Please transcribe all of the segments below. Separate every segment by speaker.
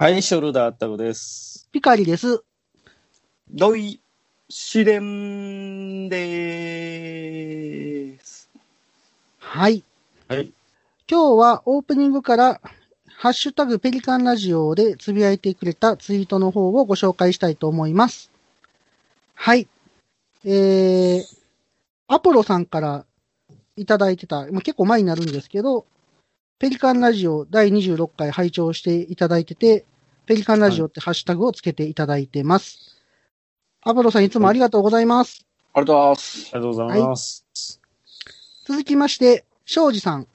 Speaker 1: はい、ショルダータグです。
Speaker 2: ピカリです。
Speaker 1: ドイ試練でーす。
Speaker 2: はい。
Speaker 1: はい。
Speaker 2: 今日はオープニングから、ハッシュタグペリカンラジオでつぶやいてくれたツイートの方をご紹介したいと思います。はい。えー、アポロさんからいただいてた、まあ、結構前になるんですけど、ペリカンラジオ第26回拝聴していただいてて、ペリカンラジオってハッシュタグをつけていただいてます。アポロさんいつもありがとうございます。
Speaker 1: ありがとうございます。ありがとうございます。
Speaker 2: 続きまして、庄司さん。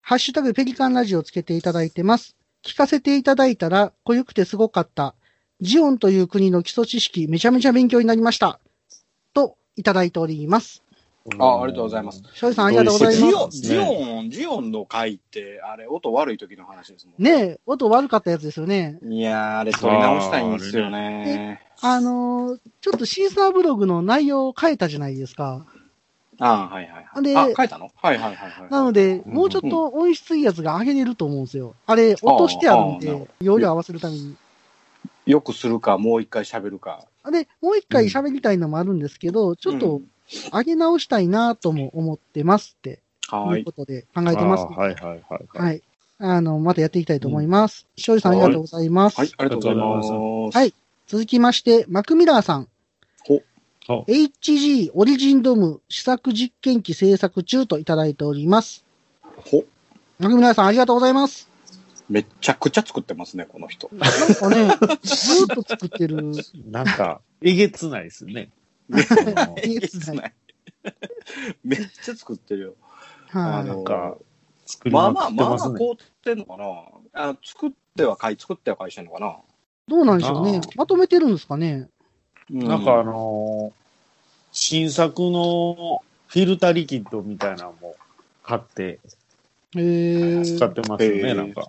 Speaker 2: ハッシュタグペリカンラジオつけていただいてます。聞かせていただいたら、濃ゆくてすごかった。ジオンという国の基礎知識、めちゃめちゃ勉強になりました。と、いただいております。
Speaker 1: あありがとうございます。
Speaker 2: 庄司さん、ありがとうござい
Speaker 1: ジ
Speaker 2: ます。
Speaker 1: オン、ジオン、ジオンの回って、あれ、音悪い時の話ですもん。
Speaker 2: ねえ、音悪かったやつですよね。
Speaker 1: いやー、あれ、取り直したいんですよね。
Speaker 2: あのーちょっとシーサーブログの内容を変えたじゃないですか。
Speaker 1: あーはいはい
Speaker 2: で
Speaker 1: はい。あ、書いたのはいはいはいはい。
Speaker 2: なので、もうちょっと音質いいやつが上げれると思うんですよ。あれ、落としてあるん
Speaker 1: あーあーなるほ
Speaker 2: で、容量合わせるために。
Speaker 1: よくするか、もう一回喋るか。
Speaker 2: で、もう一回喋りたいのもあるんですけど、ちょっと上げ直したいなとも思ってますって、、。
Speaker 1: うん。はいいう
Speaker 2: ことで考えてます。
Speaker 3: あーはいはいはい。。
Speaker 2: はいい。あの、またやっていきたいと思います。庄、司、さんありがとうございます。
Speaker 1: はい、ありがとうございます。
Speaker 2: はい続きまして、マクミラーさん。
Speaker 1: お
Speaker 3: お
Speaker 2: HG オリジンドーム試作実験機制作中といただいております。
Speaker 1: ほ、
Speaker 2: マクミラーさんありがとうございます。
Speaker 1: めちゃくちゃ作ってますね、この人。
Speaker 2: なんかね、ずーっと作ってる。
Speaker 3: なんか、えげつないですね。
Speaker 2: いいで
Speaker 1: ですす
Speaker 2: ね
Speaker 1: ね。 めっちゃ作ってるよ。あ
Speaker 2: はい、
Speaker 1: の
Speaker 3: なんか、作り
Speaker 1: まあ
Speaker 3: まくってま
Speaker 1: まあまあまあ
Speaker 3: すね。
Speaker 1: 凍ってんのかなあの作っては買い作っては返してんのかな、
Speaker 2: どうなんでしょうね
Speaker 3: あー。
Speaker 2: まとめてるんですかね。
Speaker 3: なんかあのー新作のフィルタリキッドみたいなのも買って
Speaker 2: へー。
Speaker 3: 使ってます
Speaker 1: へ
Speaker 3: ね、
Speaker 1: ー
Speaker 3: なんか。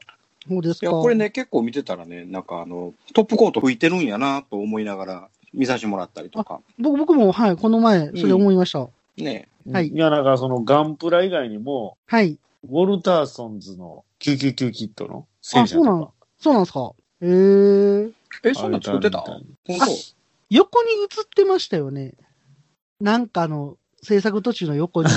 Speaker 2: そうです
Speaker 1: い
Speaker 2: か。
Speaker 1: やこれね結構見てたらねなんかあのトップコート吹いてるんやなと思いながら見させてもらったりとか
Speaker 2: 僕僕も、はい、この前、それ思いました。
Speaker 1: ね
Speaker 2: はい
Speaker 3: いや、なんかそのガンプラ以外にも、
Speaker 2: はい。
Speaker 3: ウォルターソンズの999キットの戦車
Speaker 2: あそうな
Speaker 3: と
Speaker 2: のそうなんですか。へー。
Speaker 1: え
Speaker 3: か。
Speaker 1: そんなん作ってた
Speaker 3: あれだ
Speaker 1: 本
Speaker 3: み
Speaker 1: 当
Speaker 2: あ横に映ってましたよね。なんかあの、制作途中の横に。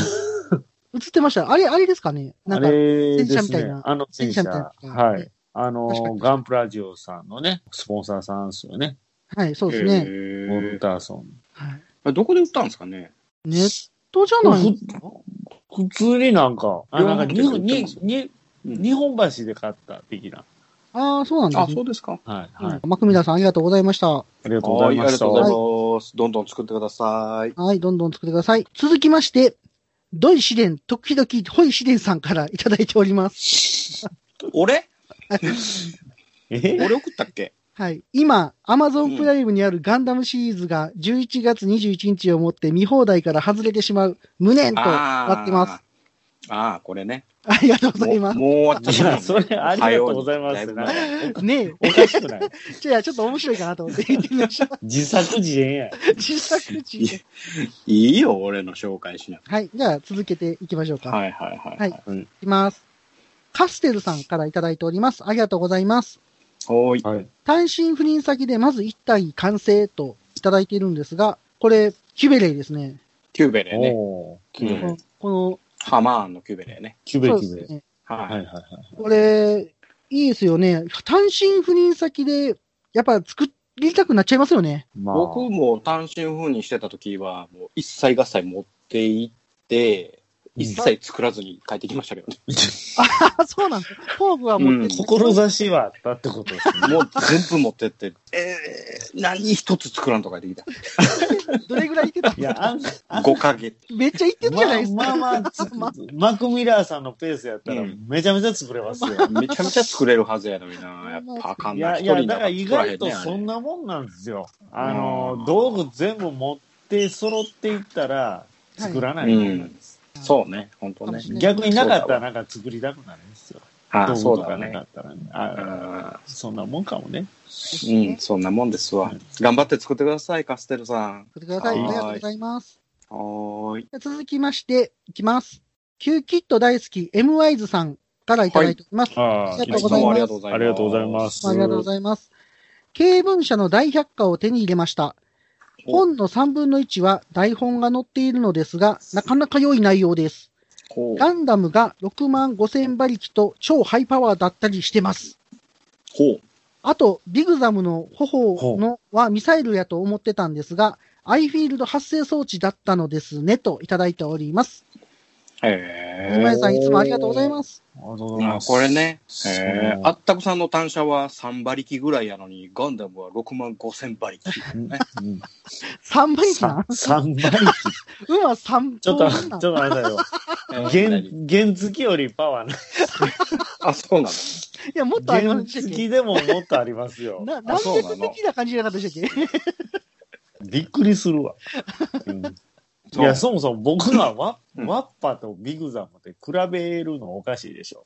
Speaker 2: 映ってました。あれ、あれですかねな
Speaker 3: あ
Speaker 2: んか、
Speaker 3: れで
Speaker 2: 戦車み
Speaker 3: す
Speaker 2: たい
Speaker 3: ね
Speaker 2: な。
Speaker 3: あの戦車。
Speaker 2: 戦車みたいな
Speaker 3: は
Speaker 2: ね
Speaker 3: い。あの
Speaker 2: 確か
Speaker 3: ー、
Speaker 2: に
Speaker 3: ガンプラジオさんのね、スポンサーさんですよね。
Speaker 2: はい、そう
Speaker 1: へ
Speaker 2: ですね。
Speaker 3: ウォル
Speaker 1: ー
Speaker 3: ターソン
Speaker 2: はい、
Speaker 1: あどこで売ったんですかね
Speaker 2: ネットじゃないんですか
Speaker 3: 普通になんか、あなんか
Speaker 1: い
Speaker 3: に
Speaker 1: やなんか言って
Speaker 3: に
Speaker 1: ます
Speaker 3: に
Speaker 1: うん
Speaker 3: 日本橋で買った的な。
Speaker 2: ああ、そうなん
Speaker 1: あ
Speaker 2: です
Speaker 1: そ
Speaker 2: ね。
Speaker 1: うですか
Speaker 3: はい、はい。
Speaker 2: マクミラさん、ありがとうございました。
Speaker 3: ありがとうご
Speaker 1: は
Speaker 3: ざ
Speaker 1: い
Speaker 3: い
Speaker 1: あ
Speaker 3: ま
Speaker 1: りが
Speaker 3: した。
Speaker 1: とうございます、どんどん作ってください
Speaker 2: はい、どんどん作ってください。続きまして、ドイ試練、時々、ホイ試練さんからいただいております。
Speaker 1: 俺
Speaker 3: え
Speaker 1: 俺送ったっけ
Speaker 2: はい。今、アマゾンプライムにあるガンダムシリーズが11月21日をもって見放題から外れてしまう無念となってます。
Speaker 1: すあーこれね
Speaker 2: ありがとうございま
Speaker 1: もうもう終わっちゃっ
Speaker 3: い
Speaker 1: たも
Speaker 3: や、
Speaker 1: んね
Speaker 3: それありがとうございま
Speaker 1: だ
Speaker 3: す。
Speaker 1: ぶ
Speaker 3: なん
Speaker 1: 長
Speaker 3: か
Speaker 1: い
Speaker 2: す。ね
Speaker 3: おかしくない
Speaker 2: え、じゃあちょっと面白いかなと思って言ってみました。
Speaker 3: 自作自演や。
Speaker 2: 自作
Speaker 1: い
Speaker 2: 地
Speaker 1: や。いいよ俺の紹介しなく
Speaker 2: はい。じゃあ続けていきましょう
Speaker 1: て
Speaker 2: か。い。
Speaker 1: はいはいはい
Speaker 2: はいきます。カステルさんからいただいております。ありがとうございます。
Speaker 1: はーい
Speaker 3: はい。
Speaker 2: 単身赴任先でまず1体完成といただいているんですが、これ、キュベレイですね。
Speaker 1: キューベレね。
Speaker 3: おー、
Speaker 1: う
Speaker 3: キ
Speaker 1: ん
Speaker 3: ュベ
Speaker 2: この、こ
Speaker 1: ハマーンのキューベレね。
Speaker 3: キュ
Speaker 2: の
Speaker 3: ベ
Speaker 2: そう
Speaker 3: キュ
Speaker 2: で
Speaker 3: ベ
Speaker 2: す。ね。
Speaker 3: はい
Speaker 1: は
Speaker 3: はい
Speaker 1: い。
Speaker 3: はい。
Speaker 2: これ、いいですよね。単身赴任先で、やっぱ作りたくなっちゃいますよね。
Speaker 3: まあ、
Speaker 1: 僕も単身赴任してた時は、もう一切合切持って行って、
Speaker 3: うん
Speaker 1: 一切作らずに帰ってきましたけ どね。
Speaker 2: あ、そうなんです。工具は持ってって
Speaker 3: 志はあったってことですね。
Speaker 1: もう全部持ってって、えー、何一つ作らんと帰ってきた。
Speaker 2: どれぐらい行ってた
Speaker 3: いや、あん、あん
Speaker 1: 5ヶ月。
Speaker 2: めっちゃ行ってるじゃないですか。
Speaker 3: まあま あまあつ
Speaker 2: まあ
Speaker 3: マクミラーさんのペースやったら
Speaker 1: うん、
Speaker 3: めちゃめちゃ作れますよ。
Speaker 1: めちゃめちゃ作れるはずやのにな。やっぱあかん
Speaker 3: いや
Speaker 1: な。
Speaker 3: い
Speaker 1: 一人
Speaker 3: や、
Speaker 1: に
Speaker 3: だ
Speaker 1: な
Speaker 3: から
Speaker 1: んか
Speaker 3: 意
Speaker 1: 作らへ
Speaker 3: 外と
Speaker 1: んねあ
Speaker 3: そん
Speaker 1: れ。
Speaker 3: なもんなんですよ。あ
Speaker 1: う
Speaker 3: の
Speaker 1: ん、
Speaker 3: 道具全部持って揃っていったら作らないもんなんです。
Speaker 1: そうね、本当ね。
Speaker 2: うん
Speaker 3: 逆になかったらなんか作りたくなるんですよ。
Speaker 1: ああ、
Speaker 3: 道
Speaker 1: そ
Speaker 3: 具
Speaker 1: う
Speaker 3: とか
Speaker 1: だ
Speaker 3: な
Speaker 1: ね
Speaker 3: か。ったらね。あ
Speaker 1: あ
Speaker 3: そんなもんかもね。
Speaker 1: ーうん、そんなもんですわ。頑張って作ってください、カステルさん。
Speaker 2: 作ってください。あ
Speaker 1: は
Speaker 2: り
Speaker 1: い
Speaker 2: がとうございます。
Speaker 1: はーい。
Speaker 2: 続きまして、いきます。キューキット大好き、MY ズさん。からいただいております。
Speaker 3: あ
Speaker 2: ありがとうご
Speaker 1: ど
Speaker 2: ざ
Speaker 1: う
Speaker 2: い
Speaker 1: も
Speaker 2: ま
Speaker 1: あ
Speaker 2: す
Speaker 1: りがとうございます。
Speaker 3: ありがとうございます
Speaker 2: ありがとうございます。経文社の大百科を手に入れました。
Speaker 1: お
Speaker 2: 本の3分の1は台本が載っているのですが、なかなか良い内容です。
Speaker 1: ほう
Speaker 2: ガンダムが6万5千馬力と超ハイパワーだったりしてます。
Speaker 1: ほう。
Speaker 2: あと、ビグザムの頬のはミサイルやと思ってたんですが、アイフィールド発生装置だったのですね、といただいております。
Speaker 1: へ
Speaker 2: 今井さんいつもありがとうございます。
Speaker 3: ありがとうござい
Speaker 1: あ
Speaker 3: ます。
Speaker 1: これ。ね、
Speaker 3: そう
Speaker 1: え ー、あったくさんの単車は3馬力ぐらいやのに、ガンダムは6万5千馬力。
Speaker 3: うん。うん
Speaker 2: 3倍
Speaker 3: さ
Speaker 2: な
Speaker 3: 三倍。
Speaker 2: 馬3
Speaker 3: ちょっ と、
Speaker 2: 倍
Speaker 3: ちょ
Speaker 2: な
Speaker 3: っと待ってよ。原、原付きよりパワーない。
Speaker 1: あ、そうなの
Speaker 2: いや、もっとあり
Speaker 3: 原
Speaker 2: ましたっ
Speaker 3: 付
Speaker 2: け
Speaker 3: きでももっとありますよ。
Speaker 2: な、
Speaker 1: あ
Speaker 2: 断
Speaker 1: そうなの
Speaker 2: 絶的な感じじゃなかったでしたっけ
Speaker 3: びっくりするわ。うんいや、そもそも僕ら は、
Speaker 1: うん
Speaker 3: ワッパとビグザムって比べるのおかしいでしょ。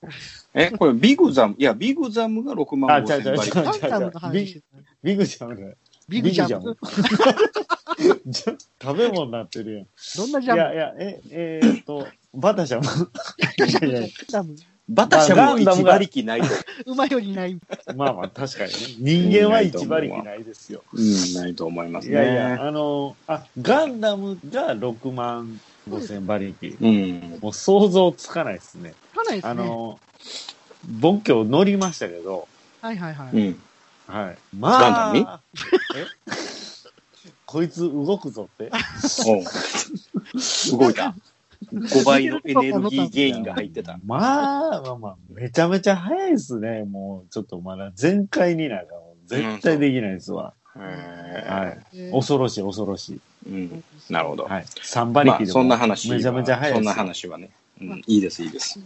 Speaker 1: え、これビグザム、いや、ビグザムが6万
Speaker 3: あ、
Speaker 1: 5
Speaker 3: ちゃ
Speaker 1: 千
Speaker 3: うちゃうちゃ
Speaker 1: 馬力。
Speaker 3: う
Speaker 2: ガン
Speaker 3: ちゃうち
Speaker 2: ダ
Speaker 3: ゃ
Speaker 2: ム
Speaker 3: う
Speaker 2: の。話
Speaker 3: ビ
Speaker 2: してたね
Speaker 3: ビグザムだよ
Speaker 2: ビグジャム。
Speaker 3: ちょ食べ物になってる
Speaker 2: どんなジ
Speaker 3: やん。い
Speaker 2: ャ
Speaker 3: や
Speaker 2: ム
Speaker 3: いや、え、えーっと、バタシャム。いやい
Speaker 2: ジャム。
Speaker 1: バタシャムは1馬力ないと。
Speaker 2: 馬よりない。
Speaker 3: や、まあまあ確かにね。人間は一馬力ないですよ。
Speaker 1: うん、ないと思います
Speaker 3: い
Speaker 1: ね。
Speaker 3: やいや、あの、あ、ガンダムが6万5千馬力。
Speaker 1: うん。
Speaker 3: もう想像つかないですね。
Speaker 2: かないです
Speaker 3: あ
Speaker 2: ね。
Speaker 3: の、僕今日乗りましたけど、
Speaker 2: はいはいは
Speaker 1: う
Speaker 2: い。
Speaker 1: ん。
Speaker 3: はい。ま
Speaker 1: ガン
Speaker 3: あ、えこいつ動くぞって。
Speaker 1: おう動いた。5倍の エネルギーゲインが入ってた。
Speaker 3: まあまあまあ、めちゃめちゃ早いですね。もう、ちょっとまだ全開になんか、絶対できないですわ。は。
Speaker 1: はい
Speaker 3: 恐ろしい、恐ろしい。
Speaker 1: い。うん。なるほど。
Speaker 3: はい。3馬
Speaker 1: ま
Speaker 3: 力
Speaker 1: あ、
Speaker 3: で
Speaker 1: そ
Speaker 3: も
Speaker 1: んな話は。
Speaker 3: めちゃめちゃ早いで
Speaker 1: そ
Speaker 3: す
Speaker 1: んな話はね。うん、いいです、いいです。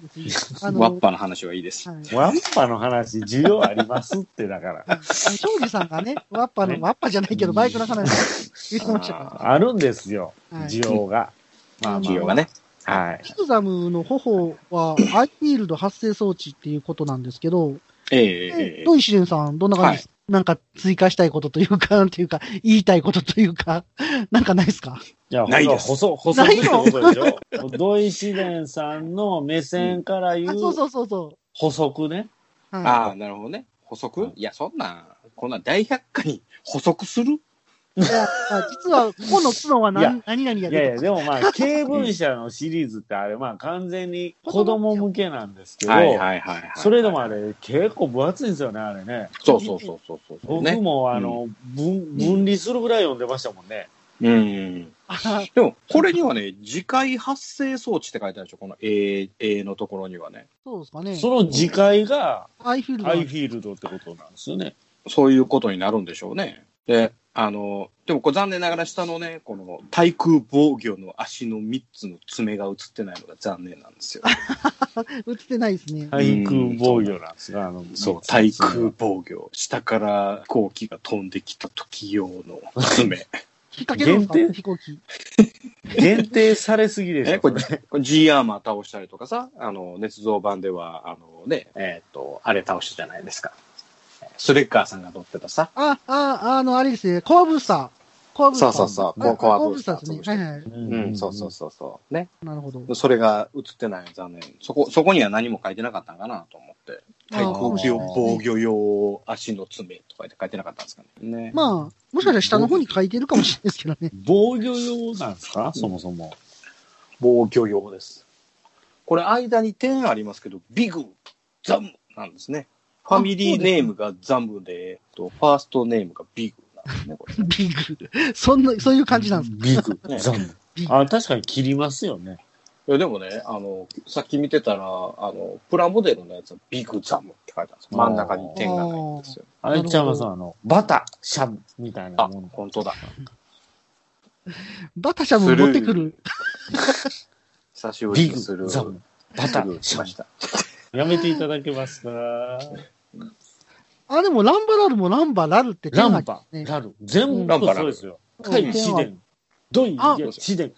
Speaker 2: あの、
Speaker 1: ワッ
Speaker 2: はい
Speaker 1: パの話はいいです。
Speaker 3: ワッパの話、需要ありますって、だから。
Speaker 2: あの庄司さんがね、ワッパの、
Speaker 3: ね
Speaker 2: ワッパじゃないけど、バイクの話言ってましたか
Speaker 3: あるんですよ、
Speaker 2: ら。はい
Speaker 3: 需要が。まあまあ
Speaker 1: 需要がね。
Speaker 3: はい。
Speaker 2: ピクザムの頬は、アイフィールド発生装置っていうことなんですけど、
Speaker 1: ええええええ
Speaker 2: どういしれんさん、どんな感じですかなんか追加したいことというか、なんていうか、言いたいことというか、 なんかないですか
Speaker 3: いや、
Speaker 1: ないです
Speaker 3: ほら補足、補足
Speaker 2: ない
Speaker 3: って
Speaker 2: の
Speaker 3: ことでしょ。土井紫蓮さんの目線から言
Speaker 2: あ、
Speaker 3: う
Speaker 2: そうそうそうそ
Speaker 3: 補足ね。
Speaker 2: う。はい
Speaker 1: ああ、なるほどね。補足いや、そんな、こんな大百科に補足する
Speaker 2: いやあ実は、ここの角はい
Speaker 3: や
Speaker 2: 何何々や
Speaker 3: いやいや、
Speaker 2: で
Speaker 3: でもまあ、経文社のシリーズってあれ、まあ完全に子供向けなんですけど、
Speaker 1: いはいはい
Speaker 3: それでもあれ、結構分厚いんですよね、あれね。
Speaker 1: そうそうそうそうそうそ
Speaker 3: 僕
Speaker 1: う。ね。
Speaker 3: も、あの、分、分離するぐらい読んでましたもんね。
Speaker 1: うん。
Speaker 2: あ
Speaker 1: でも、これにはね、次回発生装置って書いてあるでしょ、この A, A のところにはね。
Speaker 2: そうですかね。
Speaker 3: その次回が、
Speaker 2: アイフィールド
Speaker 3: ア
Speaker 2: は
Speaker 3: イフィールドってことなんですよね。
Speaker 1: そういうことになるんでしょうね。で、あの、でもこれ残念ながら下のね、この対空防御の足の3つの爪が映ってないのが残念なんですよ。
Speaker 2: 映ってないですね。
Speaker 3: 対空防御なんですよ。あの
Speaker 1: そう、対空防御。下から飛行機が飛んできた時用の爪。
Speaker 2: 引っ掛けるんです
Speaker 3: 限定
Speaker 2: か飛行機。
Speaker 3: 限定されすぎでし
Speaker 1: え、
Speaker 3: ょ。
Speaker 1: こ
Speaker 3: こ
Speaker 1: れ
Speaker 3: れ、
Speaker 1: これ G アーマー倒したりとかさ、あの、捏造版では、あのね、えーっと、あれ倒したじゃないですか。スレッカーさんが乗ってたさ。
Speaker 2: あ、あ、あの、あれですね。コアブースター。コアブースター。
Speaker 1: そうそうそう
Speaker 2: あ
Speaker 1: コ
Speaker 2: コ
Speaker 1: アブ
Speaker 2: アブー
Speaker 1: ー
Speaker 2: ス
Speaker 1: ス
Speaker 2: タ
Speaker 1: タ
Speaker 2: ー
Speaker 1: ー
Speaker 2: ですね。はいはい。
Speaker 3: う
Speaker 1: うん、そうそうそうそう。ね。
Speaker 2: なるほど。
Speaker 1: それが映ってないの残念。そこ、そこには何も書いてなかったんかなと思って。対
Speaker 2: あーか
Speaker 1: 抗
Speaker 2: もしれ
Speaker 1: 強
Speaker 2: ないですね
Speaker 1: 防御用足の爪とかって書いてなかったんですかね。ね。
Speaker 2: まあ、もしかしたら下の方に書いてるかもしれないですけどね。
Speaker 3: 防御用なんですかそもそも。
Speaker 1: 防御用です。これ間に点ありますけど、ビグ、ザムなんですね。ファミリーネームがザムで、えっとファーストネームがビグなんですね、これ。
Speaker 2: ビッグ。そんな、そういう感じなんです。
Speaker 3: ビッグ。
Speaker 1: ね
Speaker 3: ザム
Speaker 2: ビッ。グ
Speaker 3: あ、確かに切りますよね。
Speaker 1: いやでもね、あの、さっき見てたら、あの、プラモデルのやつはビグザムって書いてあるんですよ。真ん中に点がないんですよ。
Speaker 3: あれちゃいますあの、バタ、シャムみたいな
Speaker 1: あ
Speaker 3: もん、。
Speaker 1: 本当だ。
Speaker 2: バタシャム持ってくる。
Speaker 1: 久しぶり
Speaker 3: ビ
Speaker 1: にする
Speaker 3: グ、。ザム、バタ
Speaker 1: する、
Speaker 3: シ
Speaker 1: し
Speaker 3: ャ
Speaker 1: ま
Speaker 3: ム
Speaker 1: し。た。
Speaker 3: やめていただけますか
Speaker 2: あ、でもランバラルもランバラルって
Speaker 3: ラ
Speaker 2: 点が
Speaker 3: ンバ、ラル。全部そうですよ。カ
Speaker 2: ランバラル
Speaker 3: イ、シデン。ドイ、い
Speaker 2: あ
Speaker 3: やシデン。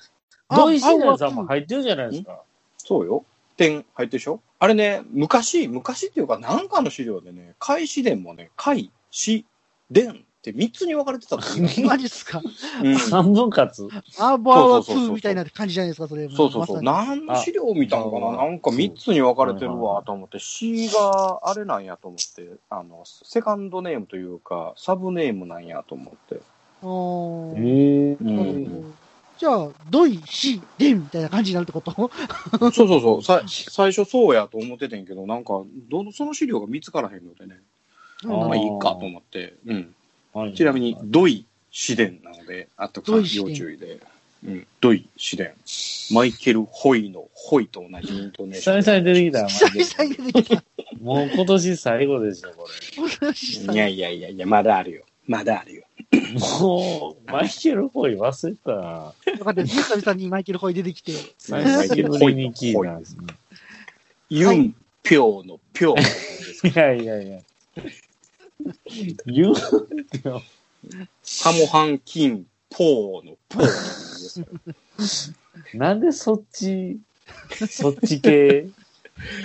Speaker 2: あ
Speaker 3: ドイシデンさんも入ってるじゃないですか。
Speaker 1: そうよ。点入ってるでしょあれね、昔、昔っていうか、なんかの資料でね、開始伝もね、開始伝っって3つに分かれてたと思 う
Speaker 2: マジっすか。
Speaker 1: うん
Speaker 3: 三分割
Speaker 2: アーバーはプ
Speaker 1: そうそうそうそ
Speaker 2: ー
Speaker 1: う
Speaker 2: みたいな感じじゃないですか、それ。
Speaker 1: そうそうそう。
Speaker 2: まさ
Speaker 1: 何の資料見たのかな
Speaker 3: あ
Speaker 1: なんか3つに分かれてるわと思って、C があれなんやと思って、あの、セカンドネームというか、サブネームなんやと思って。
Speaker 2: におー
Speaker 3: ええ
Speaker 1: う
Speaker 2: なるほど
Speaker 1: ん。
Speaker 2: じゃあ、ドイ、シ、デンみたいな感じになるってこと
Speaker 1: そうそうそう。さ最初そうやと思っててんけど、なんか、どのその資料が見つからへんのでね。
Speaker 3: あ
Speaker 1: まあ
Speaker 3: ー
Speaker 1: いいかと思って。うん。
Speaker 3: はい
Speaker 1: ちなみに、ドイ試練なので、あと
Speaker 2: ド
Speaker 1: 要
Speaker 2: イ紫
Speaker 1: 注意で。うん。ドイ試練。マイケル・ホイのホイと同じイントネーシ
Speaker 3: 久
Speaker 1: ョン。
Speaker 3: 々に出てきたよ
Speaker 2: 久
Speaker 3: マ ジ
Speaker 2: 々に出て きた。
Speaker 3: でもう今年最後でしょ、こ
Speaker 2: 同じさ
Speaker 1: いやいやいやいや、まだあるよ。まだあるよ。
Speaker 3: れ。もう、マイケル・ホイ忘れた。
Speaker 2: よか ったです。久々にマイケル・ホイ出てきて。
Speaker 3: 久しぶりに聞いたんですね。
Speaker 1: ユンピョウのピョウです
Speaker 3: いやいやいや。言うてよ。
Speaker 1: サモハンキンポーのポーですよ
Speaker 3: なんでそっち、そっち系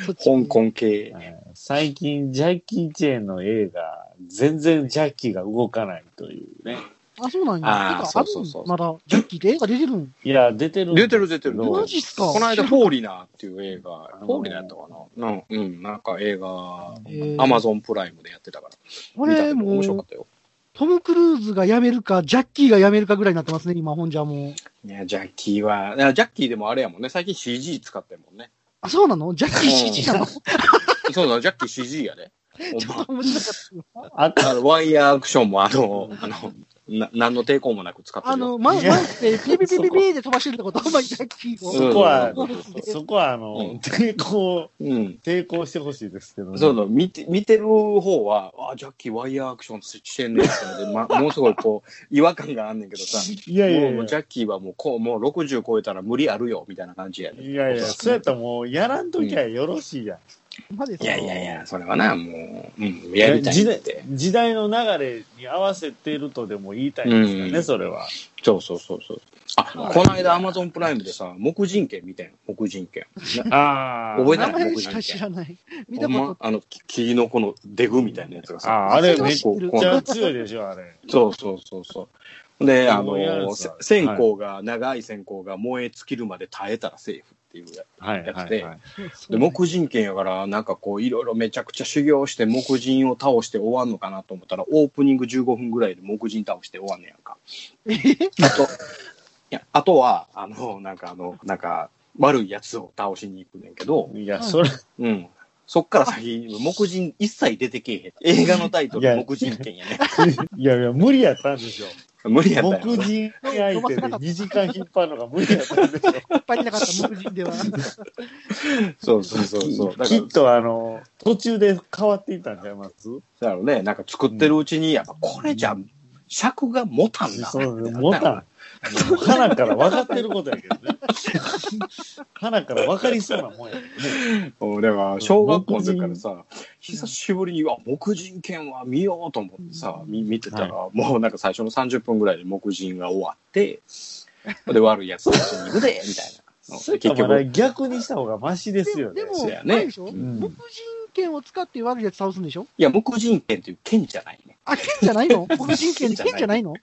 Speaker 2: そっち
Speaker 1: 香。港系。
Speaker 3: 最近、ジャッキー・チェーンの映画、全然ジャッキーが動かないというね。
Speaker 2: あ、そうなんや。
Speaker 1: あー
Speaker 2: てか
Speaker 1: そうそうそう
Speaker 2: あるんまだ、ジャッキーで映画出てるん。
Speaker 3: いや、出てるんですけ
Speaker 1: 出て
Speaker 3: ど。
Speaker 1: る出てる。
Speaker 2: マジっすか
Speaker 1: この間、
Speaker 2: 知らん
Speaker 1: フォーリナーっていう映画、フォーリナーやったかなうん、うん、なんか映画、アマ
Speaker 2: ゾ
Speaker 1: ゾンプライムでやってたから。
Speaker 2: こ
Speaker 1: 見たけ
Speaker 2: れ
Speaker 1: ど面白か
Speaker 2: も
Speaker 1: っ
Speaker 2: う、
Speaker 1: たよ。
Speaker 2: トム・クルーズが辞めるか、ジャッキーが辞めるかぐらいになってますね、今、本じゃもう。
Speaker 1: いや、ジャッキーは、いやジャッキーでもあれやもんね、最近 CG 使ってるもんね。
Speaker 2: あ、そうなのジャッキー CG なの
Speaker 1: そうだ、ジャッキー CG やで。ほん
Speaker 2: ちょ
Speaker 1: ま
Speaker 2: っと面白か ったよ。
Speaker 3: あ
Speaker 1: あのワイヤーアクションも、あの、あの、な何の抵抗もなく使ってるよ。
Speaker 2: あの、前、
Speaker 3: いや
Speaker 2: 前って、ピピピピピピで飛ばしてるってことまあ、ジャッキーを。
Speaker 3: そこは
Speaker 1: うん そうそうそう
Speaker 3: そこは、あ
Speaker 1: うん
Speaker 3: の、抵抗、
Speaker 1: うん。
Speaker 3: 抵抗してほしいですけどね。
Speaker 1: そうだ、見て、見てる方は、あ、ジャッキーワイヤーアクションしてんねんってので、ま、 ものすごいこう、違和感があんねんけどさ、
Speaker 3: いやいやい
Speaker 1: も
Speaker 3: や
Speaker 1: うジャッキーはもうこう、もう60超えたら無理あるよ、みたいな感じやね
Speaker 3: いやいや、そうやったらもう、やらんときゃよろしいやん。
Speaker 2: まで
Speaker 1: い
Speaker 2: さ
Speaker 1: やいやいや、それはな、もう、うん、やりたい
Speaker 3: 時
Speaker 1: っ
Speaker 3: 代
Speaker 1: て。
Speaker 3: 時代の流れに合わせてるとでも言いたいんですよね、
Speaker 1: うん
Speaker 3: それは。
Speaker 1: そうそうそうそう。あ、この間アマゾンプライムでさ、黙人犬みたいな、黙人犬。
Speaker 3: あ
Speaker 1: 覚えて
Speaker 2: 名
Speaker 1: ない
Speaker 2: 前しか知らない。見た
Speaker 1: ほんま
Speaker 2: こ
Speaker 1: あの、きキリノコのデグみたいなやつがさ、
Speaker 3: ああれめっ
Speaker 1: 結
Speaker 3: ち
Speaker 1: 構
Speaker 3: めっち
Speaker 1: こ
Speaker 3: ゃ強いでしょ、あれ。
Speaker 1: うそうそうそうそう。で、あ
Speaker 3: もうやる
Speaker 1: の、
Speaker 3: さ
Speaker 1: せ線香が、長い線香が燃え尽きるまで耐えたらセーフっていうやつ
Speaker 3: はい
Speaker 1: や
Speaker 3: は
Speaker 1: つで
Speaker 3: い、はい。
Speaker 2: と。
Speaker 1: で黙人犬やからなんかこういろいろめちゃくちゃ修行して黙人を倒して終わんのかなと思ったらオープニング15分ぐらいで黙人倒して終わんねやんか。
Speaker 2: えへ
Speaker 1: あといやあとはあのなんかあのなんか悪いやつを倒しに行くねんけど、
Speaker 3: いや、それ、
Speaker 1: うん、そっから先黙人一切出てけえへん映画のタイト
Speaker 3: いや
Speaker 1: ル黙人犬やね
Speaker 3: いやいや、無理やったんでしょ。
Speaker 1: 無理やったんや
Speaker 3: 僕人相手で2時間引っ張るのが無理やったんでしょ。
Speaker 2: 引っ張りなかった、目人で は。
Speaker 1: そうそうそうそうだか
Speaker 3: き
Speaker 1: ら
Speaker 3: っと、あの、途中で変わっていったんちゃいます
Speaker 1: だろうねなんか作ってるうちにやっぱこれじゃ尺が持たんだ
Speaker 3: そうね、もたん。花から分かってることやけどね。 花から分かりそうなもんやけどね。
Speaker 1: 俺は小学校の時からさ、久しぶりに、あ、黙人犬は見ようと思ってさ、み見てたら、もうなんか最初の30分ぐらいで黙人が終わって、で、悪いやつたちに行くで、みたいな。
Speaker 3: そう
Speaker 1: で
Speaker 3: いった
Speaker 1: 結
Speaker 3: らまだ
Speaker 1: 局、
Speaker 3: 逆にした方がマシです
Speaker 2: で
Speaker 3: よ
Speaker 2: も、
Speaker 3: ね
Speaker 2: で。も、
Speaker 1: そう
Speaker 2: な
Speaker 1: や
Speaker 2: い
Speaker 1: ね
Speaker 2: でしょ
Speaker 1: う
Speaker 3: う
Speaker 1: も
Speaker 3: ん
Speaker 2: 目人権を使って悪いやつ倒すんでしょ
Speaker 1: いや、黙人犬っていう剣じゃない ね。
Speaker 2: あ、剣じゃない の目人権って剣じゃないの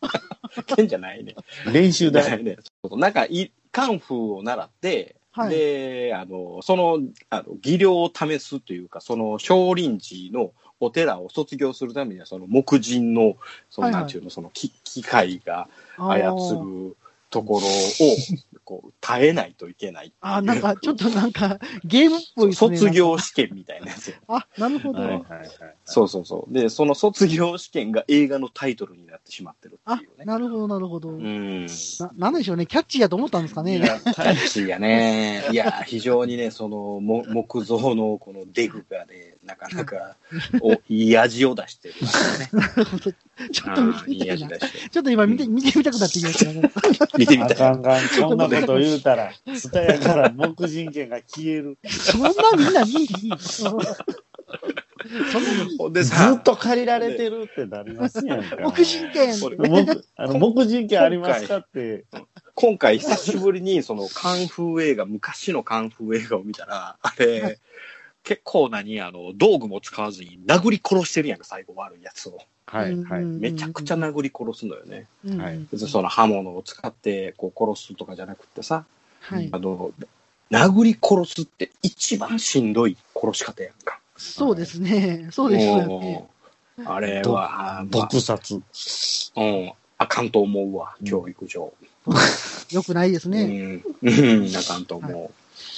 Speaker 1: 剣じゃないね。
Speaker 3: 練習
Speaker 1: じゃな
Speaker 3: だ。
Speaker 1: いね。そうなんかい、カンフーを習って、
Speaker 2: はい
Speaker 1: で、あの、その、あの、技量を試すというか、その、少林寺のお寺を卒業するためには、その、木人の、その、
Speaker 2: はいはい
Speaker 1: なんていうの、その、き機械が、
Speaker 2: あ
Speaker 1: 操
Speaker 2: ー
Speaker 1: るところ をこう耐えないといけない
Speaker 2: あー、なんか、ちょっとなんか、ゲームっぽいですね。
Speaker 1: 卒。業試験みたいなやつや
Speaker 2: あ、なるほ
Speaker 3: はいはい
Speaker 2: ど。
Speaker 3: はい。
Speaker 1: そうそうそうでその卒業試験が映画のタイトルになってしまってるっ
Speaker 2: あ
Speaker 1: ていう、ね
Speaker 2: なるほど、なるほど。
Speaker 1: うん
Speaker 2: な、なんでしょうね。キャッチーやと思ったんですか
Speaker 1: い
Speaker 2: ね。
Speaker 1: や、タッチがね、いや、非常にね、その、も木造のこのデグがね、なかなか、お、いい味を出してる わけね。
Speaker 2: なるほど。ちょっと見
Speaker 1: あ
Speaker 2: て
Speaker 1: ー
Speaker 2: み
Speaker 1: いい
Speaker 2: たい
Speaker 1: 味
Speaker 2: な。
Speaker 1: 出
Speaker 2: ち
Speaker 1: してる。
Speaker 2: ょっと今見て、見てみたくなってきましたね。
Speaker 1: 見てみ
Speaker 3: あ
Speaker 1: た
Speaker 3: か
Speaker 1: い。
Speaker 3: んかん、そんなこと言うたら、ツタヤから黙人権が消える。
Speaker 2: そんなみんな見に行くそんな
Speaker 1: ほんで
Speaker 3: ず
Speaker 1: さ
Speaker 3: っと借りられてるってなりますやんか。
Speaker 2: 目人権。
Speaker 1: これ
Speaker 3: 黙あの黙人権ありますかって。
Speaker 1: 今回久しぶりにそのカンフー映画、昔のカンフー映画を見たら、あれ、結構何、あの、道具も使わずに殴り殺してるやんか、最後悪いやつを。
Speaker 3: はい、はい。
Speaker 1: めちゃくちゃ殴り殺すのよね。
Speaker 2: うん
Speaker 3: はい
Speaker 1: 別にその刃物を使って、こう殺すとかじゃなくってさ、
Speaker 2: はい
Speaker 1: あ。の、殴り殺すって一番しんどい殺し方やんか。
Speaker 2: そうですね。そうですよね。
Speaker 1: うんあれは、ま
Speaker 3: 毒殺。
Speaker 1: あ、うん、あかんと思うわ、教育上。
Speaker 2: よくないですね。
Speaker 1: うん、うん、あかんと思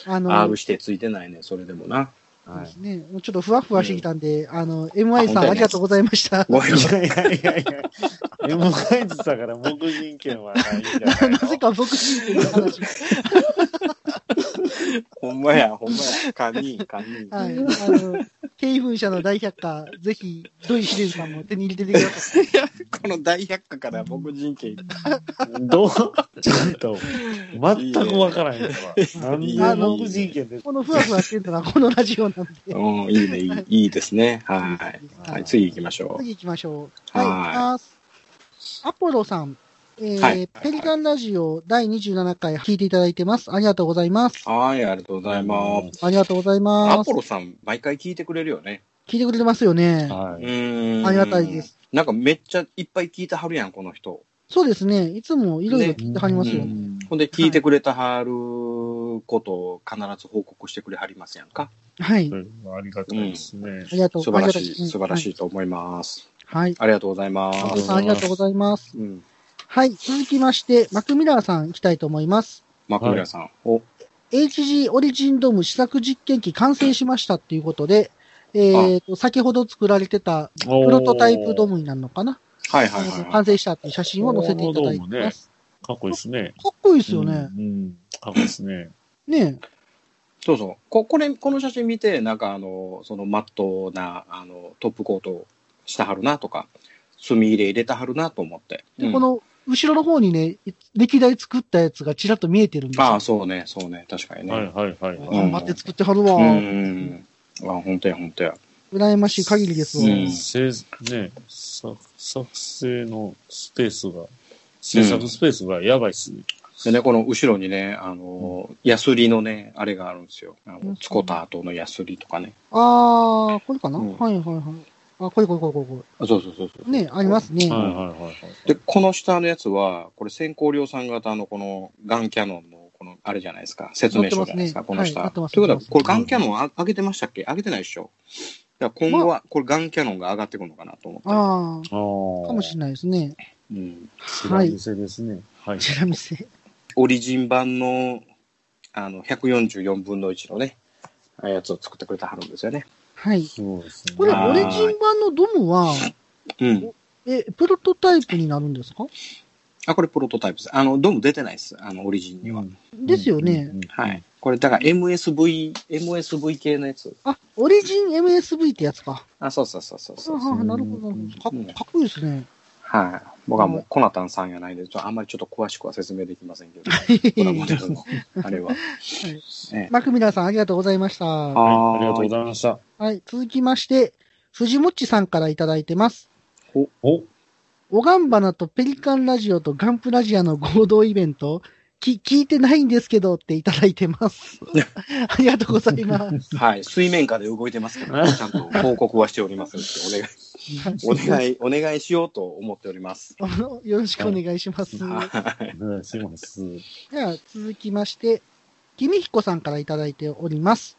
Speaker 2: あ
Speaker 1: う。
Speaker 2: の、
Speaker 1: R してついてないね、それでもな。
Speaker 2: そう
Speaker 3: は。
Speaker 2: ですね。もうちょっとふわふわしてきたんで、あの、MY さん
Speaker 1: あ本当やね
Speaker 2: ありがとうございま した。
Speaker 1: ごめんな
Speaker 3: い
Speaker 1: いさい
Speaker 3: やいやいやいや。M サイズだから黙人権はないんじゃないの
Speaker 2: なぜか僕人権の話。
Speaker 1: ほんまや、ほんまや。堪忍、堪忍。
Speaker 2: はい。あの、経粉者の大百科、ぜひ、土井秀樹さんも手に入れてください。
Speaker 1: この大百科から僕人権
Speaker 3: どうちょっと、全くわからへんわ。なんで黙人権です
Speaker 2: このふわふわしてるのがこのラジオなんで。
Speaker 1: うん、いいね、いいいいですね。はい。
Speaker 2: は
Speaker 1: はいい、次行きましょ
Speaker 2: 次行きましょう。は
Speaker 1: は
Speaker 2: いい。行きますアポロさん。えー
Speaker 1: はい
Speaker 2: ペリカンラジオ第27回聞いていただいてます。ありがとうございます。
Speaker 1: う。はい、ありがとうございます。
Speaker 2: ありがとうござい
Speaker 1: ア
Speaker 2: ま
Speaker 1: ポ
Speaker 2: す。
Speaker 1: ロさん、毎回聞いてくれるよね。
Speaker 2: 聞いてくれてますよね。
Speaker 1: う
Speaker 3: はい。
Speaker 1: ーん。
Speaker 2: ありがたいです。
Speaker 1: なんかめっちゃいっぱい聞いてはるやん、この人。
Speaker 2: そうですね。いつもいろいろ聞いてはりますよ。
Speaker 1: ね
Speaker 2: ね
Speaker 1: ほんで、聞いてくれたはることを必ず報告してくれはりますやんか。
Speaker 2: はい。
Speaker 3: ありがたいですね。
Speaker 2: ありがとう
Speaker 1: 素晴ら
Speaker 2: あり
Speaker 1: し
Speaker 2: が
Speaker 1: い、
Speaker 2: た
Speaker 1: 素晴ら
Speaker 2: い
Speaker 1: しいと思います。
Speaker 2: です。はい。
Speaker 1: ありがとうございま
Speaker 2: はいアポロ
Speaker 1: す。
Speaker 2: さんありがとうございます。
Speaker 1: うん。
Speaker 2: はい。続きまして、マクミラーさん行きたいと思います。
Speaker 1: マクミラさん。お、
Speaker 2: HG オリジンドーム試作実験機完成しましたっていうことで、えっと、先ほど作られてた
Speaker 3: プ
Speaker 2: プロトタイプドー。ムになるのかな
Speaker 1: はいはいはいは
Speaker 2: 完成したっていう写真を載せていただいてます。
Speaker 3: かっこいいですね。
Speaker 2: かっこいいですよね。
Speaker 3: うん。うんかっこいいですね。
Speaker 2: ねえ
Speaker 1: い。そうそう。こ、これ、この写真見て、なんかあの、そのマットな、あの、トップコートをしてはるなとか、墨入れ入れてはるなと思って。う
Speaker 2: で、
Speaker 1: ん
Speaker 2: この後ろの方にね、歴代作ったやつがちらっと見えてるんです
Speaker 1: ああ、
Speaker 2: よ。
Speaker 1: そうね、そうね、確かにね。
Speaker 3: はいはいはいはい。
Speaker 2: 頑張って作ってはるわ
Speaker 1: う。ん。あ、本当や、本当や。
Speaker 2: 羨ましい限りですわ。
Speaker 1: うん
Speaker 3: せね、作作成のスペースが、制作スペースがやばいっすね。
Speaker 1: でね、この後ろにね、あの、ヤスリのね、あれがあるんですよ。あ
Speaker 2: う
Speaker 1: の
Speaker 2: ん
Speaker 1: つこた後のヤスリとかね。
Speaker 2: あー、これかな、
Speaker 1: うん
Speaker 2: はいはいはい。あ、これこれこれこれこ
Speaker 1: あそうそうそうそう。
Speaker 2: れ。ね、ありますね。
Speaker 3: はいはいはいはい。
Speaker 1: で、この下のやつは、これ先行量産型のこのガンキャノンの、この、あれじゃないですか。説明書じゃないですか、
Speaker 2: 載って
Speaker 1: こ
Speaker 2: ま
Speaker 1: の
Speaker 2: すね
Speaker 1: 下。
Speaker 2: はい載ってます
Speaker 1: ということは、これ
Speaker 3: 載ってま
Speaker 1: ガ
Speaker 3: す
Speaker 1: ンキャノンあ上げてましたっけ上げてないでしょ。だから今後は、これガンキャノンが上がってくるのかなと思って。
Speaker 2: あ
Speaker 3: あ
Speaker 2: あ、
Speaker 3: あ。
Speaker 2: かもしれないですね。
Speaker 1: うん。
Speaker 2: は
Speaker 3: はいい。店ですね。はい。
Speaker 2: ちなみに。
Speaker 1: オリジン版の、あの、144分の1のね、やつを作ってくれてはるんですよね。
Speaker 2: はい。
Speaker 3: そうですね。
Speaker 2: これ、
Speaker 1: あー
Speaker 2: オレジン版のドムは、
Speaker 1: うん。
Speaker 2: え、プロトタイプになるんですか
Speaker 1: あ、これプロトタイプです。あの、どうも出てないです。あの、オリジンには。
Speaker 2: ですよね。
Speaker 3: うん。
Speaker 1: はい。これ、だから MSV、MSV 系のやつ。
Speaker 2: あ、オレジン MSV ってやつか。
Speaker 1: あ、そうそうそうそう
Speaker 2: あ
Speaker 1: そう。
Speaker 2: あ、なるほどなるほど。
Speaker 1: うん
Speaker 2: かかっこいいですね。
Speaker 1: はい。僕はもう、コナタンさんやないんで、ちょっとあんまりちょっと詳しくは説明できませんけ ど、コナモデルの、あれは。ええ
Speaker 2: マクミラーさん、ありがとうございました。は
Speaker 3: はい。ありがとうご
Speaker 1: い
Speaker 3: ざいました。
Speaker 2: い。続きまして、藤もっちさんからいただいてます。
Speaker 3: お、
Speaker 2: オガンバナとペリカンラジオとガンプラジアの合同イベント、き、聞いてないんですけどっていただいて ます。ありがとうございます。
Speaker 1: ます。はい。水面下で動いてますけど、ちゃんと報告はしておりますのでお願 い、お願い、お願いしようと思っております。
Speaker 2: あのよろしくお願いします。
Speaker 1: はい。
Speaker 3: お願いします。
Speaker 2: では続きまして、君彦さんからいただいております。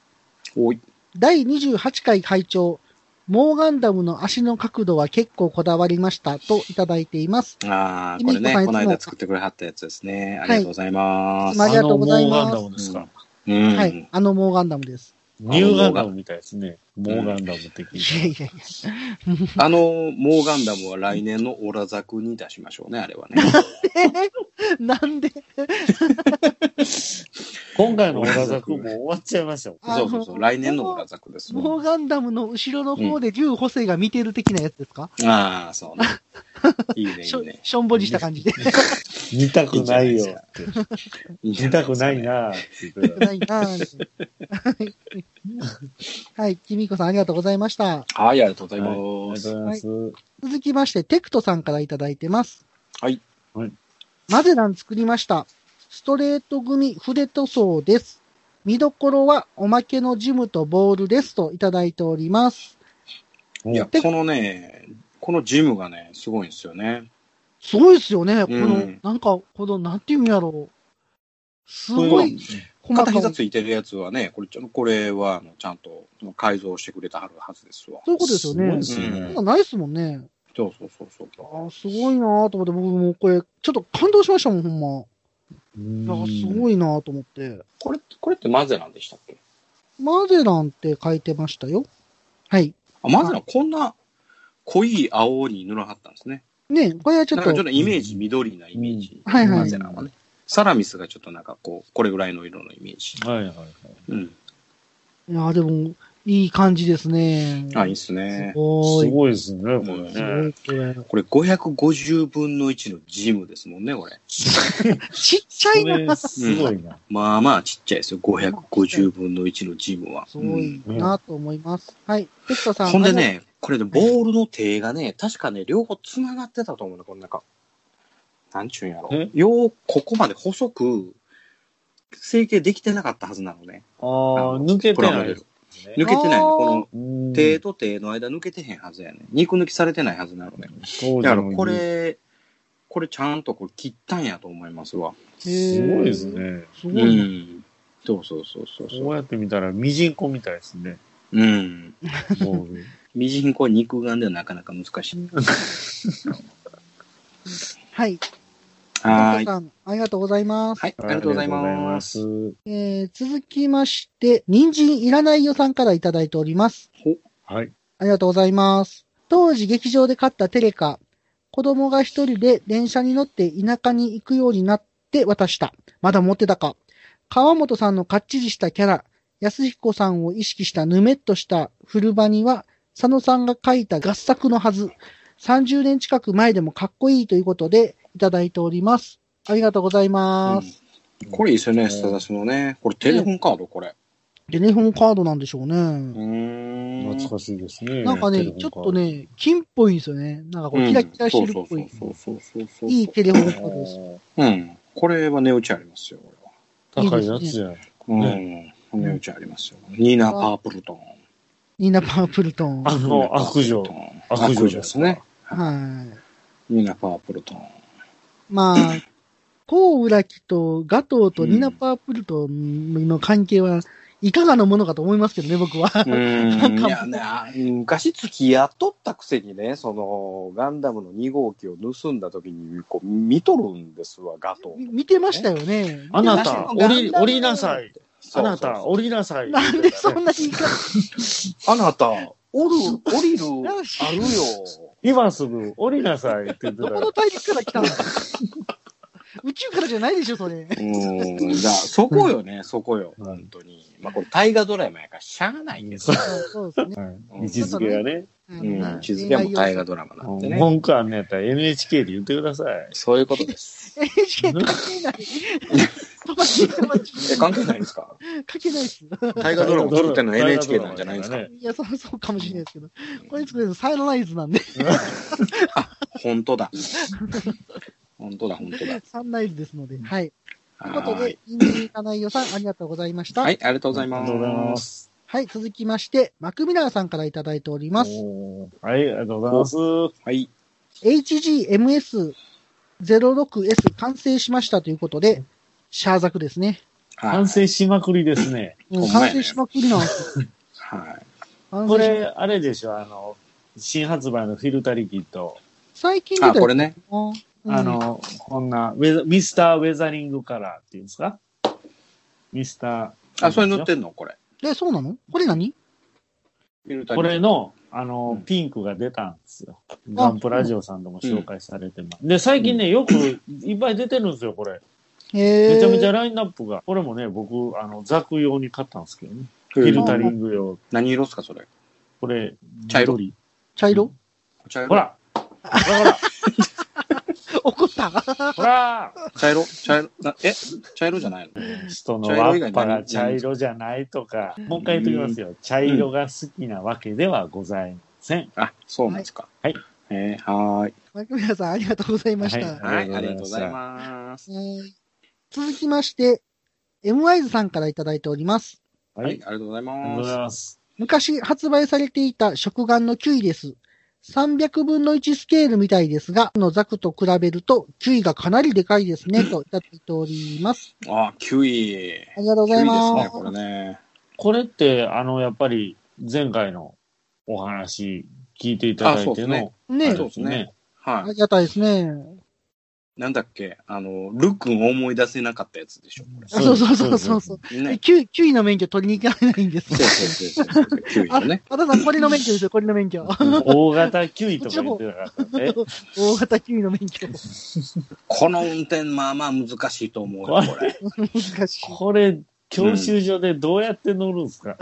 Speaker 1: おい。
Speaker 2: 第28回会長、モーガンダムの足の角度は結構こだわりましたといただいています。
Speaker 1: ああ、これね、この間作ってくれはったやつですね。ありがとうございま
Speaker 2: いつ
Speaker 1: す。
Speaker 2: もありがとうございま
Speaker 3: あ
Speaker 2: す
Speaker 3: のモーガンダムですか。
Speaker 1: うん。
Speaker 2: はい。あのモーガンダムです。
Speaker 3: ニューガンダムみたいですね。モーガンダム的
Speaker 2: いやいやい
Speaker 1: あの、モーガンダムは来年のオラザクに出しましょうね、あれはね。
Speaker 2: や。なんで
Speaker 3: 今回のオラザクもう終わっちゃいましたよ。
Speaker 2: あ
Speaker 1: そうそうそ
Speaker 2: あ
Speaker 1: う、
Speaker 2: の
Speaker 1: 来年のオラザクです。
Speaker 2: モーガンダムの後ろの方で竜補正が見てる的なやつですか、
Speaker 1: ああ、そうね。いいね、い
Speaker 2: しょ
Speaker 1: いね。
Speaker 2: しょんぼりした感じで。
Speaker 3: 見たくないよって。
Speaker 1: いいじゃ
Speaker 3: 見
Speaker 1: な
Speaker 3: た
Speaker 1: いで
Speaker 3: く
Speaker 1: すか
Speaker 3: ない。なって言ってた。
Speaker 2: ないなぁはいはい。君彦さんありがとうございました。
Speaker 1: はい、ありがとうござい
Speaker 3: はいありがとうご
Speaker 1: ます。
Speaker 3: ざいます。
Speaker 2: 続きまして、テクトさんからいただいてます。
Speaker 1: はい。
Speaker 3: はい
Speaker 2: マゼラン作りました。ストレート組筆塗装です。見どころはおまけのジムとボールですといただいております。
Speaker 1: いや、
Speaker 2: で
Speaker 1: このね、このジムがね、すごいんですよね。
Speaker 2: すごいですよね。この、
Speaker 1: うん
Speaker 2: なんか、この、なんていうんやろう。す
Speaker 1: これ
Speaker 2: ごい細
Speaker 1: 片
Speaker 2: かい。
Speaker 1: 膝
Speaker 2: そう
Speaker 1: ついてるやつはね、これちゃんこれはあのちゃんと改造してくれたはるはずですわ。
Speaker 2: いうことですよ
Speaker 3: ごい
Speaker 2: ね
Speaker 3: で。すね
Speaker 2: そんなないですもんね。
Speaker 1: そうそうそうそう。
Speaker 2: あーすごいなーと思って、僕もこれ、ちょっと感動しましたもん、ほんま。なんかす
Speaker 3: い。
Speaker 2: ごいなと思って。
Speaker 1: これ、これってマゼランでしたっけ
Speaker 2: マゼランって書いてましたよ。はい。
Speaker 1: あ、マゼランこんな濃い青に塗らはったんですね。
Speaker 2: ねこれはちょ
Speaker 1: な
Speaker 2: っ
Speaker 1: んか
Speaker 2: と
Speaker 1: ちょっ、とイメージ、緑なイメージ。
Speaker 2: うんはいはい
Speaker 1: マゼランはね。サラミスがちょっとなんかこう、これぐらいの色のイメージ。
Speaker 3: はいはいはい。
Speaker 1: うん。
Speaker 2: いやーでも、いい感じですね。
Speaker 1: あ、いいっすね
Speaker 2: す。ご
Speaker 3: す
Speaker 2: い。
Speaker 3: ごいですね、これ
Speaker 1: い
Speaker 2: すご
Speaker 3: ね
Speaker 2: い。、これ。
Speaker 1: これ550分の1のジムですもんね、これ。
Speaker 2: ちっちゃい
Speaker 3: これ
Speaker 2: な。す
Speaker 3: すごいな。
Speaker 1: まあまあちっちゃいですよ。550分の1のジムは。
Speaker 2: ごいなと思います。はい。ペクト
Speaker 1: う
Speaker 2: さ
Speaker 1: ん
Speaker 2: ん。
Speaker 1: ほんでね、これね、ボールの手がね、確かね、両方繋がってたと思うの、この中。なんちゅうんやろ
Speaker 3: え。
Speaker 1: よう、ここまで細く、成形できてなかったはずなのね。
Speaker 3: ああ、抜けて
Speaker 1: プラモ
Speaker 3: な
Speaker 1: デ
Speaker 3: い
Speaker 1: ル。。抜けてない
Speaker 2: あ
Speaker 1: の。
Speaker 2: ー
Speaker 1: こ
Speaker 3: うん
Speaker 1: の手と手の間抜けてへんはずやね。肉抜きされてないはずなのね。
Speaker 3: 当時の
Speaker 1: だからこれ、これちゃんとこれ切ったんやと思いますわ。
Speaker 2: あれ、
Speaker 3: すごいです
Speaker 2: へー。
Speaker 3: ね。
Speaker 2: す
Speaker 1: う
Speaker 2: ごいな。
Speaker 1: ん。そうそうそうそうそ
Speaker 3: こうやって見たら、ミジンコみたいですね。
Speaker 1: う。うん。
Speaker 3: ボール。
Speaker 1: みじんこは肉眼ではなかなか難しい。
Speaker 2: はい。ペクト
Speaker 1: はーい。
Speaker 2: さん、ありがとうございます。
Speaker 1: はい、ありがとうございます。
Speaker 3: す。
Speaker 2: えー、続きまして、人参いらないよさんからいただいております。
Speaker 3: はい。
Speaker 2: ありがとうございます。当時劇場で買ったテレカ、子供が一人で電車に乗って田舎に行くようになって渡した。まだ持ってたか。川本さんのかっちりしたキャラ、安彦さんを意識したぬめっとした古場には、佐野さんが書いた合作のはず。30年近く前でもかっこいいということでいただいております。ありがとうございます。
Speaker 1: うんこれいいですよ
Speaker 3: う
Speaker 1: ね、
Speaker 3: ん
Speaker 1: スタダスのね。これテレフォンカード、これ。
Speaker 2: でね、本カードなんでしょう
Speaker 1: う
Speaker 2: ね。
Speaker 1: ーん。
Speaker 3: 懐かしいですね。
Speaker 2: なんか
Speaker 3: テ
Speaker 2: ね、
Speaker 3: レフォン
Speaker 2: ち
Speaker 3: カー
Speaker 2: ょっ
Speaker 3: ド
Speaker 2: と。ね、金っぽいんですよね。なんかこ
Speaker 1: う
Speaker 2: う、
Speaker 1: ん
Speaker 2: キラキラしてるっぽい。
Speaker 1: そうそうそうそうそうそう。
Speaker 2: いいテレフォンカードです。
Speaker 1: うん。これは値打ちありますよ、
Speaker 3: あー高いやつや。
Speaker 1: これは。うん。値打ちありますよ。ニーナ・パープルトン。
Speaker 2: ニーナ・パープルトン。
Speaker 3: あ
Speaker 2: は
Speaker 3: の、悪女。
Speaker 1: 悪
Speaker 3: 悪
Speaker 1: 女
Speaker 3: 女
Speaker 1: ですね。
Speaker 2: い。
Speaker 1: ニーナ・パープルトン。
Speaker 2: まあ、コウウラキとガトーとニーナ・パープルトンの関係はいかがなものかと思いますけどね、僕は。
Speaker 1: うーんいやね、あ昔付き合っとったくせにね、その、ガンダムの2号機を盗んだ時に、こう、見とるんですわ、ガトー。
Speaker 2: 見てましたよね。
Speaker 3: あなた、降り、降りなさい。あ
Speaker 1: そうそう
Speaker 3: な
Speaker 1: そう
Speaker 3: た、降りなさい。
Speaker 2: なんでそんな言い方
Speaker 1: あなた、おる、降りる、あ
Speaker 2: あ
Speaker 1: る
Speaker 2: る
Speaker 1: よ
Speaker 2: よ。
Speaker 3: 今すぐ降りなさいって言って
Speaker 2: ど
Speaker 3: た
Speaker 2: こ
Speaker 3: ら
Speaker 2: の。大陸から来たの宇宙からじゃないでしょ、それ。
Speaker 1: うん、だそこよね、そこよ。
Speaker 3: うん
Speaker 1: 本当に。まあ、これ、大河ドラマやから、しゃあないんです
Speaker 3: そ
Speaker 1: よ。
Speaker 2: そうですね。
Speaker 3: はい位置づけがね。
Speaker 1: う
Speaker 2: うん
Speaker 1: ん、地付けはもう大河ドラマなんでね。
Speaker 3: 文句あんのやったら NHK で言ってください。
Speaker 1: そういうことです。
Speaker 2: NHK 関係ない。 飛ばし飛ばし
Speaker 1: え、関係ないんですか
Speaker 2: 関係ないです。
Speaker 1: 大河ドラマ作ってんの NHK なんじゃないんですか
Speaker 2: いや、そうそうかもしれないですけど。これ作るのサイドライズなんで、
Speaker 1: 本当だ。本当だ、本当だ。
Speaker 2: サンライズですので。はい。ということ
Speaker 1: は
Speaker 2: で
Speaker 1: い、。
Speaker 2: インディーカナイオさん、ありがとうございました。
Speaker 1: は
Speaker 2: はい。
Speaker 1: い、ありがとうございます。
Speaker 3: ありがとうございます。
Speaker 2: 続きまして、マクミラーさんからいただいております。
Speaker 3: おーはい、ありがとうございます。
Speaker 1: はい。
Speaker 2: HGMS06S 完成しましたということで、シャーザクですね。
Speaker 1: はい
Speaker 3: 完。成しまくりですね。
Speaker 2: うん
Speaker 1: ほんまや
Speaker 2: 完成
Speaker 1: ね
Speaker 2: しまくりなんですよ。
Speaker 1: はい。
Speaker 2: 完成
Speaker 3: こ
Speaker 2: し
Speaker 3: れ、あれでしょ、あの、新発売のフィルタリキッド。
Speaker 2: 最近出た
Speaker 1: あ、
Speaker 2: やつ
Speaker 1: これね。
Speaker 2: うん
Speaker 3: あの、こんなウェザ、ミスターウェザリングカラーっていうんですかミスター。
Speaker 1: あ、それ塗ってんのこれ。
Speaker 2: え、そうなのこれ何
Speaker 1: こ
Speaker 3: これの、あ
Speaker 1: う
Speaker 3: の、
Speaker 1: ん
Speaker 3: ピンクが出たんですよ。ガンプラジオさんでも紹介されてます。で、最近ね、よくいっぱい出てるんですよ、これ。
Speaker 2: えー、
Speaker 3: めちゃめちゃラインナップが。これもね、僕、あの、ザク用に買ったんですけどね。
Speaker 1: フ
Speaker 3: フ
Speaker 1: ィ
Speaker 3: ィ
Speaker 1: ル
Speaker 3: ル
Speaker 1: タ
Speaker 3: タ
Speaker 1: リ
Speaker 3: リ
Speaker 1: ング。
Speaker 3: ング用。
Speaker 1: 何色ですか、それ。
Speaker 3: これ、
Speaker 1: 茶色
Speaker 3: 緑
Speaker 2: 茶色
Speaker 1: 茶色
Speaker 3: ほ。らほら
Speaker 2: 怒った。
Speaker 3: ほら
Speaker 1: 茶色茶色なえ茶色じゃないの
Speaker 3: 人のわっぱが茶色じゃないとか、もう一回言っときますよ。茶色が好きなわけではございません。
Speaker 1: あ、そうなんですか。
Speaker 3: はい。
Speaker 1: えー、はーい。
Speaker 2: マクミラーさん、ありがとうございました。
Speaker 3: はい
Speaker 1: はい、あ
Speaker 3: あ
Speaker 1: り
Speaker 3: りがと
Speaker 1: がとう
Speaker 3: う
Speaker 1: ご
Speaker 3: ご
Speaker 1: ざ
Speaker 3: ざい
Speaker 1: います。
Speaker 2: はい続きまして、 m ワイズさんからいただいております。
Speaker 3: はい。あり
Speaker 1: ありがとうござい
Speaker 3: がとうご
Speaker 1: ま
Speaker 3: ざい
Speaker 1: す。
Speaker 3: ます。
Speaker 2: 昔発売されていた食玩のキュイです。300分の1スケールみたいですが、のザクと比べると、キュイがかなりでかいですね、といただいております。
Speaker 1: あ、9位。
Speaker 2: ありがとうご
Speaker 1: 9
Speaker 2: ざい
Speaker 1: 位
Speaker 2: ま。
Speaker 1: ですすね、これね。
Speaker 3: これって、あの、やっぱり、前回のお話聞いていただい
Speaker 1: あそう
Speaker 3: て
Speaker 1: です
Speaker 3: の、
Speaker 1: ね
Speaker 3: あ
Speaker 2: ね
Speaker 1: は
Speaker 3: れ
Speaker 1: いそうですね。
Speaker 2: あ
Speaker 1: は
Speaker 2: りがたいですね。
Speaker 1: い。なんだっけ、あの、ルックンを思い出せなかったやつでしょ。こ
Speaker 2: あそうそうそうそ
Speaker 3: そ
Speaker 2: うそうう。
Speaker 1: れね。
Speaker 2: キュイ、キュイの免許取りに行かないんです
Speaker 1: そう。そうそうそう。9位
Speaker 2: あ
Speaker 1: だ
Speaker 2: れ
Speaker 1: ね。
Speaker 2: 和田さん、これの免許ですよ、これの免許。
Speaker 3: 大型9位とか言ってなかった ね。
Speaker 2: 大型キュイの免許。
Speaker 1: この運転、まあまあ難しいと思うよ、これ。
Speaker 2: 難しい。
Speaker 3: これ、教習所でどうやって乗るんですか、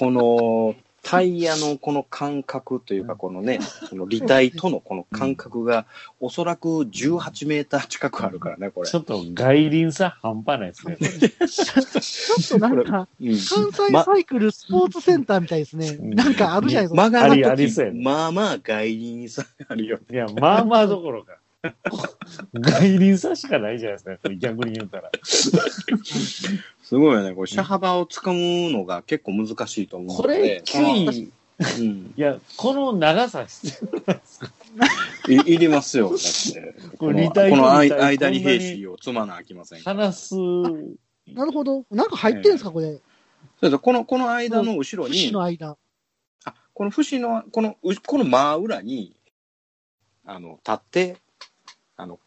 Speaker 1: この、タイヤのこの感覚というか、このね、その履帯とのこの感覚が、おそらく18メーター近くあるからね、これ
Speaker 3: ち。ょっと外輪さ半端ない ですね。
Speaker 2: ちょっとなんか、
Speaker 1: うん
Speaker 2: 関西
Speaker 1: ま
Speaker 2: サイクルスポーツセンターみたいですね。
Speaker 3: うん
Speaker 2: なんかあるじゃないですか。
Speaker 1: 曲が
Speaker 3: ありあ
Speaker 1: る
Speaker 3: り
Speaker 1: 時
Speaker 3: そうやね
Speaker 1: まあまあ外輪さあるよ。
Speaker 3: いや、まあまあどころか。外輪差しかないじゃないですか、これ逆に言うたら。
Speaker 1: すごいよね。これ、車幅をつかむのが結構難しいと思う
Speaker 3: こ
Speaker 1: ので
Speaker 3: れ、。9
Speaker 1: 位。
Speaker 3: 位、
Speaker 1: うん。
Speaker 3: いや、この長さ必要なんですか
Speaker 1: いいりますよ。だって。
Speaker 3: こ
Speaker 1: こ
Speaker 3: れ
Speaker 1: の
Speaker 3: 立体
Speaker 1: この
Speaker 3: と立体
Speaker 1: 間間に
Speaker 3: こんなに
Speaker 1: 兵士を積まなあきませんから。
Speaker 3: 話す、
Speaker 2: なるほど。なんか入ってるんですか、これ。
Speaker 1: そうそうこの、この間の後ろ
Speaker 2: 節
Speaker 1: に、
Speaker 2: の間。
Speaker 1: あこの節の、この、うこの真裏に、あの、立って、あの、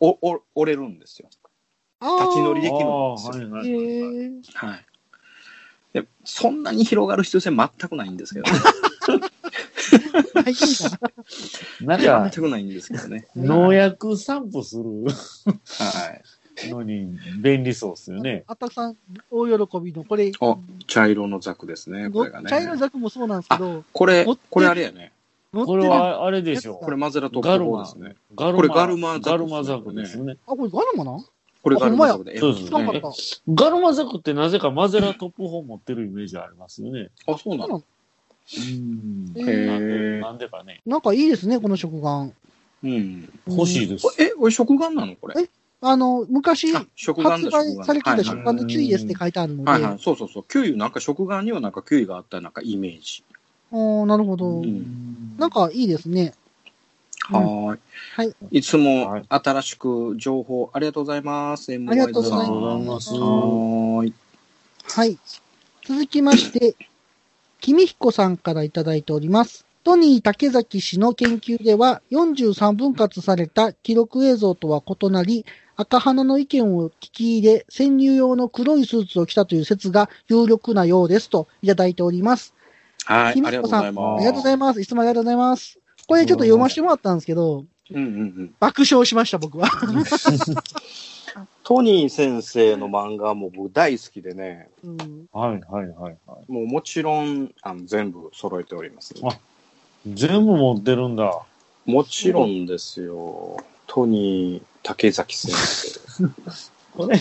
Speaker 1: お、お、折れるんですよ。
Speaker 2: あー
Speaker 1: 立ち乗りできるん
Speaker 3: あ
Speaker 1: です
Speaker 3: ー
Speaker 1: よ
Speaker 3: はいはい
Speaker 2: へー
Speaker 1: はい。で、そんなに広がる必要性全くないんですけど、ね、
Speaker 2: ないん
Speaker 3: な
Speaker 2: だ
Speaker 3: ん
Speaker 1: 全
Speaker 3: か、
Speaker 1: くないんですけどね。
Speaker 3: 農薬散布する
Speaker 1: はい。
Speaker 3: のに便利そうですよね。
Speaker 2: あったくさん、大喜びの、これ、
Speaker 1: お茶色のザクですね、こ
Speaker 2: ご
Speaker 1: れがね。
Speaker 2: 茶色いザクもそうなんですけど、
Speaker 1: これ
Speaker 2: 持って、
Speaker 1: これあれやね。
Speaker 2: 乗って
Speaker 3: こ
Speaker 2: る。
Speaker 3: れ
Speaker 2: あ、
Speaker 3: はあれでしょ
Speaker 1: これマゼラトッ
Speaker 3: ガル
Speaker 1: プ
Speaker 3: マ
Speaker 1: 4ですね。
Speaker 3: ガ
Speaker 1: これガルマザク
Speaker 3: ガルマザクですね。
Speaker 2: これガルマなん
Speaker 1: これガルマザクで。
Speaker 3: ほんまやそ
Speaker 1: え
Speaker 3: う
Speaker 2: 知
Speaker 3: そ
Speaker 2: ら
Speaker 3: う
Speaker 2: なか
Speaker 3: ね
Speaker 2: った。
Speaker 3: ガルマザクってなぜかマゼラトップ4持ってるイメージありますよね。
Speaker 1: あ、そうなの
Speaker 3: うん
Speaker 2: え
Speaker 1: へ
Speaker 2: ー
Speaker 1: ー
Speaker 3: なんでかね。
Speaker 2: なんかいいですね、この食玩。
Speaker 1: うん。
Speaker 3: 欲しい
Speaker 2: い。
Speaker 3: です
Speaker 1: こ。れえ、これ食玩なのこれ。
Speaker 2: あの、昔、
Speaker 1: あ
Speaker 2: 発、
Speaker 1: 食玩だ、食
Speaker 2: 売
Speaker 1: 玩。
Speaker 2: されて
Speaker 1: はい
Speaker 2: た
Speaker 1: はい
Speaker 2: 食玩の注意ですって書いてあるので、
Speaker 1: はいはい、そうそうそう。キュウイなんか食玩にはなんかキュウイがあったなんかイメージ。
Speaker 2: おーなるほど。
Speaker 1: ん
Speaker 2: なんかいいですね。うん
Speaker 1: はーい。。
Speaker 2: はい
Speaker 1: いつ
Speaker 3: は
Speaker 1: も
Speaker 3: い
Speaker 1: 新しく情報ありがとうございます。あり
Speaker 2: ありがとうござい
Speaker 3: ありがとうござい
Speaker 2: ま
Speaker 3: ますす。
Speaker 1: はーい。
Speaker 2: はい。続きまして、君彦さんからいただいております。トニー竹崎氏の研究では、43分割された記録映像とは異なり、赤花の意見を聞き入れ、潜入用の黒いスーツを着たという説が有力なようですといただいております。
Speaker 1: はい。あり
Speaker 2: 君
Speaker 1: がと
Speaker 2: 彦
Speaker 1: うご
Speaker 2: さん
Speaker 1: ざい
Speaker 2: あ
Speaker 1: ます。
Speaker 2: りがとうございます。いつもありがとうございます。これちょっと読ませてもらったんですけど、
Speaker 1: うんうんうん。
Speaker 2: 爆笑しました、僕は。
Speaker 1: トニー先生の漫画も僕大好きでね、
Speaker 2: うん
Speaker 3: はいはいはいはい。
Speaker 1: もうもちろんあの全部揃えております。
Speaker 3: あ全部持ってるんだ。
Speaker 1: もちろんですよ。トニー竹崎先生。
Speaker 3: これ、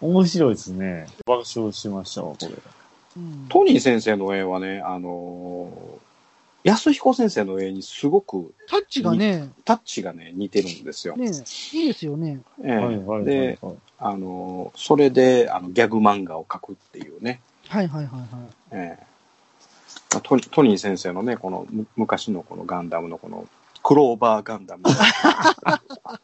Speaker 3: 面白いですね。爆笑しましたわ、これ。
Speaker 2: うん
Speaker 1: トニー先生の絵はね、あのー安彦先生の絵にすごく
Speaker 2: タッチがね、
Speaker 1: タッチがね、似てるんですよ。
Speaker 2: ね、いいですよね。
Speaker 1: ええ
Speaker 3: はいはいはいはい
Speaker 1: で、。あのーそれであのギャグ漫画を描くっていうね。
Speaker 2: はいはいはいはい。
Speaker 1: ええまあトニトニー先生のね、このむ昔のこのガンダムのこのクローバーガンダム の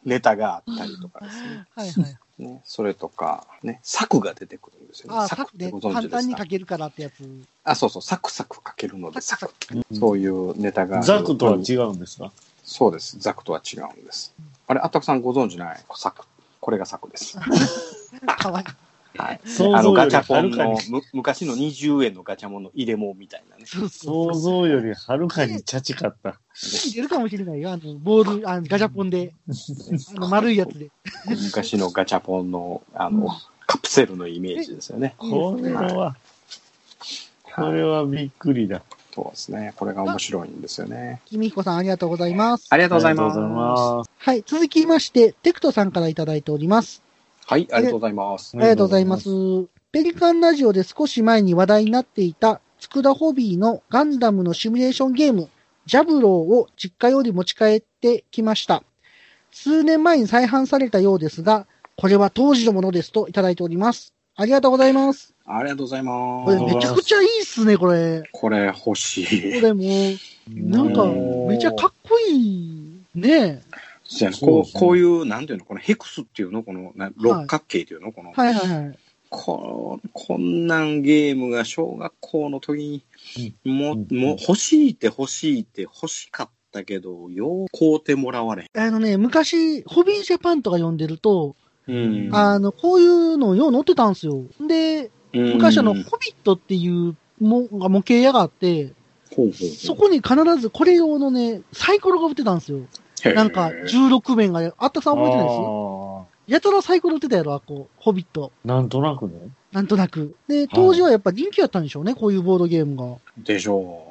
Speaker 1: ネタがあったりとかですね。
Speaker 2: はいはい。
Speaker 1: ねそれとか、ね、柵が出てくるんですよね。
Speaker 2: ああ、サクで
Speaker 1: ご
Speaker 2: 簡
Speaker 1: 存知で
Speaker 2: 単
Speaker 1: す
Speaker 2: に
Speaker 1: か
Speaker 2: 書けるからってやつ。
Speaker 1: あ、そうそう、サクサク書けるので、サ
Speaker 2: サ
Speaker 1: ク
Speaker 2: ク
Speaker 1: そういうネタがある。
Speaker 3: ザクとは違うんですか
Speaker 1: そうです。ザクとは違うんです。あれ、アタクさんご存知ないサク。これがサクです。
Speaker 2: かわいい。
Speaker 1: はい。
Speaker 3: 想
Speaker 1: あの、
Speaker 3: 像よ
Speaker 1: ガ
Speaker 3: り
Speaker 1: チャポ
Speaker 3: は
Speaker 1: ン
Speaker 3: るか
Speaker 1: の
Speaker 3: に、、
Speaker 1: む昔の20円のガチャモンの入れ物みたい なね。
Speaker 2: そ
Speaker 3: 想
Speaker 2: うそう。
Speaker 3: 像よりはるかにチャチかった。
Speaker 2: 出るかもしれないよ。あの、ボール、あのガチャポンで。あの、丸いやつで。
Speaker 1: 昔のガチャポンの、あ
Speaker 2: うん
Speaker 1: の、カプセルのイメージですよね。
Speaker 3: これは、これはびっくりだ。
Speaker 1: そうですね。これが面白いんですよね。
Speaker 2: 君彦さんありがとうございます。
Speaker 1: ありがとうござい
Speaker 3: あり
Speaker 1: ま
Speaker 3: が
Speaker 1: す。
Speaker 3: とうございます。
Speaker 2: はい、続きまして、テクトさんからいただいております。
Speaker 1: はい、ありがとうございます
Speaker 2: あ。りがとうございます。ペリカンラジオで少し前に話題になっていた、つくだホビーのガンダムのシミュレーションゲーム、ジャブローを実家より持ち帰ってきました。数年前に再販されたようですが、これは当時のものですといただいております。ありがとうございます。
Speaker 1: ありがとうございま
Speaker 2: これめ
Speaker 1: す。
Speaker 2: ちゃくちゃいいっすね、これ。
Speaker 1: これ欲し
Speaker 2: こ
Speaker 1: い。
Speaker 2: れもう、なんか、めちゃかっこいい。ねえ。
Speaker 1: そうやね
Speaker 3: そう
Speaker 1: こ
Speaker 3: です
Speaker 1: う
Speaker 3: ね
Speaker 1: こういう、なんていうの、このヘクスっていうの、このな六角形っていうの、この、
Speaker 2: はいはいはい。
Speaker 1: ここんなんゲームが小学校の時に、も
Speaker 3: うん
Speaker 1: う、もう欲しいって欲しいって欲しかったけど、よう買うてもらわれ
Speaker 2: あのね、昔、ホビージャパンとか読んでると、
Speaker 1: へん。
Speaker 3: うん
Speaker 2: あの、こういうのよう載ってたんですよ。で、
Speaker 1: うん
Speaker 2: 昔あの、
Speaker 1: ほ
Speaker 2: ホ
Speaker 1: う
Speaker 2: ビットっていうも模型屋があって、
Speaker 1: ほうほう
Speaker 2: そこに必ずこれ用のね、サイコロが売ってたんですよ。
Speaker 1: へー
Speaker 2: なんか、16面が、あったさん覚えてないです
Speaker 3: あ
Speaker 2: やたらサイコロ売ってたやろ、あっこホビット。
Speaker 3: ーなんとなくね。
Speaker 2: なんとなく。で、当時はやっぱ人気やったんでしょうね、こういうボードゲームが。
Speaker 1: でしょ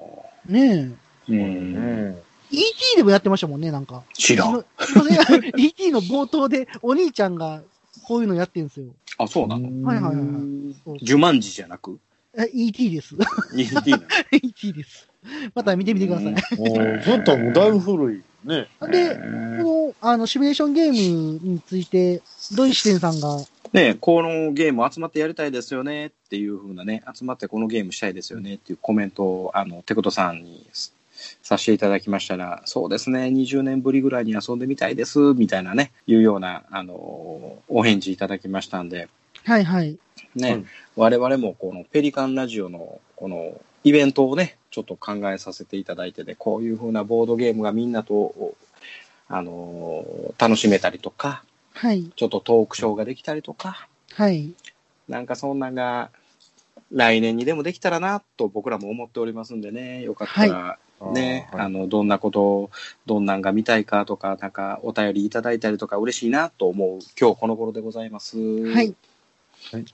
Speaker 2: ねえ。
Speaker 3: う
Speaker 1: う。う。
Speaker 3: んん
Speaker 2: E.T. でもやってましたもんね、なんか。
Speaker 1: 知らん。
Speaker 2: すいませ ん E.T. の冒頭でお兄ちゃんがこういうのやってんすよ。
Speaker 1: あ、そうなの
Speaker 2: はいはいはいそう
Speaker 1: ジュマンジじゃな く
Speaker 2: え E.T. です。
Speaker 1: ?ET なの
Speaker 2: E.T. です。また見てみてください。
Speaker 3: もうちょっともうだいぶ古いね。
Speaker 2: で、この、あの、シミュレーションゲームについて、土井四ンさんが、
Speaker 1: ねえこのゲーム集まってやりたいですよねっていう風なね、集まってこのゲームしたいですよねっていうコメントを、あの、テクトさんにすさせていただきましたら、そうですね、20年ぶりぐらいに遊んでみたいです、みたいなね、いうような、あの、お返事いただきましたんで、
Speaker 2: はいはい。
Speaker 1: ね、
Speaker 3: うん
Speaker 1: 我々もこのペリカンラジオのこのイベントをね、ちょっと考えさせていただいてで、こういう風なボードゲームがみんなと、あの楽しめたりとか、
Speaker 2: はい。
Speaker 1: ちょっとトークショーができたりとか、
Speaker 2: はい。
Speaker 1: なんかそんなんが来年にでもできたらなと僕らも思っておりますんでね、よかったらね、
Speaker 3: あーはい
Speaker 1: あの、どんなことを、どんなんが見たいかとか、なんかお便りいただいたりとか嬉しいなと思う今日この頃でございます。は
Speaker 2: はい。。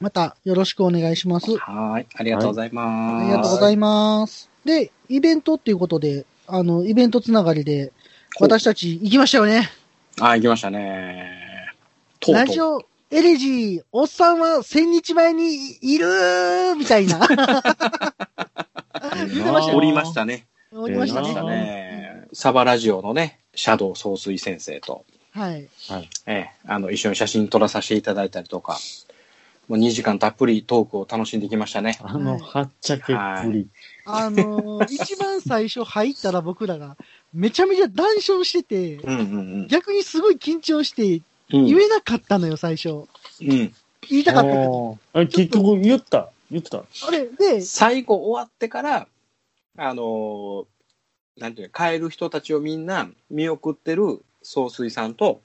Speaker 2: また、よろしくお願いします。
Speaker 1: はーい。ありがとうございま
Speaker 2: あ
Speaker 1: す。
Speaker 2: りがとうございます。で、イベントっていうことで、あの、イベントつながりで、私たち行きましたよね。
Speaker 1: あ、行きましたね。とうとう。
Speaker 2: ラジオエレジー、おっさんは千日前にいるーみたい な。見てました
Speaker 1: おりま
Speaker 2: た
Speaker 1: したね。
Speaker 2: おりました
Speaker 1: おりました
Speaker 2: ね。
Speaker 1: ね。サバラジオのね、シャドウ総帥先生と、
Speaker 2: はい。
Speaker 1: ええ、あの、一緒に写真撮らさせていただいたりとか、もう2時間たっぷりトークを楽しんできましたね。
Speaker 3: あの、はっちゃけっぷり。
Speaker 2: あのー一番最初入ったら僕らが、めちゃめちゃ談笑してて、
Speaker 1: うんうん
Speaker 2: 逆にすごい緊張して、
Speaker 1: うん。
Speaker 2: 言えなかったのよ、最初。
Speaker 1: うん。
Speaker 2: 言いたかったけど。
Speaker 3: おーあれ結局言った言った
Speaker 2: あれ、で、
Speaker 1: 最後終わってから、あのーなんていうの、帰る人たちをみんな見送ってる総帥さんと、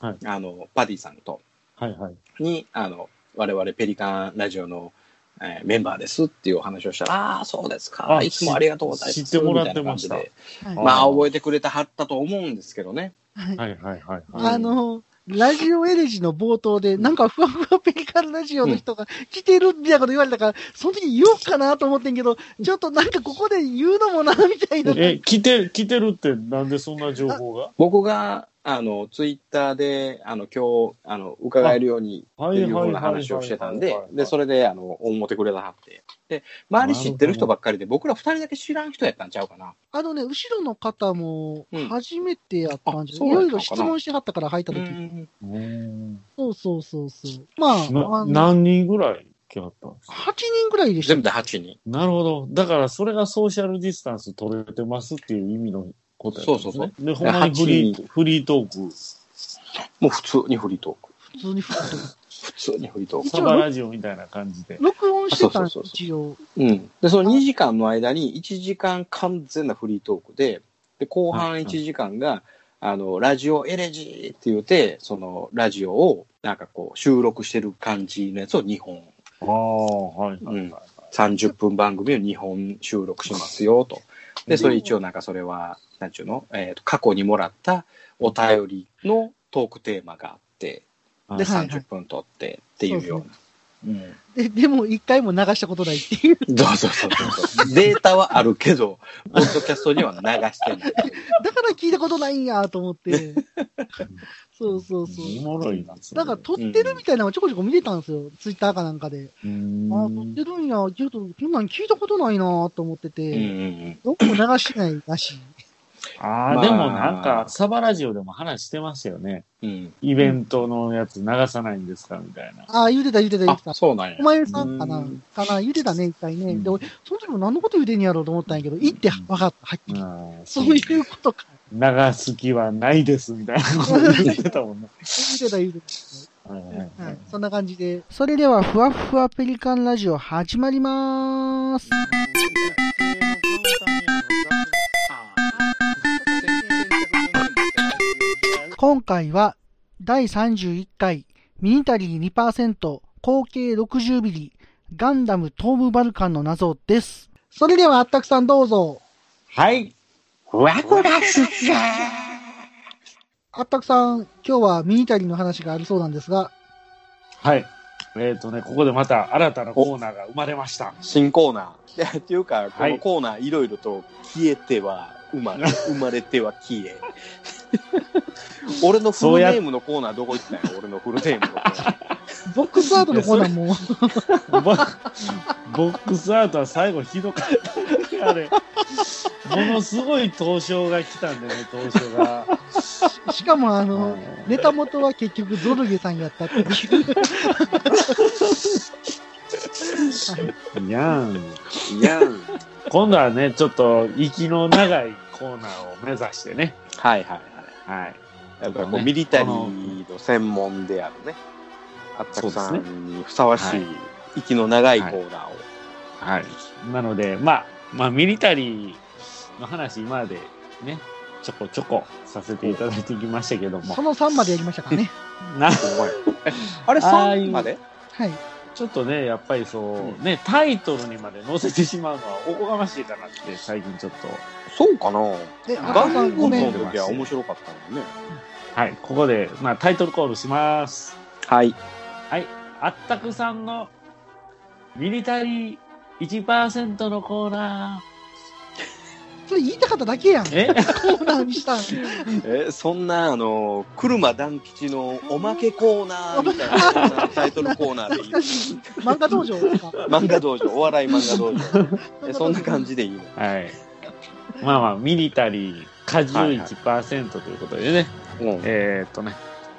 Speaker 3: はい
Speaker 1: あの、パディさんと、
Speaker 3: はいはい。
Speaker 1: に、あの、我々ペリカンラジオの、えーメンバーですっていうお話をしたら、ああー、そうですか。
Speaker 3: あ
Speaker 1: いつもありがとうございま
Speaker 3: 知
Speaker 1: す。
Speaker 3: 知ってもらってました
Speaker 1: みいな
Speaker 2: は
Speaker 1: 感
Speaker 2: い
Speaker 1: じでまあ、覚えてくれたはったと思うんですけどね。
Speaker 2: はい
Speaker 3: はいはいはい。
Speaker 1: はい
Speaker 2: あのーラジオエレジの冒頭で、なんかふわふわペリカンラジオの人が来てるみたいなこと言われたから、その時言おうかなと思ってんけど、ちょっとなんかここで言うのもな、みたいな。
Speaker 3: え、来て、来てるってなんでそんな情報が
Speaker 1: 僕が、あの、ツイッターで、あの、今日、あの、伺えるように
Speaker 3: は
Speaker 1: っていうような話をしてたんで、で、それで、あの、思ってくれたはって。で、周り知ってる人ばっかりで、僕ら二人だけ知らん人やったんちゃうかな。
Speaker 2: あのね、後ろの方も
Speaker 1: うん
Speaker 2: 初めてやったんじゃ、
Speaker 1: あそう
Speaker 2: い
Speaker 1: やっ
Speaker 2: ろいろ
Speaker 1: たのかな
Speaker 2: 質問してはったから入った時、
Speaker 1: うん
Speaker 3: うん
Speaker 2: そうそうそうそう。まあ、
Speaker 3: な
Speaker 2: あの
Speaker 3: 何人ぐらい来はったんですか
Speaker 2: 8人ぐらいでした
Speaker 1: 全部で8人。
Speaker 3: なるほど。だから、それがソーシャルディスタンス取れてますっていう意味のことやったんですね。
Speaker 1: そうそう
Speaker 3: で、ほんまにフリ
Speaker 1: 8
Speaker 3: ー、フリートーク。
Speaker 1: もう普通にフリートーク。
Speaker 2: 普通に振ってた
Speaker 1: 普通にフリートーク。
Speaker 3: サバラジオみたいな感じで。
Speaker 2: 録音してたんです
Speaker 1: そうそうそうそう
Speaker 2: 一応。
Speaker 1: うん。で、その2時間の間に1時間完全なフリートークで、で、後半1時間が、あの、ラジオエレジーって言って、その、ラジオを、なんかこう、収録してる感じのやつを2本、
Speaker 3: ああ、はい
Speaker 1: はいはい30分番組を2本収録しますよ、と。で、それ一応なんかそれは、なんちゅうのえっ、と、過去にもらったお便りのトークテーマがあって、
Speaker 3: はい
Speaker 1: で、
Speaker 2: はいはい
Speaker 1: 30分撮ってっていうような。うん
Speaker 2: で、でも一回も流したことないっていう。
Speaker 1: そうそうそうそう。データはあるけど、ポッドキャストには流してない。
Speaker 2: だから聞いたことないんやと思って。そうそうそう。
Speaker 3: おもろいな。
Speaker 2: なんか撮ってるみたいなのをちょこちょこ見てたんですよ。ツイッターかなんかで。
Speaker 3: うー
Speaker 2: あー撮っ
Speaker 3: ん
Speaker 2: てるんや。けど、こんなん聞いたことないなと思って
Speaker 1: う
Speaker 2: て。
Speaker 1: ん
Speaker 2: どこも流してないらしい。
Speaker 3: あ
Speaker 1: ま
Speaker 3: あ、
Speaker 1: あ
Speaker 3: でもなんか、サバラジオでも話してましたよね。
Speaker 1: うん。
Speaker 3: イベントのやつ流さないんですかみたいな。
Speaker 2: ああ、言うてた言うてた言う
Speaker 1: あ
Speaker 2: て、た。
Speaker 1: そうなんや
Speaker 2: お。前さんかな
Speaker 1: うん
Speaker 2: かな言うてたね、一回ね。
Speaker 3: うん
Speaker 2: で、俺、その時も何のこと言うてんやろうと思ったんやけど、いいって分かった、はっきり。
Speaker 3: うん、そ
Speaker 2: そ
Speaker 3: うう
Speaker 2: いうことか。
Speaker 3: 流す気はないです、みたいなこと言ってたもんね。
Speaker 2: 言うてた言うて
Speaker 3: はいはい
Speaker 2: た。
Speaker 3: は
Speaker 2: はいい、そんな感じで。それでは、ふわふわペリカンラジオ始まりまーす。今回は第31回ミニタリー2%合計60ミリガンダムトームバルカンの謎です。それではあったくさんどうぞ。
Speaker 3: はい。
Speaker 1: ワコラスが
Speaker 2: あったくさん、今日はミニタリーの話があるそうなんですが、
Speaker 3: はい。えっ、とね、ここでまた新たなコーナーが生まれました。
Speaker 1: 新コー ナー。いやっていうか、こ
Speaker 3: は
Speaker 1: の
Speaker 3: い
Speaker 1: コーナーいろいろと消えては生まれ、生まれては消え。 俺のフルネームのコーナーどこ行ったんや俺のフルネームのコーナー。
Speaker 2: ボックスアートのコーナーも、
Speaker 3: ボボックスアウトは最後ひどかった。あれ。ものすごい投票が来たんでね、投票が。
Speaker 2: しかもあの、
Speaker 3: はい
Speaker 2: ネタ元は結局ゾルゲさんやったっていう。はい
Speaker 3: いやん。
Speaker 1: いやん。
Speaker 3: 今度はね、ちょっと息の長いコーナーを目指してね。
Speaker 1: はいはいはい。
Speaker 3: はい。
Speaker 1: やっぱり
Speaker 3: そう
Speaker 1: こう、
Speaker 3: ね
Speaker 1: ミリタリーの専門であるね、あったくさ
Speaker 3: そうで
Speaker 1: んにふさわしい、息の長いコーナーを。
Speaker 3: はい。なので、まあ、まあ、ミリタリーの話、今までね、ちょこちょこさせていただいてきましたけども
Speaker 2: そ、の3までやりましたからね。
Speaker 3: な
Speaker 1: すごい。えあれ
Speaker 3: ああいう
Speaker 1: 3まで
Speaker 2: はい。
Speaker 3: ちょっとね、やっぱりそう、ね、タイトルにまで載せてしまうのは おこがましいかなって、最近ちょっと。
Speaker 1: そうかな
Speaker 2: え、あった
Speaker 1: ガ
Speaker 2: くさ
Speaker 1: ン
Speaker 2: ん
Speaker 1: コ
Speaker 2: ご
Speaker 1: ン
Speaker 2: め
Speaker 1: の
Speaker 2: ん。
Speaker 1: 時は面白かったもんね。
Speaker 3: はい、ここで、まあ、タイトルコールします。
Speaker 1: はい。
Speaker 3: はい、あったくさんのミリタリー1%のコーナ
Speaker 2: それ言いたかっただけやん。コ
Speaker 3: ー。え
Speaker 2: ーナーにしたん。
Speaker 1: えそんなあの車団吉のおまけコーナーみたいなタイトルコーナーでいい
Speaker 2: 懐かしい。漫画道場ですか
Speaker 1: 漫画道場お笑い漫画道場えそんな感じでいいの
Speaker 3: はい。まあまあ、ミリタリー果汁
Speaker 1: はいはい
Speaker 3: 1%ということでね、
Speaker 1: うん
Speaker 3: えーっとね、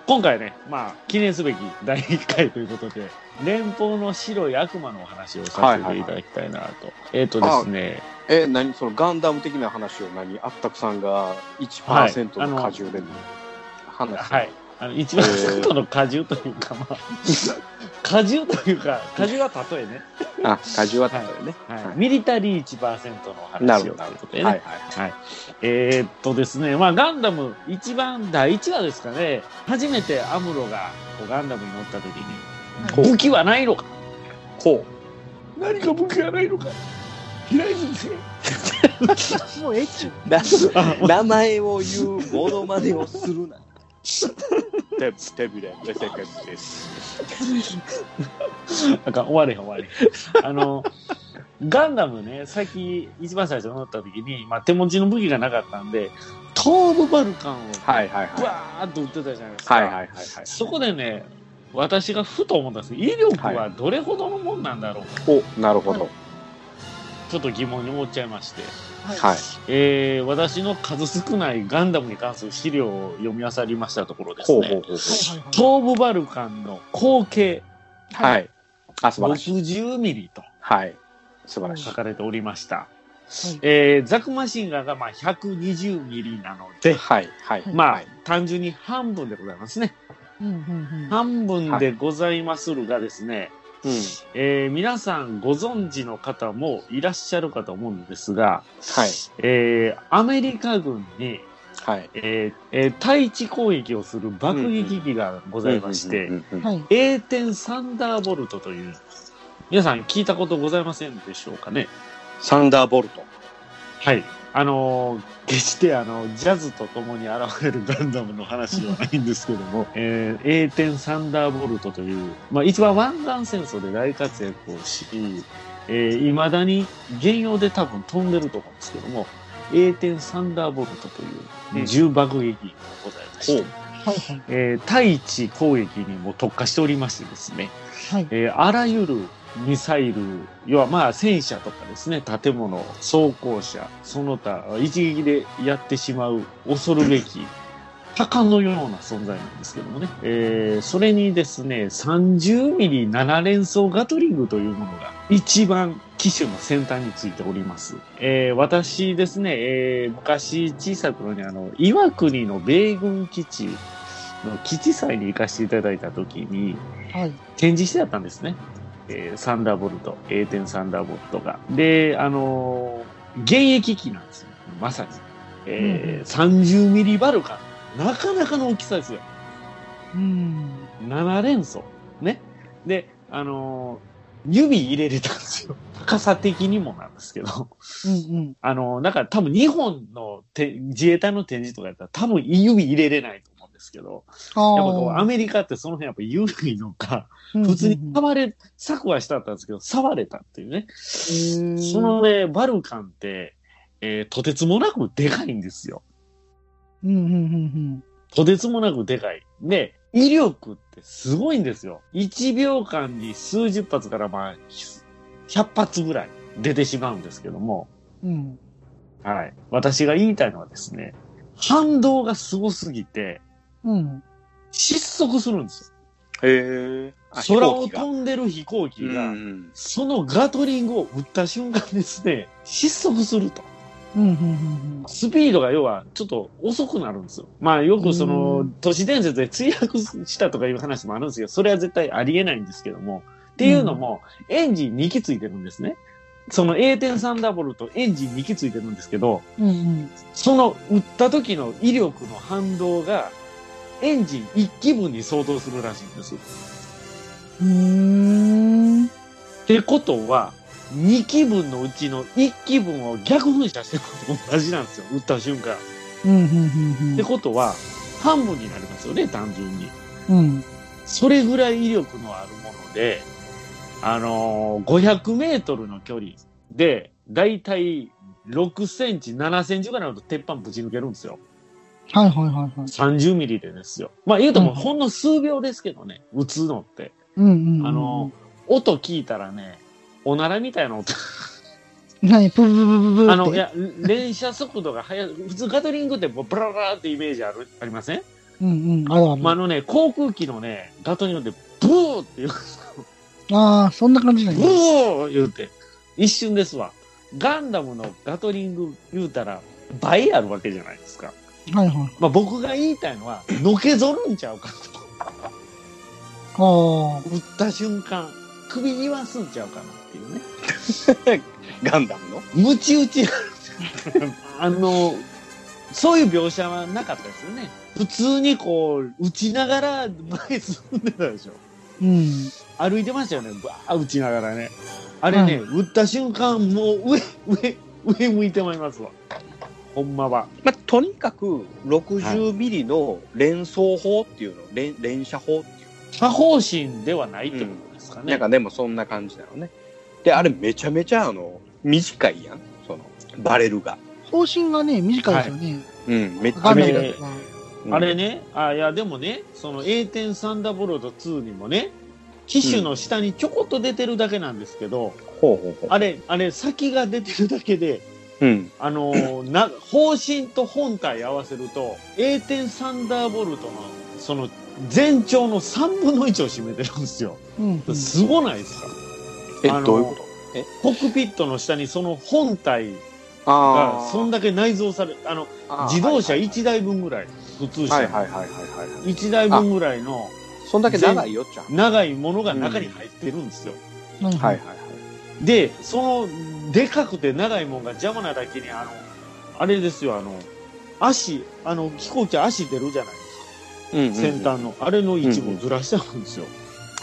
Speaker 3: 今回ね、まあ、記念すべき第1回ということで、連邦の白い悪魔のお話をさせていただきたいなと。えーっとですね、
Speaker 1: え何そのガンダム的な話を何あったくさんが1%の果汁で話す
Speaker 3: はい。あの、1%の果汁というか、まあ、果汁というか、果汁は例えね。
Speaker 1: あ果汁はあったよね
Speaker 3: は
Speaker 1: はい
Speaker 3: い、ミリタリー1%のお
Speaker 1: なる
Speaker 3: 話
Speaker 1: ほ
Speaker 3: を
Speaker 1: ど
Speaker 3: と
Speaker 1: な
Speaker 3: いうこ
Speaker 1: るほ
Speaker 3: と
Speaker 1: ど
Speaker 3: でね。
Speaker 1: はいはい
Speaker 3: えーっとですね、まあ、ガンダム一番第1話ですかね、初めてアムロがこうガンダムに乗った時に、
Speaker 1: ほう
Speaker 3: 武器はないのか
Speaker 1: こ
Speaker 3: 何か武器はないのか平泉先
Speaker 2: もうエッチ。
Speaker 1: うだ名前を言うモノマネをするな 手手びれで正解です
Speaker 3: 生。なんか終われへん終われへん。あの、ガンダムね、最近一番最初乗った時に、まあ、手持ちの武器がなかったんで、東部バルカンを
Speaker 1: はいはい
Speaker 3: ブ
Speaker 1: は
Speaker 3: ワーッと撃ってたじゃないですか。
Speaker 1: いはいはいはいはい
Speaker 3: そこでね、私がふと思ったんです威力はどれほどのもんなんだろう、
Speaker 1: おなるほど
Speaker 3: ちょっと疑問に思っちゃいまして、
Speaker 1: はい
Speaker 3: えー私の数少ないガンダムに関する資料を読み漁りましたところですね、
Speaker 1: ほうほうほ
Speaker 2: は
Speaker 1: うほう
Speaker 2: いはいはい。
Speaker 3: 東部バルカンの後継
Speaker 1: はい。
Speaker 2: はい
Speaker 1: あ、素晴らしい。
Speaker 3: 60ミリと
Speaker 1: はい。素晴らし
Speaker 3: 書かれておりました、
Speaker 2: はい
Speaker 3: えーザクマシンガーがまあ120ミリなの
Speaker 1: い。
Speaker 3: で、
Speaker 1: はい。はい。
Speaker 3: ま
Speaker 1: は
Speaker 3: あ
Speaker 1: い、
Speaker 3: 単純に半分でございますね。
Speaker 2: うんうんうん。
Speaker 3: 半分でございまするがですね、
Speaker 1: うん。
Speaker 3: えー皆さんご存知の方もいらっしゃるかと思うんですが、
Speaker 1: はい。
Speaker 3: えーアメリカ軍に、
Speaker 1: はい。
Speaker 3: えーえー対地攻撃をする爆撃機がご
Speaker 1: ご
Speaker 3: ざいまして、
Speaker 2: はい。
Speaker 3: A 点サンダーボルトという、皆さん聞いたことございませんでしょうかね。
Speaker 1: サンダーボルト。
Speaker 3: はい。あのー決してあの、ジャズと共に現れるガンダムの話ではないんですけども、 えー A 点サンダーボルトという、まあ一番湾岸戦争で大活躍をし、えー、未だに現用で多分飛んでると思うんですけども、A 点サンダーボルトという重爆撃がございまして、
Speaker 2: はいはい。
Speaker 3: えー対地攻撃にも特化しておりましてですね、
Speaker 2: はい。
Speaker 3: えーあらゆるミサイル、要はまあ戦車とかですね、建物、装甲車、その他、一撃でやってしまう恐るべき、多感のような存在なんですけどもね。えー、それにですね、30ミリ7連装ガトリングというものが一番機種の先端についております。えー、私ですね、えー、昔小さい頃にあの、岩国の米軍基地の基地祭に行かせていただいた時に、
Speaker 2: はい。
Speaker 3: 展示してあったんですね。えーサンダーボルト、A10 サンダーボルトが。で、あのー現役機なんですよ。まさに。えー30ミリバルカン。なかなかの大きさですよ。
Speaker 2: うん。
Speaker 3: 7連装。ね。で、あのー指入れれたんですよ。 高さ的にもなんですけど。
Speaker 2: うんうん。
Speaker 3: あのーだから多分日本のて自衛隊の展示とかやったら多分指入れれないと思うんですけど。やっぱこうア
Speaker 2: ああ。
Speaker 3: メリカってその辺やっぱ緩いのか、普通に触れ、策はしたったんですけど、触れたっていうね。そ
Speaker 2: そ
Speaker 3: の、ね、バルカンって、えーとてつもなくでかいんですよ。
Speaker 2: うんうんうん
Speaker 3: とてつもなくでかい。で、威力ってすごいんですよ。1秒間に数十発からまあ、100発ぐらい出てしまうんですけども、
Speaker 2: うん。うん。
Speaker 3: はい。私が言いたいのはですね、反動がすごすぎて、
Speaker 2: うん。
Speaker 3: 失速するんです
Speaker 1: へえ。あ
Speaker 3: よ。空を
Speaker 1: 飛行
Speaker 3: 飛んでる飛行機
Speaker 1: 機が
Speaker 3: が、
Speaker 1: うんうん
Speaker 3: そのガトリングを撃った瞬間ですね、失速すると。
Speaker 2: うんうんうん
Speaker 3: スピードが要はちょっと遅くなるんですよ。まあよくそうの
Speaker 2: ん
Speaker 3: 都市伝説で墜落したとかいう話もあるんですけど、それは絶対ありえないんですけども。っていうのも、エンジン2機ついてるんですね。その A.3 サンダーボルトエンジン2機ついてるんですけど、
Speaker 2: うん。うん
Speaker 3: その撃った時の威力の反動が、エンジン1機分に相当するらしいんです。
Speaker 2: うん。うーん。
Speaker 3: ってことは、2気分のうちの1気分を逆噴射してることと同じなんですよ、打った瞬間。っ
Speaker 2: うんうんうん
Speaker 3: てことは、半分になりますよね、単純に。
Speaker 2: うん。うん。
Speaker 3: それぐらい威力のあるもので、あのー500メートルの距離で、だいたい6センチ、7センチぐらいの鉄板ぶち抜けるんですよ。
Speaker 2: はいはいはいはい。
Speaker 3: 30ミリでですよ。まあ言うとも
Speaker 2: う
Speaker 3: うんほんの数秒ですけどね、打つのって。
Speaker 2: うんうんうん。
Speaker 3: あのー音聞いたらね、おならみたいな音
Speaker 2: 何プブブブブブって。
Speaker 3: あの、いや、連射速度が速い。 普通ガトリングってもうブラブラってイメージある、ありません、
Speaker 2: うんうん。あるある。
Speaker 3: まあ、あのね、航空機のね、ガトリングってブーっていう、
Speaker 2: ああ、そんな感じだ
Speaker 3: ブ
Speaker 2: ね。
Speaker 3: ー言うて、一瞬ですわ。ガンダムのガトリング言うたら倍あるわけじゃないですか。
Speaker 2: はいはい。
Speaker 3: まあ、僕が言いたいのは、のけぞるんちゃうかと。
Speaker 2: あ
Speaker 3: 撃った瞬間、首言わすんちゃうかなっていうね。
Speaker 1: ガンダムの
Speaker 3: ムチ打ち あの、そういう描写はなかったですよね。普通にこう、打ちながら前進んでたでしょ。
Speaker 2: あ。うん。
Speaker 3: 歩いてましたよね。ばー打ちながらね。あれね、打った瞬間、もう上、上、上向いてまいりますわ。ほんまは。
Speaker 1: まあ、とにかく60ミリの連想法っていうの、連連射法っていう
Speaker 3: 多方針ではないってことですか
Speaker 1: の、
Speaker 3: ね。
Speaker 1: なんかでもそんな感じなのねであれめちゃめちゃあの短いやんそのバレルが
Speaker 2: 方針がね、短いですよね。
Speaker 1: うんめっち
Speaker 2: ガ
Speaker 1: ゃ
Speaker 2: ンダ
Speaker 1: 短
Speaker 2: ム
Speaker 3: あれ
Speaker 2: だっ
Speaker 1: い、
Speaker 2: たら
Speaker 1: うん
Speaker 3: あれね、あ、いや、でもね、その A10 サンダーボルト2にもね、機種の下にちょこっと出てるだけなんですけど、
Speaker 1: ほうほうほう
Speaker 3: あれ、あれ、先が出てるだけで、
Speaker 1: うん
Speaker 3: あのーな、方針と本体合わせると、A10 サンダーボルトの、その、全長の3分の1を占めてるんですよ。
Speaker 2: うんうん。
Speaker 3: すごないですか、
Speaker 1: え、
Speaker 3: あのー
Speaker 1: どういうこと
Speaker 3: コックピットの下にその本体
Speaker 1: あ
Speaker 3: が、そんだけ内蔵され、あの、
Speaker 1: あー
Speaker 3: 自動車
Speaker 1: はいはい
Speaker 3: 1台分ぐらい、普通車。
Speaker 1: はいはいはいはいはいはい
Speaker 3: 1台分ぐらいの
Speaker 1: そんだけ長いよっちゃん
Speaker 3: 長いものが中に入ってるんですよ。
Speaker 2: はい
Speaker 1: は
Speaker 2: はいい。
Speaker 1: はいはい
Speaker 3: で、その、でかくて長いもんが邪魔なだけに、あの、あれですよ、あの、足、あの、飛行機足出るじゃないですか。
Speaker 1: うんうんうん
Speaker 3: 先端の、あれの一部をずらしてあるんですよ。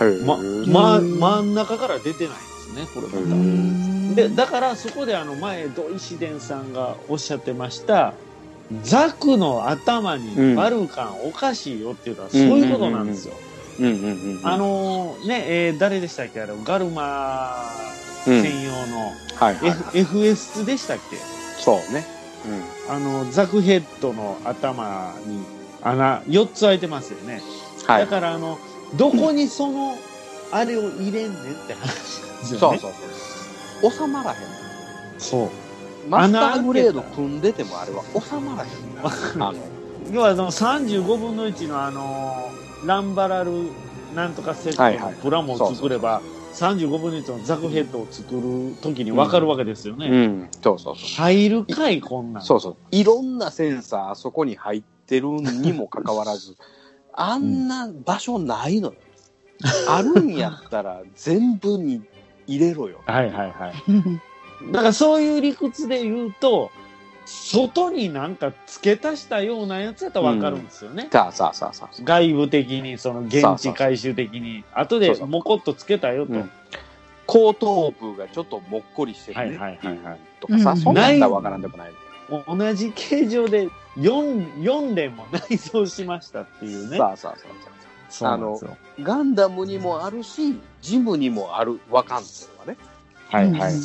Speaker 1: へー
Speaker 3: ま、
Speaker 1: うん
Speaker 3: ま、真ん中から出てないんですね、これ
Speaker 1: う
Speaker 3: ま
Speaker 1: ん
Speaker 3: た。で、だからそこであの前、土井紫伝さんがおっしゃってました、ザクの頭にバルカンおかしいよっていうのは、そういうことなんですよ。
Speaker 1: うんうんうん
Speaker 3: あのーね、えー誰でしたっけあれ、ガルマ
Speaker 1: うん
Speaker 3: 専用の、
Speaker 1: はいはいは
Speaker 3: F
Speaker 1: い
Speaker 3: FS でしたっけ
Speaker 1: そうね
Speaker 3: あの、ザクヘッドの頭に穴、4つ開いてますよね。
Speaker 1: うんは
Speaker 3: だ
Speaker 1: い
Speaker 3: からあの、どこにその、あれを入れんねんって話。ですよ
Speaker 1: そう
Speaker 3: ね。
Speaker 1: そうそう。収まらへん。
Speaker 3: そう。
Speaker 1: マスターグレード組んでてもあれは収まらへんな。あ の、
Speaker 3: 要はその35分の1のあのランバラルなんとかセ
Speaker 1: は
Speaker 3: ッ
Speaker 1: い
Speaker 3: ト
Speaker 1: は
Speaker 3: の
Speaker 1: い
Speaker 3: プラモを作れば35分の1のザクヘッドを作る時に分かるわけですよね、
Speaker 1: うん、そうそうそ
Speaker 3: 入るかいこんなん
Speaker 1: う。そうそう。いろんなセンサー、そこに入ってるにもかかわらず、あんな場所ないのよ。あるんやったら全部に入れろよ。
Speaker 3: はいはいはいだからそういう理屈で言うと外になんか付け足したようなやつやったら分かるんですよね、
Speaker 1: さあさあさあさあ。
Speaker 3: 外部的にその現地回収的に後でもこっとつけたよと、
Speaker 1: うん後頭部がちょっともっこりしてるねっていうとか
Speaker 2: はいはいは
Speaker 1: さ、
Speaker 2: いはい
Speaker 1: そんなんだわからんでもない。
Speaker 3: 同じ形状で 4, 4連も内装しましたっていうね
Speaker 1: さあさあさあさあ。
Speaker 3: そうなんですよ
Speaker 1: ガンダムにもあるし、ジムにもある、わかんないのがね。
Speaker 3: はいはい、
Speaker 1: うん、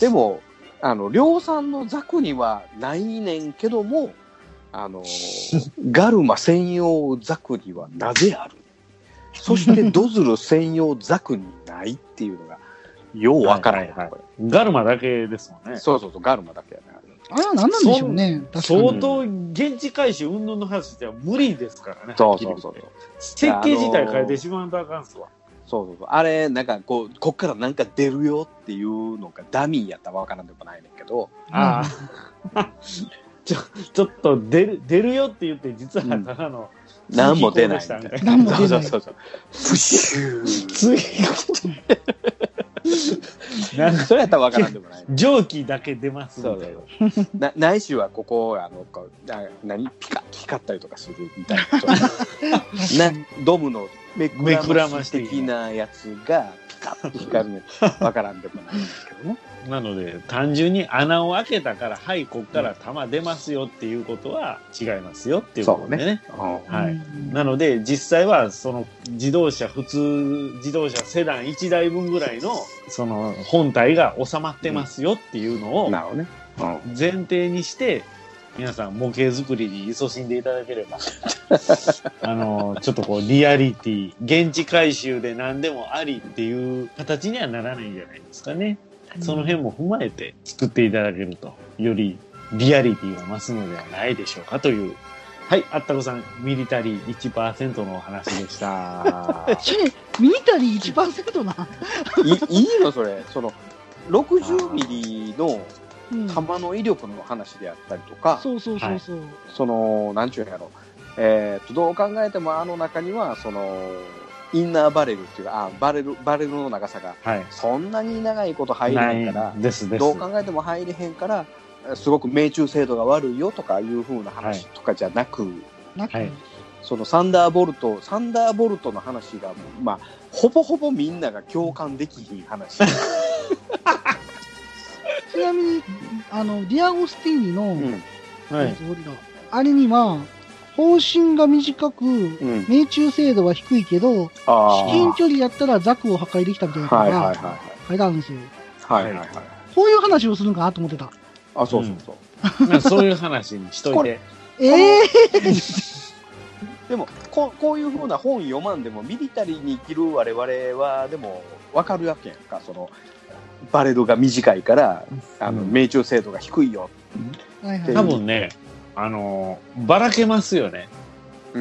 Speaker 1: でも、あの、量産のザクにはないねんけども、あ の、ガルマ専用ザクにはなぜあるそしてドズル専用ザクにないっていうのが、ようわからんやん、
Speaker 3: はいはい
Speaker 1: こ
Speaker 3: ガルマだけですもん
Speaker 1: れ。
Speaker 3: ね。
Speaker 1: そうそうそう、ガルマだけやね。
Speaker 2: あれは何なんでしょうね。確か
Speaker 3: 相
Speaker 2: に。
Speaker 3: 当現地回収云々の話では無理ですからね。
Speaker 1: そうそうそ
Speaker 3: はっきり言っ
Speaker 1: うそ
Speaker 3: て
Speaker 1: う。
Speaker 3: 設計自体変えてしまうとあかんっすわ。
Speaker 1: そうそうそう。あれ、なんかこう、こっからなんか出るよっていうのがダミーやったらわからんでもないねんけど、
Speaker 3: ああ。ちょちょっと出る出るよって言って実はただの、
Speaker 1: 何も出ないみたいな。
Speaker 2: 何も出ない
Speaker 1: そうそうそうそう。プシュー。
Speaker 3: ついなんか
Speaker 1: それやったらわからんでもない。
Speaker 3: 蒸気だけ出ますみた
Speaker 1: そ
Speaker 3: いうな
Speaker 1: そうそうなないしはここあのこうな何ピカ光ったりとかするみたいななドムのめ
Speaker 3: めく
Speaker 1: く
Speaker 3: ら
Speaker 1: ら
Speaker 3: ま
Speaker 1: ま
Speaker 3: し
Speaker 1: し
Speaker 3: 的
Speaker 1: 的なやつがピカッと光るのわからんでもないんですけどね。
Speaker 3: なので単純に穴を開けたからはいこっから玉出ますよっていうことは違いますよっていうことでね。
Speaker 1: う
Speaker 3: はい
Speaker 2: うん
Speaker 3: なので、実際は、その、自動車、普通、自動車セダン1台分ぐらいの、その、本体が収まってますよっていうのを
Speaker 1: ん、なるほどね。うん
Speaker 3: 前提にして、皆さん、模型作りに勤しんでいただけ れば、あの、ちょっとこう、リアリティ、現地回収で何でもありっていう形にはならないんじゃないですかね。その辺も踏まえて作っていただけると、よりリアリティが増すのではないでしょうかという。はい、あったこさん、ミリタリー1%のお話でした。
Speaker 2: それ、ミリタリー1%な。
Speaker 1: いいいのそれその60ミリの
Speaker 2: うん
Speaker 1: 弾の威力の話であったりとか、
Speaker 2: そうそうそうそう。
Speaker 1: そのなんちゅうんやろ、えー、とどう考えてもあの中にはそのインナーバレルっていうかあバレルバレルの長さが
Speaker 3: はい。
Speaker 1: そんなに長いこと入れへんから
Speaker 3: ないですです。
Speaker 1: どう考えても入れへんからすごく命中精度が悪いよとかいう風な話とかじゃなく、
Speaker 2: なんか
Speaker 3: はい
Speaker 1: そのサンダーボルトサンダーボルトの話がまあほぼほぼみんなが共感できひん話。
Speaker 2: ちなみに、あの、ディアゴスティーニの、
Speaker 1: うん
Speaker 3: はい。
Speaker 2: ゴリラあれには、方針が短く、
Speaker 1: うん、
Speaker 2: 命中精度は低いけど、
Speaker 1: あ
Speaker 2: 至近
Speaker 1: ー
Speaker 2: 距離やったらザクを破壊できたみたいなの
Speaker 1: はいはいはい
Speaker 2: が書いてあるんですよ。
Speaker 1: はいはいはいはい。
Speaker 2: こういう話をするんかなと思ってた。
Speaker 1: あそうそうそう。
Speaker 3: まあそういう話にしとい
Speaker 1: こ
Speaker 3: て
Speaker 1: れ。
Speaker 2: ええ
Speaker 1: でもここういうふうな本読まんでもミリタリーに生きる我々はでも分かるわけやんかそのバレルが短いからあの、
Speaker 3: うん
Speaker 1: 命中精度が低いよ、
Speaker 2: ー、はいはい
Speaker 3: 多分ね、あのーばらけますよね。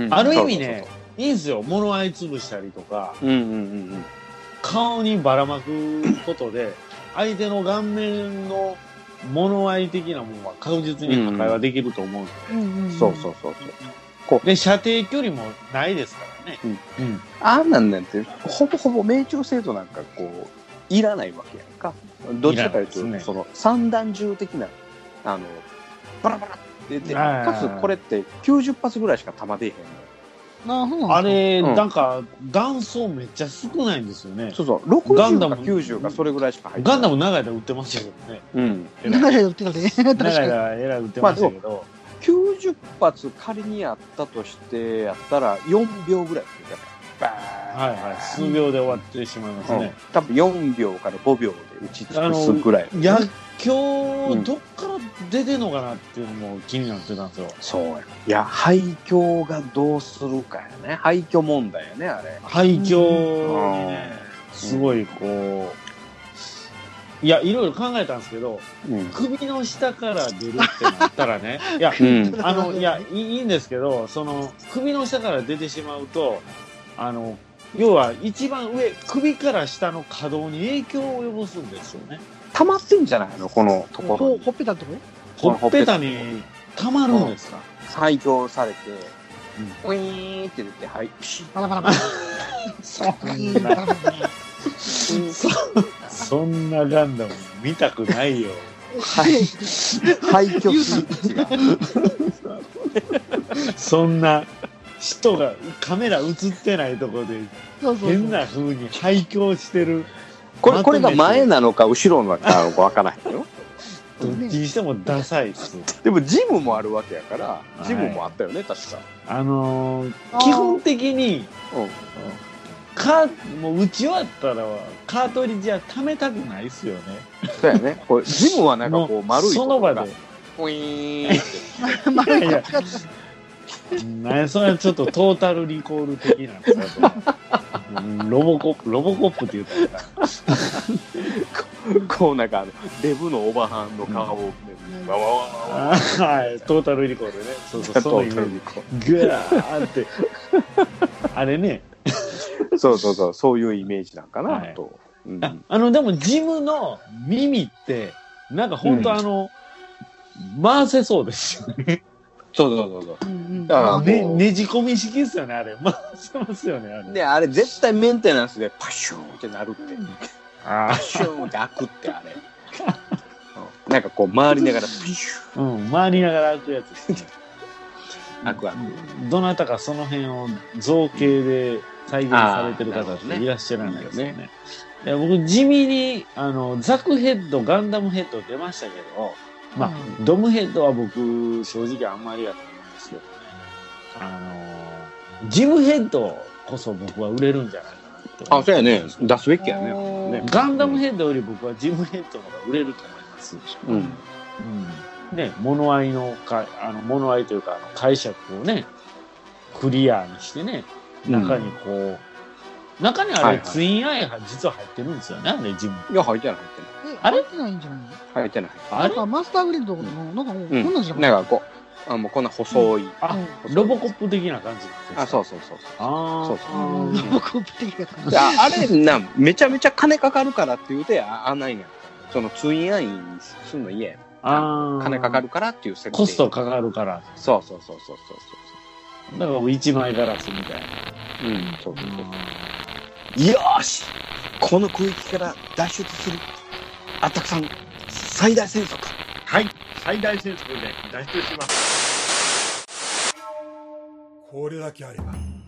Speaker 3: ある意味ね、いいんですよ。物合い潰したりとか、
Speaker 1: そうそうそううんうんうんうん
Speaker 3: 顔にばらまくことで、相手の顔面の物合い的なものは確実に破壊はできると思う。
Speaker 2: うんうん
Speaker 1: そうそうそうそう
Speaker 3: で、射程距離もないですからね。うん。
Speaker 1: あんなんなんてほぼほぼ命中精度なんかこういらないわけやんかどっちかという
Speaker 3: い
Speaker 1: と、
Speaker 3: らないですね
Speaker 1: その三段銃的なあのバラバラって出て
Speaker 3: はいはいは
Speaker 1: か
Speaker 3: い
Speaker 1: つこれって90発ぐらいしか弾出えへんのよ
Speaker 2: なるほど。
Speaker 3: あれ、
Speaker 1: うん
Speaker 3: なんか、弾倉めっちゃ少ないんですよね。
Speaker 1: そうそう60
Speaker 3: ガンダム
Speaker 1: か90かそれぐらいしか入ってな
Speaker 3: ガ
Speaker 1: い
Speaker 3: ンダム長い間売ってましたけどね。
Speaker 1: うん、
Speaker 2: 長い間売ってたね。確
Speaker 3: 長い
Speaker 2: かに。
Speaker 3: 間、えらい売ってましたけど。
Speaker 1: 90発仮にやったとしてやったら4秒ぐらいっていうかバーン、
Speaker 3: はいはい。数秒で終わってしまいますね。
Speaker 1: 多分4秒から5秒で打ち
Speaker 3: あ
Speaker 1: 尽く
Speaker 3: の
Speaker 1: すぐらい
Speaker 3: 薬莢、
Speaker 1: うん
Speaker 3: どっから出てんのかなっていうのも気になってたんですよ。
Speaker 1: そうやいや廃墟がどうするかやね廃墟問題やねあれ
Speaker 3: 廃墟にね、すごいこう、いや、いろいろ考えたんですけど、
Speaker 1: うん。
Speaker 3: 首の下から出るってなったらね、いや、
Speaker 1: うん。
Speaker 3: あの、いや、いいいいんですけど、その、首の下から出てしまうと、あの、要は一番上、首から下の可動に影響を及ぼすんですよね。
Speaker 1: 溜まってんじゃないのこのところ
Speaker 2: ほ
Speaker 1: に。
Speaker 2: ほっぺたのとこ
Speaker 1: こ
Speaker 3: ほ
Speaker 1: のほ
Speaker 3: っ
Speaker 1: っぺ
Speaker 3: ぺ
Speaker 1: た
Speaker 3: たに溜まるんですか。
Speaker 1: 採用されて、
Speaker 3: う
Speaker 1: ウィーンって出て、はい、ピシ
Speaker 2: パラパラパラ。
Speaker 3: そ
Speaker 2: うんパラパラパラ
Speaker 1: ッ。
Speaker 3: そんなガンダム見たくないよ。
Speaker 1: はい。廃墟スイッチが。
Speaker 3: そんな人がカメラ映ってないところで
Speaker 2: そうそうそう。
Speaker 3: 変な風に廃墟してる。
Speaker 1: これ、これが前なのか後ろなのかわからへんよ。
Speaker 3: どっちにしてもダサいっす。
Speaker 1: でもジムもあるわけやから、
Speaker 3: い
Speaker 1: ジムもあったよね、確か。
Speaker 3: あのー
Speaker 2: あー
Speaker 3: 基本的に
Speaker 1: うん。
Speaker 3: カーもう打ち終わったらカートリッジは溜めたくないっすよね。
Speaker 1: そうやね。これ、ジムはなんかこ
Speaker 3: も
Speaker 1: う丸いと
Speaker 3: そ
Speaker 1: こ
Speaker 3: の
Speaker 1: ろ
Speaker 3: 場
Speaker 1: が
Speaker 3: で。。
Speaker 1: ウィーンって。
Speaker 2: ま
Speaker 3: いやいや
Speaker 2: あ
Speaker 3: ね、それはちょっとトータルリコール的なんですよその うんロボコップ、ロボコップって言ったら
Speaker 1: こうなんかあの、デブのおばはんの顔を、ね
Speaker 2: うん
Speaker 1: わわわわわ。
Speaker 3: あーはい、トータルリコールね。 そうそう、そのイメージ。ぐわーって。あれね、
Speaker 1: そうそうそう、そういうイメージなんかな、
Speaker 3: はい
Speaker 1: と。うん
Speaker 3: ああの、でもジムの耳って、なんか本当あの、回せそうですよね。
Speaker 1: そうそうそうそ
Speaker 2: う
Speaker 1: う。
Speaker 2: ん
Speaker 1: だからあもう
Speaker 3: ね、ねじ込み式ですよね、あれ。回せますよね、あれ。
Speaker 1: で、あれ絶対メンテナンスでパシューンってなるって。
Speaker 3: あ
Speaker 1: パシューンって開くってあれ。うんなんかこう回りながらピシューン
Speaker 3: ーうん、回りながら開くやつですね。
Speaker 1: 開く開く。
Speaker 3: どなたかその辺を造形で再現されてる方っていらっしゃらないですよね。いや僕、地味に、あの、ザクヘッド、ガンダムヘッド出ましたけど、まあ、
Speaker 2: う
Speaker 3: ドムヘッドは僕、正直あんまりやと思うんですけどね。あの、ジムヘッドこそ僕は売れるんじゃないかなって思う
Speaker 1: あ、そうやね。出すべきやね。
Speaker 2: ね
Speaker 3: ガンダムヘッドより僕はジムヘッドの方が売れると思います。
Speaker 1: うん。
Speaker 3: ね、物合いのか、あの、物合いというか、あの解釈をね、クリアにしてね、中にこう、中にあ
Speaker 1: は
Speaker 3: れ、
Speaker 1: いはい
Speaker 3: ツインアイが実は入ってるんですよね、あれ、ジム。
Speaker 1: いや、入ってない
Speaker 2: あれってないんじゃないの
Speaker 1: 入ってない。
Speaker 3: あ
Speaker 2: なん
Speaker 3: れ
Speaker 2: かマスターグレードとかの、なんかもう、こ
Speaker 1: 入ってない。
Speaker 2: んなんじゃ
Speaker 1: うん。
Speaker 2: な
Speaker 1: ないんかこう、あもうこんな細い。
Speaker 3: あ
Speaker 2: うん、
Speaker 3: ロボコップ的な感じです。
Speaker 1: あ、そううそうそうそう。
Speaker 3: ああ、
Speaker 1: そうそう
Speaker 2: うんロボコップ的な感
Speaker 1: いやあれな、めちゃめちゃ金かかるからって言うて、ああんないんや。そのツインアインにすんの嫌や。
Speaker 3: あー
Speaker 1: 金かかる。からっていう設定。
Speaker 3: コスト。かかるから。
Speaker 1: そうそうそうそうそう
Speaker 3: だから、一枚ガラスみたいな。
Speaker 1: そう。うん、そうそうそう。
Speaker 3: あ
Speaker 1: よーしこの空域から脱出するあったくさん最大戦速
Speaker 3: ーはい、最大戦速で脱出します。
Speaker 4: これだけあれば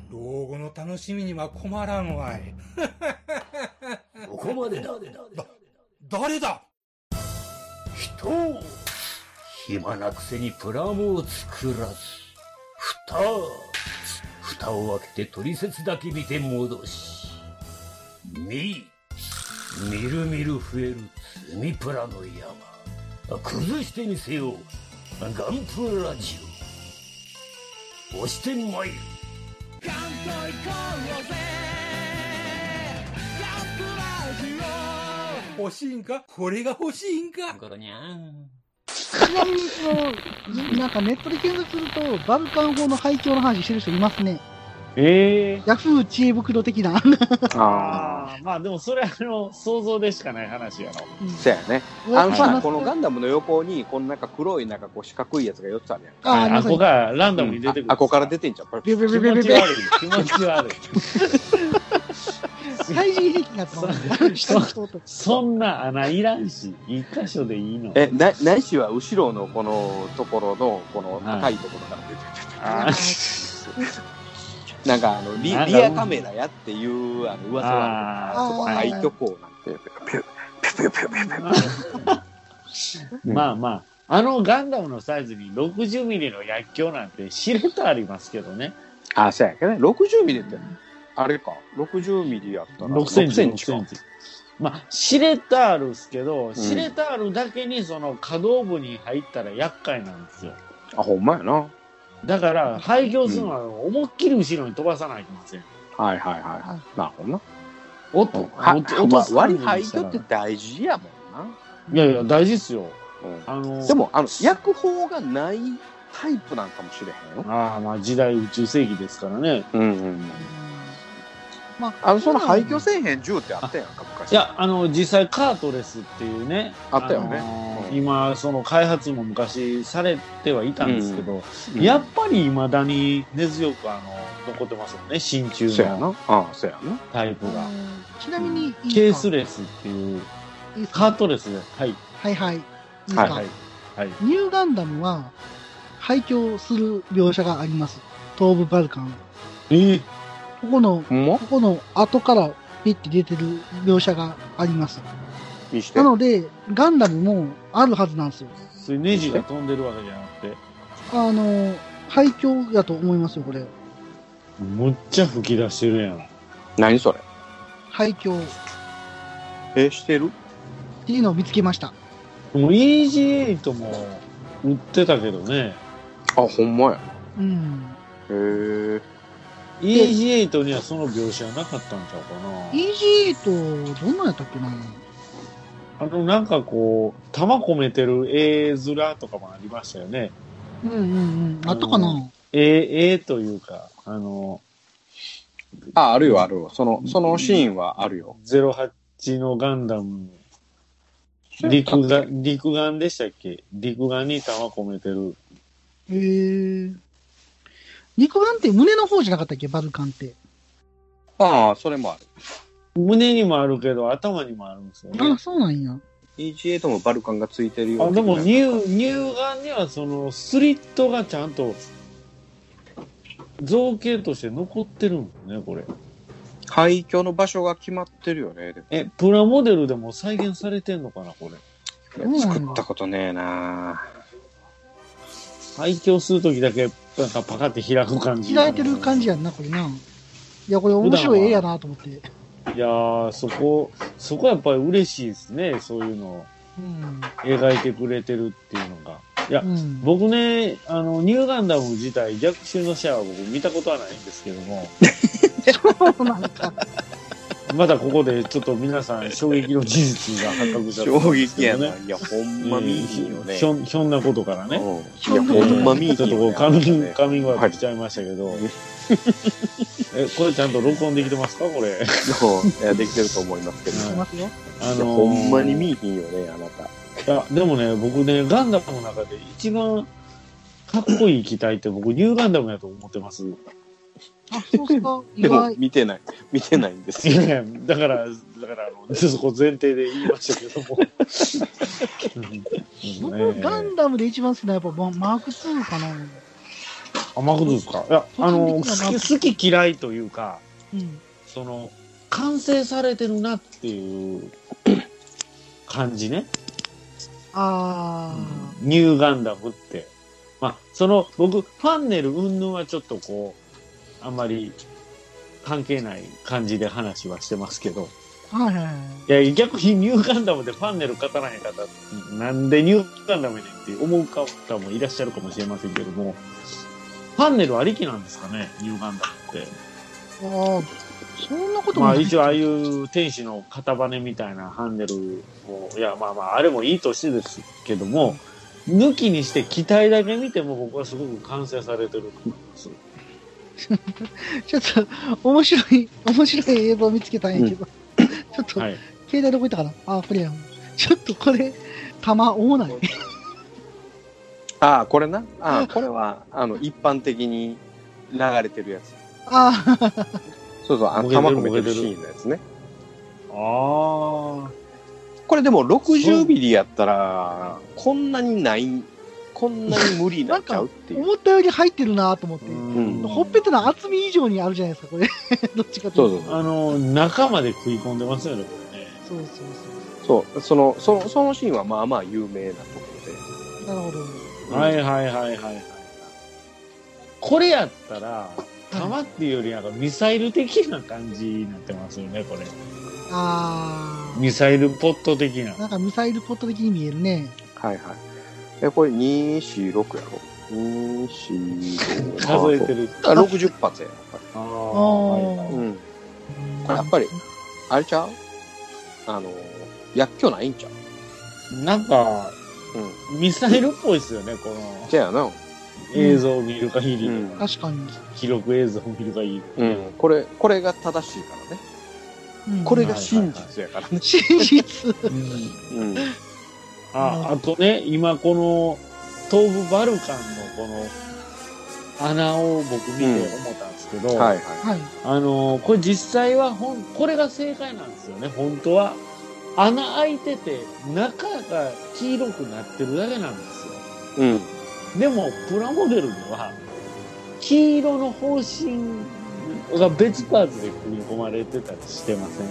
Speaker 4: 老後の楽しみには困らんわい
Speaker 5: ここまでだ
Speaker 4: 誰だ
Speaker 5: 人を暇なくせにプラモを作らず蓋蓋を開けて取説だけ見て戻し見みるみる増える積みプラの山崩してみせようガンプラジオ押してまいる
Speaker 4: 欲しいんかこれが欲しいんか
Speaker 2: じ。ちなみに、その、なんかネットで検索すると、バルカン法の廃墟の話してる人いますね。
Speaker 3: ええー。
Speaker 2: ヤフー知恵袋的な。
Speaker 1: ああ
Speaker 3: ああ、まあでもそれはあの、想像でしかない話やろ。
Speaker 1: そうやねあの
Speaker 2: は
Speaker 1: さ
Speaker 2: い
Speaker 1: このガンダムの横にこのなんか黒いなんかこう四角いやつが4つあるやん
Speaker 2: あーあり
Speaker 3: あ
Speaker 2: ま
Speaker 3: こ
Speaker 2: す
Speaker 3: がランダムに出てくる。
Speaker 1: あここから出てんじゃんこれ
Speaker 2: ビュビュ
Speaker 3: 気
Speaker 2: ビュ
Speaker 3: 持
Speaker 2: ビュ
Speaker 3: ち
Speaker 2: ビュ
Speaker 3: 悪い、気持ち悪い。
Speaker 2: 対人兵器だと思う。人と。
Speaker 3: そんな穴いらんし、一箇所でいいの。
Speaker 1: えなないしは後ろのこのところのこの高いところから出て
Speaker 3: あ
Speaker 1: るなんかあのリ
Speaker 3: なんか
Speaker 1: リアカメラやっていうあの噂がある
Speaker 3: あ
Speaker 1: あそこ
Speaker 2: あー
Speaker 1: 廃墟港なんてピュピュピュピュピュピュ
Speaker 3: ー、まあまあ、あのガンダムのサイズに60ミリの薬莢なんてしれっとありますけどね。
Speaker 1: あそうやけどね60ミリってあれか60ミリやったら
Speaker 3: 6センチ、
Speaker 1: 6
Speaker 3: 6センチ。まあ、しれっとあるですけど、
Speaker 1: ん
Speaker 3: しれっとあるだけにその可動部に入ったら厄介なんですよ。
Speaker 1: あほんまやな
Speaker 3: だから、廃業するのは思いっきり後ろに飛ばさないといけません。
Speaker 1: はいはいはいはい。なるほどな。
Speaker 3: おっと、
Speaker 1: は
Speaker 3: おっと、おっと
Speaker 1: まあ割り配慮って大事やもん
Speaker 3: いやいや、大事っすよ。
Speaker 1: な。
Speaker 3: あの、
Speaker 1: でも、あの、薬法がないタイプなんかもしれへんよ。
Speaker 3: ああ、まあ時代宇宙世紀ですからね。
Speaker 1: うんうん。
Speaker 2: まあ、
Speaker 1: あの、その廃墟せえへん銃ってあったやんか、昔。
Speaker 3: いや、あの、実際カートレスっていうね。
Speaker 1: あったよね
Speaker 3: あの
Speaker 1: うん
Speaker 3: 今、その開発も昔されてはいたんですけど、
Speaker 1: うん、
Speaker 3: やっぱり未だに根強くあの、残ってますよね。真鍮
Speaker 1: そうや
Speaker 3: の
Speaker 1: な。ああ、そうやな。
Speaker 3: タイプが。
Speaker 2: ちなみにいいか、
Speaker 3: ケースレスっていう、
Speaker 2: いいですか
Speaker 3: カートレスで、はい、
Speaker 2: はいはい。いいですか
Speaker 1: は
Speaker 3: はい、はい。
Speaker 2: ニューガンダムは、廃墟する描写があります。東部バルカン。
Speaker 3: えー、
Speaker 2: ここの、
Speaker 1: ほんま
Speaker 2: ここの後からピッて出てる描写があります。
Speaker 1: 見して
Speaker 2: な。ので、ガンダムもあるはずなんですよ。
Speaker 3: それネジが飛んでるわけじゃなくて、
Speaker 2: あの、廃墟だと思いますよ、これ。
Speaker 3: むっちゃ吹き出してるやん。
Speaker 1: 何それ
Speaker 2: 廃墟っ
Speaker 1: え、してる
Speaker 2: ていうのを見つけました。
Speaker 3: もう EG8 も売ってたけどね、
Speaker 1: あ、ほんまや。
Speaker 2: うん。
Speaker 1: へえ。
Speaker 3: EG8 にはその描写はなかったんちゃうかな。
Speaker 2: EG と、どんなんやったっけな
Speaker 3: あの、なんかこう、玉込めてる絵面とかもありましたよね。
Speaker 2: うんうんうん。あったかな
Speaker 3: 絵、絵というか、あの、
Speaker 1: あ、あるよ、あるよ。その、そのシーンはあるよ。
Speaker 3: 08のガンダム、陸が、陸眼でしたっけ陸眼に玉込めてる。
Speaker 2: へえ。肉眼って胸の方じゃなかったっけバルカンって。
Speaker 1: ああ、それもある。
Speaker 3: 胸にもあるけど、頭にもあるんですよね。
Speaker 2: あ、そうなんや。
Speaker 1: EGA ともバルカンがついてるよ。
Speaker 3: あでも乳乳がんにはそのスリットがちゃんと造形として残ってるんだねこれ
Speaker 1: 廃墟の場所が決まってるよね。でも
Speaker 3: えプラモデルでも再現されてんのかなこれ
Speaker 2: そうなんだ
Speaker 1: 作ったことねえな
Speaker 3: 廃墟するときだけなんかパカって開く感じ
Speaker 2: 開いてる感じやんな、これな。いや、これ面白い絵やなと思って。
Speaker 3: いやーそこそこはやっぱり嬉しいですねそういうのを
Speaker 2: うん。
Speaker 3: 描いてくれてるっていうのがいや
Speaker 2: うん。
Speaker 3: 僕ね、あの、ニューガンダム自体、逆襲のシェアは僕見たことはないんですけども、
Speaker 2: そう なんか。
Speaker 3: まだここでちょっと皆さん衝撃の事実が発覚したと思
Speaker 1: 衝
Speaker 3: うんです
Speaker 1: 撃
Speaker 3: けど
Speaker 1: や
Speaker 3: ね
Speaker 1: な。いや、ほんま見えへんよね。
Speaker 3: ひょんひょんなことからね。
Speaker 1: うんいや、ほんま見えへん
Speaker 3: ちょっとこ
Speaker 1: よ
Speaker 3: う
Speaker 1: ね。
Speaker 3: カミング、
Speaker 1: ね
Speaker 3: カミングアウトしちゃいました けど。
Speaker 1: い
Speaker 3: え、これちゃんと録音できてますかこれ。
Speaker 1: そういや、できてると思いますけど。
Speaker 2: しますよ。
Speaker 3: あ
Speaker 1: いや、ほんまに見えへんよね、あなた。
Speaker 3: いや、でもね、僕ね、ガンダムの中で一番かっこいい機体って僕、ニューガンダムやと思ってます。い
Speaker 2: あ、そうっすか。意
Speaker 1: でも
Speaker 2: 外、。
Speaker 1: 見てない。見てないんですよ。
Speaker 3: やいや、だから、だから、あの、ちょっとこう前提で言いましたけども。うんうん
Speaker 2: 僕、
Speaker 3: ね
Speaker 2: ガンダムで一番好きなのはやっぱママーク2かな。う
Speaker 3: 甘くですかいや、あの、
Speaker 2: 個人的な
Speaker 3: 好き、好き嫌いというか、
Speaker 2: ん。
Speaker 3: その完成されてるなっていう感じね
Speaker 2: あ
Speaker 3: ニューガンダムってまあその僕ファンネル云々はちょっとこうあんまり関係ない感じで話はしてますけど
Speaker 2: ー。はいはいはい。
Speaker 3: いや逆にニューガンダムでファンネル勝たない方なんでニューガンダムやねんって思う方もいらっしゃるかもしれませんけどもファンネルありきなんですかねニューガンダムって。
Speaker 2: ああ、そんなことも
Speaker 3: まあ
Speaker 2: ない。
Speaker 3: 一応ああいう天使の片羽みたいなハンデルも、いやまあまああれもいい年ですけども、抜きにして機体だけ見ても僕はすごく完成されてると思うんですよ
Speaker 2: ちょっと、面白い、面白い映像見つけたんやけど。ちょっと、
Speaker 3: はい。
Speaker 2: 携帯どこ行ったかなあ、これやん。ちょっとこれ、弾多ない。
Speaker 1: ああ、これな。ああ、これは、あの、一般的に流れてるやつ。
Speaker 2: ああ、
Speaker 1: そうそう、あの、
Speaker 3: ボケ
Speaker 1: 玉
Speaker 3: てる
Speaker 1: 込めてる
Speaker 3: ボケ
Speaker 1: シ
Speaker 3: てる
Speaker 1: ーンのやつね。
Speaker 3: ああ。
Speaker 1: これでも60ミリやったら、こんなにない、こんなに無理になっちゃうっていう。
Speaker 2: 思ったより入ってるなと思って。
Speaker 1: ん
Speaker 2: ほっぺたの厚み以上にあるじゃないですか、これ。 どっちか
Speaker 1: そ
Speaker 2: とい
Speaker 1: うそううそ
Speaker 3: あ
Speaker 1: う。
Speaker 3: の、中まで食い込んでますよね、これね。
Speaker 2: と。そうそうそ
Speaker 1: そう、その、その、そのシーンはまあまあ有名なとこ
Speaker 2: う。なるほど。
Speaker 1: ろで。
Speaker 3: はいはいはいはいはい。これやったら、弾っていうよりなんかミサイル的な感じになってますよね、これ。
Speaker 2: あ
Speaker 3: ミサイルポット的な
Speaker 2: あ、。なんかミサイルポット的に見えるね。
Speaker 1: はいはい。え、これ246やろ ?246。
Speaker 3: 数えてる。
Speaker 1: あ。60発や。やっぱり
Speaker 3: ああ
Speaker 2: あー
Speaker 1: うん。これやっぱり、あれちゃうあの、薬莢ないんちゃう
Speaker 3: なんか、
Speaker 1: うん。
Speaker 3: ミサイルっぽいですよね、この
Speaker 1: じゃあな。
Speaker 3: 映像を見る限り、
Speaker 1: うん
Speaker 2: 確かに。
Speaker 3: 記録映像を見る限り。
Speaker 1: うん。これ、これが正しいからね。
Speaker 2: うん
Speaker 1: これが真実やからね。
Speaker 2: 真 実。
Speaker 1: うん。
Speaker 3: あ、あとね、今この、東部バルカンのこの、穴を僕見て思ったんですけど、
Speaker 1: はいはい。
Speaker 2: はい。
Speaker 3: あのーこれ実際はほん、これが正解なんですよね、本当は。穴開いてて、中が黄色くなってるだけなんですよ。
Speaker 1: うん。
Speaker 3: でも、プラモデルには、黄色の方針が別パーツで組み込まれてたりしてません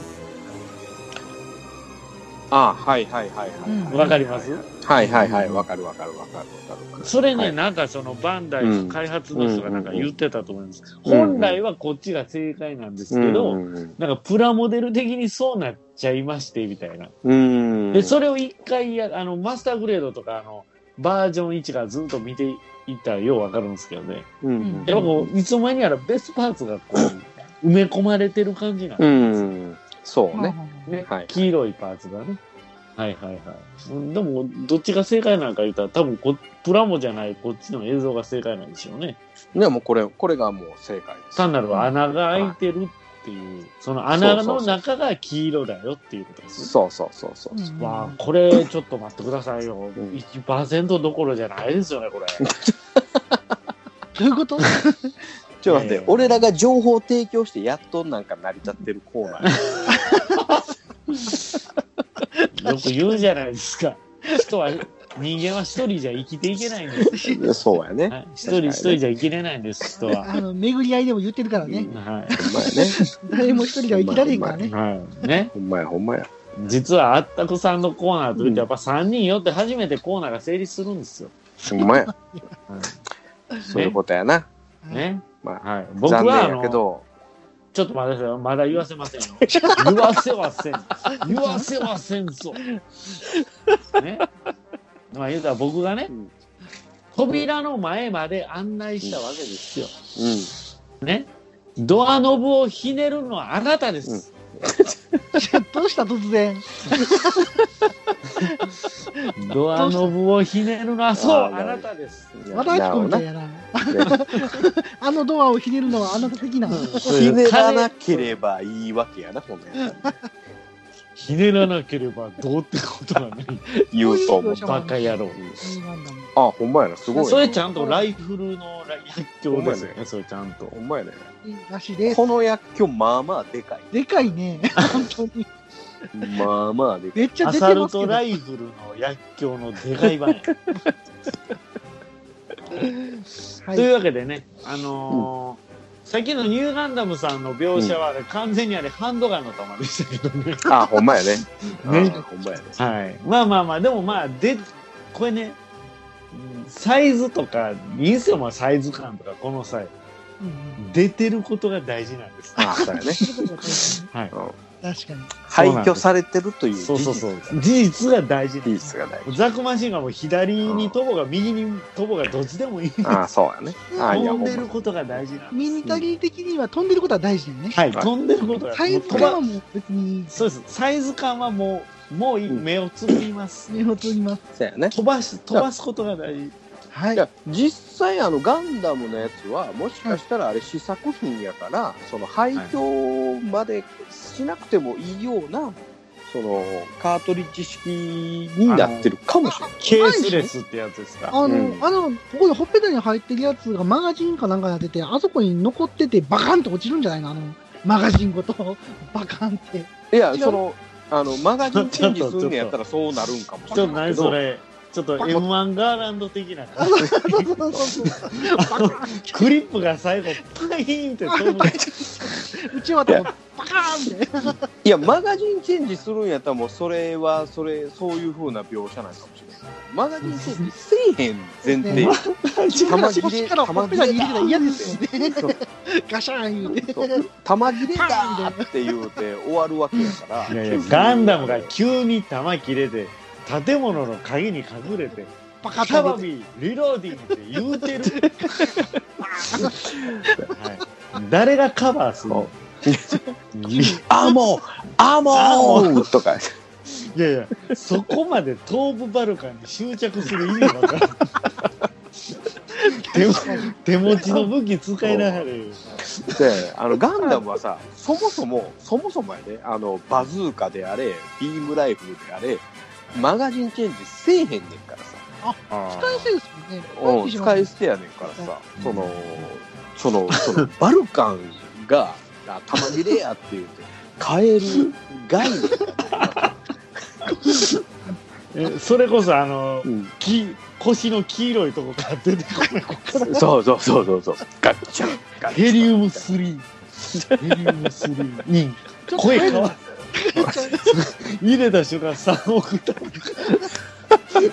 Speaker 1: ああ、はいはいはいはい。
Speaker 3: わかります
Speaker 1: はいはいはい。わかるわかるわかるわかるわかる。
Speaker 3: それね、
Speaker 1: はい
Speaker 3: なんかそのバンダイ
Speaker 1: う
Speaker 3: の
Speaker 1: ん
Speaker 3: 開発の人がなんか言ってたと思います。
Speaker 1: うんうんうん
Speaker 3: 本来はこっちが正解なんですけど、
Speaker 1: うんうん
Speaker 3: なんかプラモデル的にそうなっちゃいまして、みたいな。
Speaker 1: うん。
Speaker 3: で、それを一回や、あの、マスターグレードとか、あの、バージョン1からずっと見ていったらようわかるんですけどね。
Speaker 1: うん。
Speaker 3: やっぱこう、いつの間にやらベストパーツがこう、埋め込まれてる感じなん
Speaker 1: う
Speaker 3: で
Speaker 1: ん。そうね。
Speaker 3: すね。
Speaker 1: はい
Speaker 3: 黄色いパーツがね。はいはいはいうん。でも、どっちが正解なのか言ったら、多分こ、プラモじゃないこっちの映像が正解なんでしょうね。
Speaker 1: でもこれ、これがもう正解です。
Speaker 3: 単なる穴が開いてるっていう、その穴の中が黄色だよっていうことですね。
Speaker 1: そうそうそうそう。
Speaker 2: うん
Speaker 3: わあ、これちょっと待ってくださいよ。
Speaker 1: ん
Speaker 3: 1%どころじゃないですよね、こ れ。
Speaker 2: どういうこと
Speaker 1: ちょっと待っ
Speaker 3: え
Speaker 1: て
Speaker 3: え、
Speaker 1: 俺らが情報提供してやっとなんか成り立ってるコーナー。
Speaker 3: よく言うじゃないですか。人は、人間は一人じゃ生きていけないんです。
Speaker 1: そうやね。
Speaker 3: はい一人一人じゃ生きれないんです、人は。
Speaker 2: あの、巡り合いでも言ってるからね。
Speaker 3: は
Speaker 1: ほんまやね。
Speaker 2: 誰も一人では生きられへんから
Speaker 3: い。
Speaker 2: ね。
Speaker 3: はい。ね。
Speaker 1: ほんまやほんま や。
Speaker 3: 実はあったくさんのコーナーというと、やっぱ3人よって初めてコーナーが成立するんですよ。
Speaker 1: ほんまや。そういうことやな。
Speaker 3: ね。
Speaker 1: まあ
Speaker 3: はい。僕
Speaker 1: 残念
Speaker 3: は、あ
Speaker 1: やけ
Speaker 3: の、
Speaker 1: ど。
Speaker 3: ちょっと待ってください。まだ言わせませんよ。言わせはせん。言わせはせんぞ。ね。まあ言うたら僕がね
Speaker 1: うん、
Speaker 3: 扉の前まで案内したわけですよ。
Speaker 1: うん。
Speaker 3: ね。ドアノブをひねるのはあなたです。
Speaker 2: どうした突然。
Speaker 3: ドアノブをひねるのは、そう、
Speaker 1: あ
Speaker 3: あ
Speaker 1: ーなる
Speaker 3: な
Speaker 1: ほど
Speaker 3: たです。
Speaker 2: またアキコみたい
Speaker 1: い
Speaker 2: やな。
Speaker 1: やな
Speaker 2: あのドアをひねるのはあなた的な。
Speaker 1: ひねらなければいいわけやな、ほんまや。
Speaker 3: ひねらなければどうってことはない。
Speaker 1: 言うと思う。
Speaker 3: バカ野郎。
Speaker 2: 映画なんだもん
Speaker 1: あ、ほんまやな。すごい
Speaker 3: そ
Speaker 1: な。
Speaker 3: れちゃんとライフルの薬莢ですよね、それちゃんと
Speaker 1: ほ。んまやね。
Speaker 2: いいらしいです。
Speaker 1: この薬莢、まあまあでかい。
Speaker 2: でかいね。本当に。
Speaker 1: まあまあでかい。
Speaker 2: めっちゃ
Speaker 3: ア
Speaker 2: 出
Speaker 3: サ
Speaker 2: て
Speaker 3: ル
Speaker 2: ますけ
Speaker 3: ト
Speaker 2: ど
Speaker 3: ラ。イフルの薬莢のでかい版や。
Speaker 2: は
Speaker 3: という
Speaker 2: い。
Speaker 3: わけでね、あのーさっきのニューガンダムさんの描写は、ね完全にあれハンドガンの弾でしたけどね。
Speaker 1: あ、ほんまやね。
Speaker 3: ね
Speaker 1: あほんまやね。
Speaker 3: はい。まあまあまあ、でもまあ、で、これね、うんサイズとか、いいんすよ、まあサイズ感とか、この際。
Speaker 2: うんうん
Speaker 3: 出てることが大事なんです。
Speaker 1: あ、そうやね。
Speaker 3: はい。
Speaker 2: 確かに。
Speaker 1: 廃墟されてるという
Speaker 3: そうそうそう
Speaker 1: 事。
Speaker 3: 事実が大事なん
Speaker 1: 実
Speaker 3: です。
Speaker 1: が大事。
Speaker 3: ザクマシンがもう左にトボが右にトボがどっちでもいいんです。
Speaker 1: あ、そうやね。あ、いや、
Speaker 3: 飛
Speaker 1: ほん
Speaker 3: ん
Speaker 1: ま
Speaker 3: でることが大事なんで
Speaker 2: ミニタリー的には飛んでることは大事だよね
Speaker 3: す。。はい。
Speaker 1: はい
Speaker 3: 飛んでることが
Speaker 2: サイズ
Speaker 3: もう飛
Speaker 2: 感
Speaker 3: ば
Speaker 2: はもう別に
Speaker 3: そうです。サイズ感はもう、もういい。目をつぶります。
Speaker 2: 目を通ります。
Speaker 1: そうやね。
Speaker 3: 飛ばし、飛ばすことが大事。
Speaker 2: はいい。
Speaker 1: や実際あのガンダムのやつはもしかしたらあれ試作品やからその廃墟までしなくてもいいようなそのカートリッジ式になってるかもしれない。
Speaker 3: ケースレスってやつですか。
Speaker 2: あの、
Speaker 1: うん
Speaker 2: あの、ここでほっぺたに入ってるやつがマガジンかなんかになってて、あそこに残っててバカンと落ちるんじゃないのあの、マガジンごと。 バカン って。
Speaker 1: いや
Speaker 2: 違う
Speaker 1: そのあのマガジンチェンジするんやったらそうなるんかもし
Speaker 3: ちょっと
Speaker 1: れないけ
Speaker 3: 何
Speaker 1: ど
Speaker 3: そ。れ、ちょっと M1 ガーランド的な
Speaker 2: あ
Speaker 3: 感じ。
Speaker 2: そうそうそうそうそう。バカン
Speaker 3: クリップが最後、パイーンって飛ぶ。
Speaker 2: うちわとバカンって。
Speaker 1: いやマガジンチェンジするんやったらもうそれはそれそういう風な描写なんかもしれない。マガジンチェンジせえへん前提。
Speaker 2: 力少しからほっぺたに入れたら嫌ですよね。
Speaker 1: そう
Speaker 2: ガシャン言うて。
Speaker 1: そう玉切れだーって言うて終わるわけやから
Speaker 3: いやいやガンダムが急に弾切れて建物の鍵に隠れて
Speaker 2: バ
Speaker 3: 「
Speaker 2: カ
Speaker 3: カタ
Speaker 2: タバ
Speaker 3: バビーリローディング」って 言うてる、はい、誰がカバーするのい
Speaker 1: アモアモーとか。
Speaker 3: やいや、そこまで東部バルカンに執着する意味わから ん。手も手持ちの武器使いながらよ。
Speaker 1: で、あの、ガンダムはさ、そもそも、そもそもやね、あの、バズーカであれ、ビームライフルであれ、マガジンチェンジせえへんねんからさ。
Speaker 2: 使い捨てですもんね。
Speaker 1: うん、使い
Speaker 2: て。
Speaker 1: 捨てやねんからさ、
Speaker 3: うん
Speaker 1: その、その、その、バルカンが、あ玉切れやって言うて、買える概念
Speaker 3: えそれこそあの、
Speaker 1: うん
Speaker 3: き腰の黄色いとこから出てこないこっから
Speaker 1: そうそうそうそうそう。ガッチャン。ガッチャン
Speaker 3: ヘリウム3ヘリウム3に声変わ入れた瞬間3億単位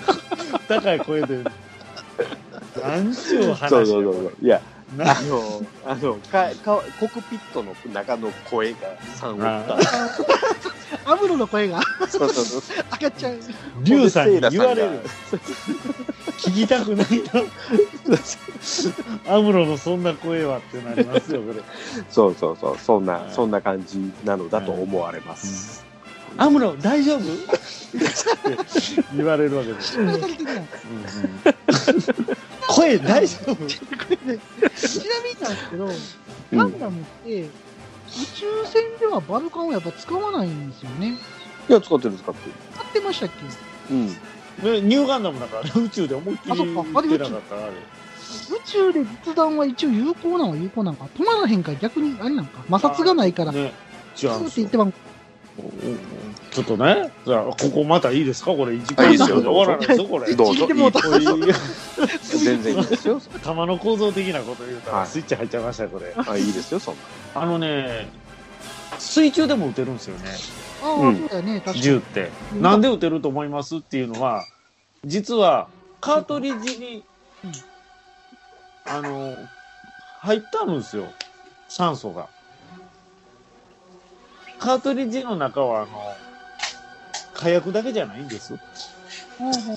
Speaker 3: 高い声で何ちゅう話
Speaker 1: そうそうそうそう。いや、
Speaker 3: な
Speaker 1: あの、あの、か、か、コックピットの中の声が三億単
Speaker 2: アムロの声が
Speaker 1: 位。そうそうそう。
Speaker 2: 上がっちゃう。
Speaker 3: リュウさんに言われ
Speaker 1: オ デ
Speaker 3: る聞きたくないなアムロのそんな声はってなりますよこれ
Speaker 1: そうそうそう。そんな、
Speaker 3: うん
Speaker 1: そんな感じなのだと思われます。
Speaker 3: アムロ大丈夫って言われるわけですよ、
Speaker 2: ち
Speaker 3: 声大丈夫
Speaker 2: なみになんですけど、
Speaker 1: うん
Speaker 2: ガンダムって、宇宙船ではバルカンをやっぱ使わないんですよね。
Speaker 1: いや、使ってる使ってる。
Speaker 2: 使ってましたっけ
Speaker 1: うん。
Speaker 3: ねニューガンダムなんかあれ宇宙で思いっきり
Speaker 2: あそっか
Speaker 3: 行ってなかったあれ
Speaker 2: 宇宙で実弾は一応有効なのは有効なんか。止まらへんから逆にあれなんか。摩擦がないから。
Speaker 3: ねじゃあ
Speaker 2: そうって言ってま
Speaker 3: ちょっとねじゃあここまたいいですかこれ一時
Speaker 1: あ
Speaker 3: 間
Speaker 1: いいですよ
Speaker 3: で終わらないぞこれ
Speaker 1: どう
Speaker 2: 聞
Speaker 1: ぞ。
Speaker 2: いてもうた
Speaker 1: いいいい全然いいです よ。
Speaker 3: 弾の構造的なこと言うた
Speaker 1: は
Speaker 3: ら
Speaker 1: い
Speaker 3: スイッチ入っちゃいましたよこれ
Speaker 1: あ、いいですよ、そんな。
Speaker 3: あのね水中でも撃てるんですよね
Speaker 2: ああ、
Speaker 1: うん
Speaker 2: そうだよね。確かに。
Speaker 3: 銃って
Speaker 2: うん
Speaker 3: なんで撃てると思いますっていうのは実はカートリッジに
Speaker 2: うん
Speaker 3: あの入ったんですよ酸素がカートリッジの中はあの火薬だけじゃないんです
Speaker 2: ほうほうほ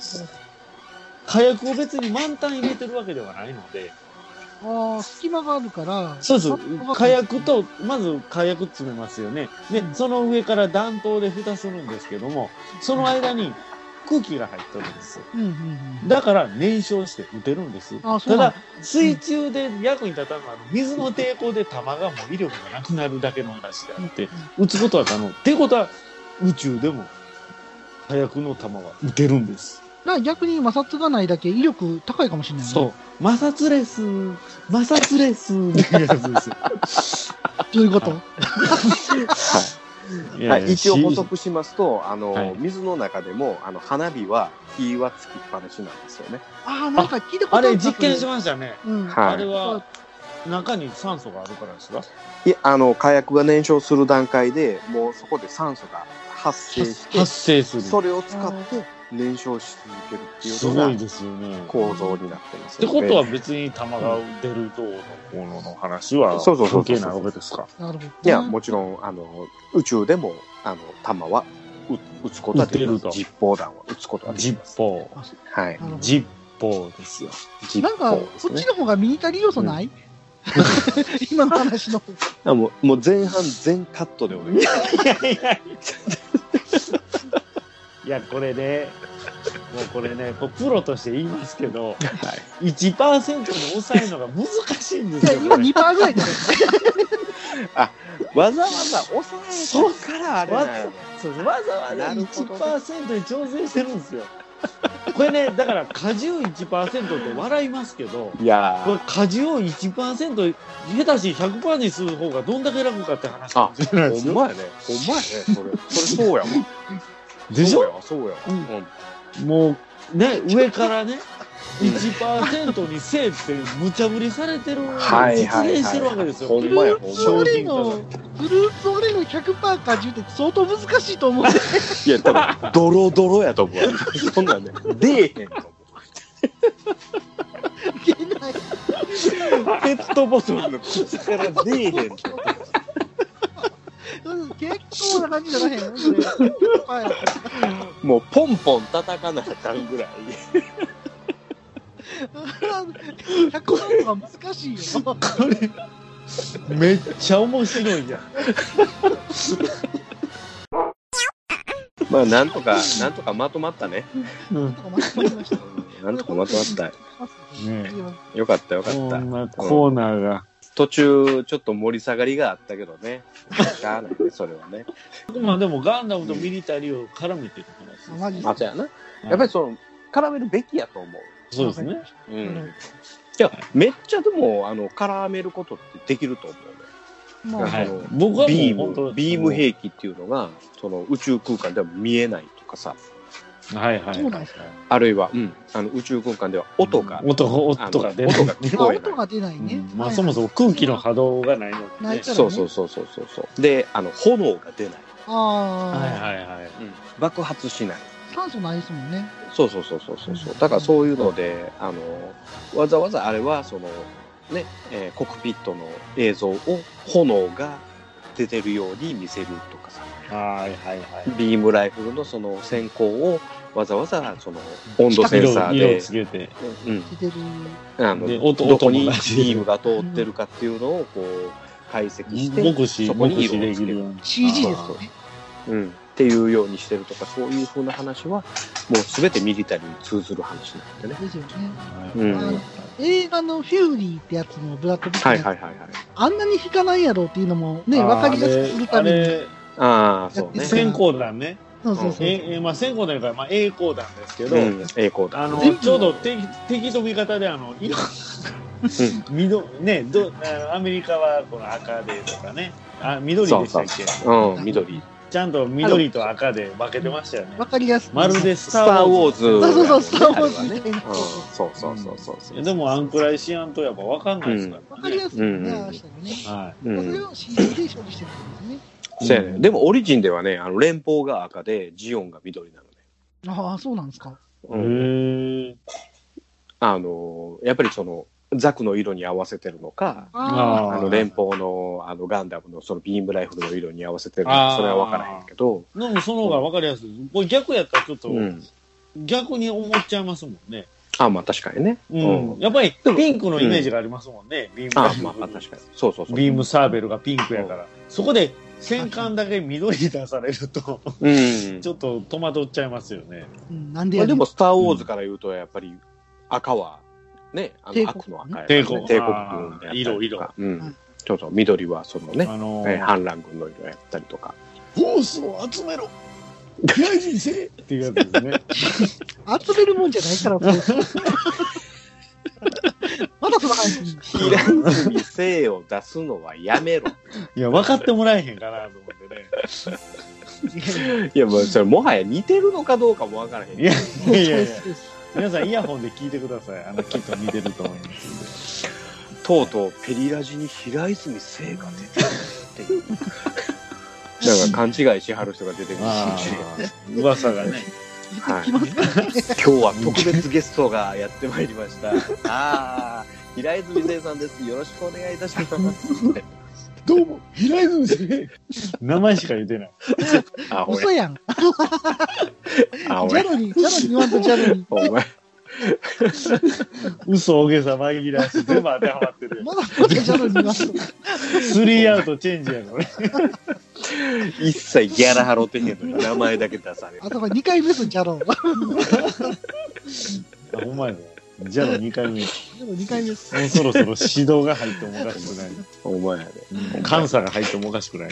Speaker 3: 火薬を別に満タン入れてるわけではないので
Speaker 2: うああ、隙間があるから。
Speaker 3: そうです
Speaker 2: あ
Speaker 3: 火薬。とまず火薬詰めますよねでその上から弾頭で蓋するんですけどもその間に空気が入ってるんです
Speaker 2: うんうんうん。
Speaker 3: だから燃焼して撃てるんです。
Speaker 2: あそ
Speaker 3: た
Speaker 2: うなん
Speaker 3: だ、水中で役に立たんのは、水の抵抗で弾がもう威力がなくなるだけの話であって、撃つことは可能。ってことは、宇宙でも、火薬の弾は撃てるんです。
Speaker 2: だから逆に摩擦がないだけ威力高いかもしれない、ね。
Speaker 3: そう。摩擦レス、摩擦レス、っていうやつですよ。
Speaker 2: どういうこと
Speaker 3: いや
Speaker 1: は
Speaker 3: いや
Speaker 1: い、一応補。
Speaker 3: し
Speaker 1: 足しますと、あの、
Speaker 3: はい
Speaker 1: 水の中でも、あの、花火は、火はつきっぱなしなんですよね。
Speaker 2: ああ、なんか聞いたこと
Speaker 3: あ
Speaker 2: る
Speaker 3: れ、実験しましたね。
Speaker 2: うん。
Speaker 1: はい
Speaker 3: あれは、中に酸素があるからですか
Speaker 1: いや、あの、火薬が燃焼する段階で、もうそこで酸素が発生して、
Speaker 3: 発生する。
Speaker 1: それを使って燃焼し続けるってい
Speaker 3: す
Speaker 1: う
Speaker 3: ご
Speaker 1: の
Speaker 3: い
Speaker 1: が
Speaker 3: ですよね。
Speaker 1: 構造になってま
Speaker 3: っ
Speaker 1: す
Speaker 3: て
Speaker 1: ので。
Speaker 3: ことは別に玉が出るどうのこうのの話は
Speaker 1: そうそうそう
Speaker 3: 関
Speaker 1: そ
Speaker 3: 係
Speaker 1: う
Speaker 3: ないわけですか。
Speaker 2: なるほど。
Speaker 1: いや、もちろん、あの、宇宙でも、あの、弾は撃撃つことはできま
Speaker 3: 撃て
Speaker 1: す。
Speaker 3: ると
Speaker 1: 実砲弾は撃つことはでき
Speaker 3: 実
Speaker 1: ます。
Speaker 3: 砲。
Speaker 1: は
Speaker 2: な
Speaker 1: い。
Speaker 2: るほど
Speaker 3: 実砲 ですよ。
Speaker 1: 実
Speaker 2: なんか、
Speaker 1: 砲
Speaker 2: こ
Speaker 1: です
Speaker 2: っ
Speaker 1: ね
Speaker 2: ち。の方がミニタリー要素ない、今の話の。
Speaker 1: あもう、もう前半全カットでお願いします。
Speaker 3: いやいやいや。これね、もうこれね、こうプロとして言いますけど、
Speaker 1: はい。
Speaker 3: 1%に抑えるのが難しいんで
Speaker 2: いや、
Speaker 3: すよ。
Speaker 2: 今
Speaker 3: これ
Speaker 2: 2%ぐらいだよね。
Speaker 1: わざわざ抑えてからあれ
Speaker 3: わ
Speaker 1: なの
Speaker 3: そうわざわざ
Speaker 1: なるほど
Speaker 3: 1%に調整してるんですよ。 これね、だから果汁1%って笑いますけど、
Speaker 1: いや
Speaker 3: これ
Speaker 1: ー
Speaker 3: 果汁を1%下手し100%にする方がどんだけ楽かって話かもしれないで
Speaker 1: ほ
Speaker 3: す
Speaker 1: ん
Speaker 3: よ
Speaker 1: まやねほんまやねそれそれそうやわ
Speaker 3: でしょ
Speaker 1: そうやわそううんやわ
Speaker 3: もうね上から ね1%にせえって無茶ぶりされてる
Speaker 1: はい
Speaker 3: 実
Speaker 1: はいはい
Speaker 3: 現してるわけですよ。
Speaker 1: ほ
Speaker 2: フ
Speaker 1: ん
Speaker 2: ル
Speaker 1: まや
Speaker 2: ー
Speaker 1: ほんま
Speaker 2: ツ
Speaker 1: や
Speaker 2: オレの、フルーツオレの100%か10って相当難しいと思うんで。
Speaker 1: いや多分ドロドロやと思うわそんなんね出えへんと思
Speaker 2: いけない。
Speaker 3: ペットボトル
Speaker 1: う口から出えへんと思う
Speaker 2: うん結構な感じじゃないのそれ100%やっ
Speaker 1: もうポンポン叩かなあかんぐらい
Speaker 2: たら100%は難しいよ。
Speaker 3: これめっちゃ面白いじゃん。
Speaker 1: まあ、なんとか、なんとかまとまったね。
Speaker 3: うん
Speaker 2: お待ちしておりました。
Speaker 1: うんなんとかまとまった。
Speaker 3: ね
Speaker 1: よかった、よかっ
Speaker 3: こ
Speaker 1: た
Speaker 3: ん。なコーナーが。
Speaker 1: 途中、ちょっと盛り下がりがあったけどね。しゃあ ないね、それはね。
Speaker 3: まあでもガンダムとミリタリーを絡めてるからです
Speaker 2: あマジ
Speaker 1: あ、そうやな。やっぱりその、絡めるべきやと思
Speaker 3: そうですね。
Speaker 1: う。うん。
Speaker 2: うん
Speaker 1: いや、めっちゃでも、あの、絡めることってできると思うね。
Speaker 2: まあ、
Speaker 3: はい
Speaker 1: あの
Speaker 3: 僕はもう
Speaker 1: ビ
Speaker 3: 本
Speaker 1: ー
Speaker 3: 当
Speaker 1: ム、ビーム兵器っていうのが、その宇宙空間では見えないとかさ、
Speaker 3: はいはい。
Speaker 2: そうなんですか。
Speaker 1: あるいは、うん、あの宇宙空間では音が、
Speaker 3: 音が、
Speaker 1: あの
Speaker 3: 音が出る
Speaker 1: 音が聞
Speaker 2: あ
Speaker 1: こえない
Speaker 2: 音。が出ないね。
Speaker 3: うんまあそもそも空気の波動がないので、
Speaker 2: ない
Speaker 3: ね
Speaker 2: か。らね
Speaker 1: そうそうそうそうそうそう。で、あの炎が出ない、
Speaker 2: ああ、
Speaker 3: はいはいはい。
Speaker 1: 爆発しない。
Speaker 2: 酸素ないですもんね。
Speaker 1: そうそうそうそうそうそう。だからそういうので、あのわざわざあれはそのね、えーコックピットの映像を炎が出てるように見せるとかさ、
Speaker 3: はいはいはい。
Speaker 1: ビームライフルのその閃光をわざわざその温度センサー
Speaker 3: 色を
Speaker 1: で、
Speaker 3: つけて。
Speaker 1: うん、
Speaker 2: 出てる。
Speaker 1: あの
Speaker 3: で音
Speaker 1: どこに
Speaker 3: 音も
Speaker 1: ビ
Speaker 3: 出してる
Speaker 1: ームが通ってるかっていうのをこう解析して、
Speaker 3: 目視、
Speaker 1: そこ
Speaker 3: 目
Speaker 1: に
Speaker 3: 視
Speaker 1: 色を
Speaker 3: で
Speaker 1: つ
Speaker 3: き
Speaker 1: ける
Speaker 3: るように。
Speaker 2: CG ですよね。
Speaker 1: うん、っていうようにしてるとかそういうふうな話はもう全てミリタリーに通ずる話なんでね。
Speaker 2: ですよね。
Speaker 1: うん
Speaker 2: あの映画のフューリーってやつもブラッドピット、
Speaker 1: はいはいはいはい。
Speaker 2: あんなに引かないやろっていうのもね、わかりやすくするため
Speaker 3: あ
Speaker 2: に。
Speaker 3: れ
Speaker 1: ああそう
Speaker 3: あれ
Speaker 1: ね。
Speaker 3: 閃光弾ね。
Speaker 2: そうそうそう。
Speaker 3: ええまあ閃光弾からまあ栄光弾ですけど、
Speaker 1: うん、栄光だ。
Speaker 3: あの
Speaker 2: 全部
Speaker 3: ちょうど敵敵飛び方であの色緑ねどあのアメリカはこの赤でとかねあ緑でしたっけ
Speaker 1: うん、うん、緑。
Speaker 3: ちゃんと緑と赤で分けてましたよね
Speaker 2: わかりやすく。
Speaker 3: まるでス
Speaker 1: ス
Speaker 3: タ
Speaker 1: タ
Speaker 3: ー・
Speaker 1: ー・
Speaker 3: ウ
Speaker 1: ウ
Speaker 3: ォー
Speaker 1: ォ
Speaker 3: ズ
Speaker 1: ーズ。
Speaker 2: そうそうスターウォーズ
Speaker 1: あれはね
Speaker 2: みたいな
Speaker 1: うんそうそうそうそうそう。
Speaker 3: でもあんくらいしやんとやっぱ分かんないですか
Speaker 2: わ
Speaker 3: ら
Speaker 2: かり
Speaker 3: ね
Speaker 2: やすくね、
Speaker 1: うん
Speaker 2: ああしたよね。
Speaker 3: は
Speaker 1: う
Speaker 2: それ
Speaker 1: ん。
Speaker 2: を CG で処理してるんですね。
Speaker 1: そうやね。でもオリジンではね、あの連邦が赤でジオンが緑なのね。
Speaker 2: ああ、そうなんですか。
Speaker 3: い、
Speaker 1: うん
Speaker 3: へえ
Speaker 1: あのやっぱりそのザクの色に合わせてるのか、
Speaker 2: あ
Speaker 3: あ
Speaker 1: あ
Speaker 3: ー
Speaker 1: の連邦のあのガンダムのそのビームライフルの色に合わせてるの
Speaker 3: あー
Speaker 1: か、それは分からへんけど、
Speaker 3: でもその方が分かりやすいこれ逆やったらちょっと
Speaker 1: うん、
Speaker 3: 逆に思っちゃいますもんね、
Speaker 1: あまあ確かにね、
Speaker 3: うん
Speaker 1: うん
Speaker 3: やっぱり
Speaker 1: でも
Speaker 3: ピンクのイメージがありますもんね、ビーム
Speaker 1: あ
Speaker 3: ライフ
Speaker 1: まあ
Speaker 3: ル
Speaker 1: 確かに、そうそうそう、
Speaker 3: ビームサーベルがピンクやから、そこで戦艦だけ緑出されると、
Speaker 1: うん
Speaker 3: ちょっと戸惑っちゃいますよね。
Speaker 2: うん、なんで
Speaker 1: ま
Speaker 2: や
Speaker 1: あ、
Speaker 2: ね
Speaker 1: で
Speaker 2: ん
Speaker 1: も、スター・ウォーズから言うと、やっぱり赤は、ね、あ
Speaker 2: 帝
Speaker 1: の
Speaker 2: 国
Speaker 1: 悪の赤やから
Speaker 3: 帝
Speaker 1: ね、
Speaker 3: 国
Speaker 1: 帝
Speaker 3: あ
Speaker 1: 国軍
Speaker 3: ー色色、
Speaker 1: う
Speaker 2: うん
Speaker 1: ん、そうそう、緑はそのね、
Speaker 3: あの
Speaker 1: えー反乱軍の色やったりとか、
Speaker 3: フォースを集めろ大事にせえっていうやつですね。
Speaker 2: 集めるもんじゃないから、こ うまだその話に。
Speaker 1: 平泉性を出すのはやめろ。
Speaker 3: いや、分かってもらえへんかなと思ってね。
Speaker 1: いや、もうそれ、もはや似てるのかどうかも分からへん
Speaker 3: いや、いやいやいや
Speaker 2: そうです
Speaker 3: 皆さんイヤホンで聞いてください。あの、きっと似てると思います
Speaker 1: とうとうペリラジに平泉聖が出て るっていう。なんか勘違いしはる人が出てくるか
Speaker 3: ま
Speaker 1: もしれない。
Speaker 3: あ、噂がね。
Speaker 2: 言ってきますから
Speaker 1: 今日は特別ゲストがやってまいりま した。ああ、平泉聖さんです。よろしくお願いいたします。
Speaker 3: どうも、平泉先生。名前しか言ってない。
Speaker 1: あ、ほ
Speaker 2: 嘘
Speaker 1: や。
Speaker 2: やん。ジ
Speaker 1: あ、ほ
Speaker 2: ャ
Speaker 1: や。
Speaker 2: ロに、ジャロに言わんとジャロに。
Speaker 1: お前、
Speaker 3: 嘘、大げさ、紛らわし、全部当てはまってるよ。
Speaker 2: まだまだジャロに言わんと。
Speaker 3: スリーアウトチェンジやからね。
Speaker 1: 一切ギャラ払ってへんのに名前だけ出される
Speaker 2: あ。とは2回目です、ジャロ。ジ
Speaker 3: あ、ほんまやね。じゃあ2回目。も
Speaker 2: ャロ2回目で す。
Speaker 3: うそろそろ指導が入ってもおかしくない。
Speaker 1: お前やで。
Speaker 3: 監査が入ってもおかしくない。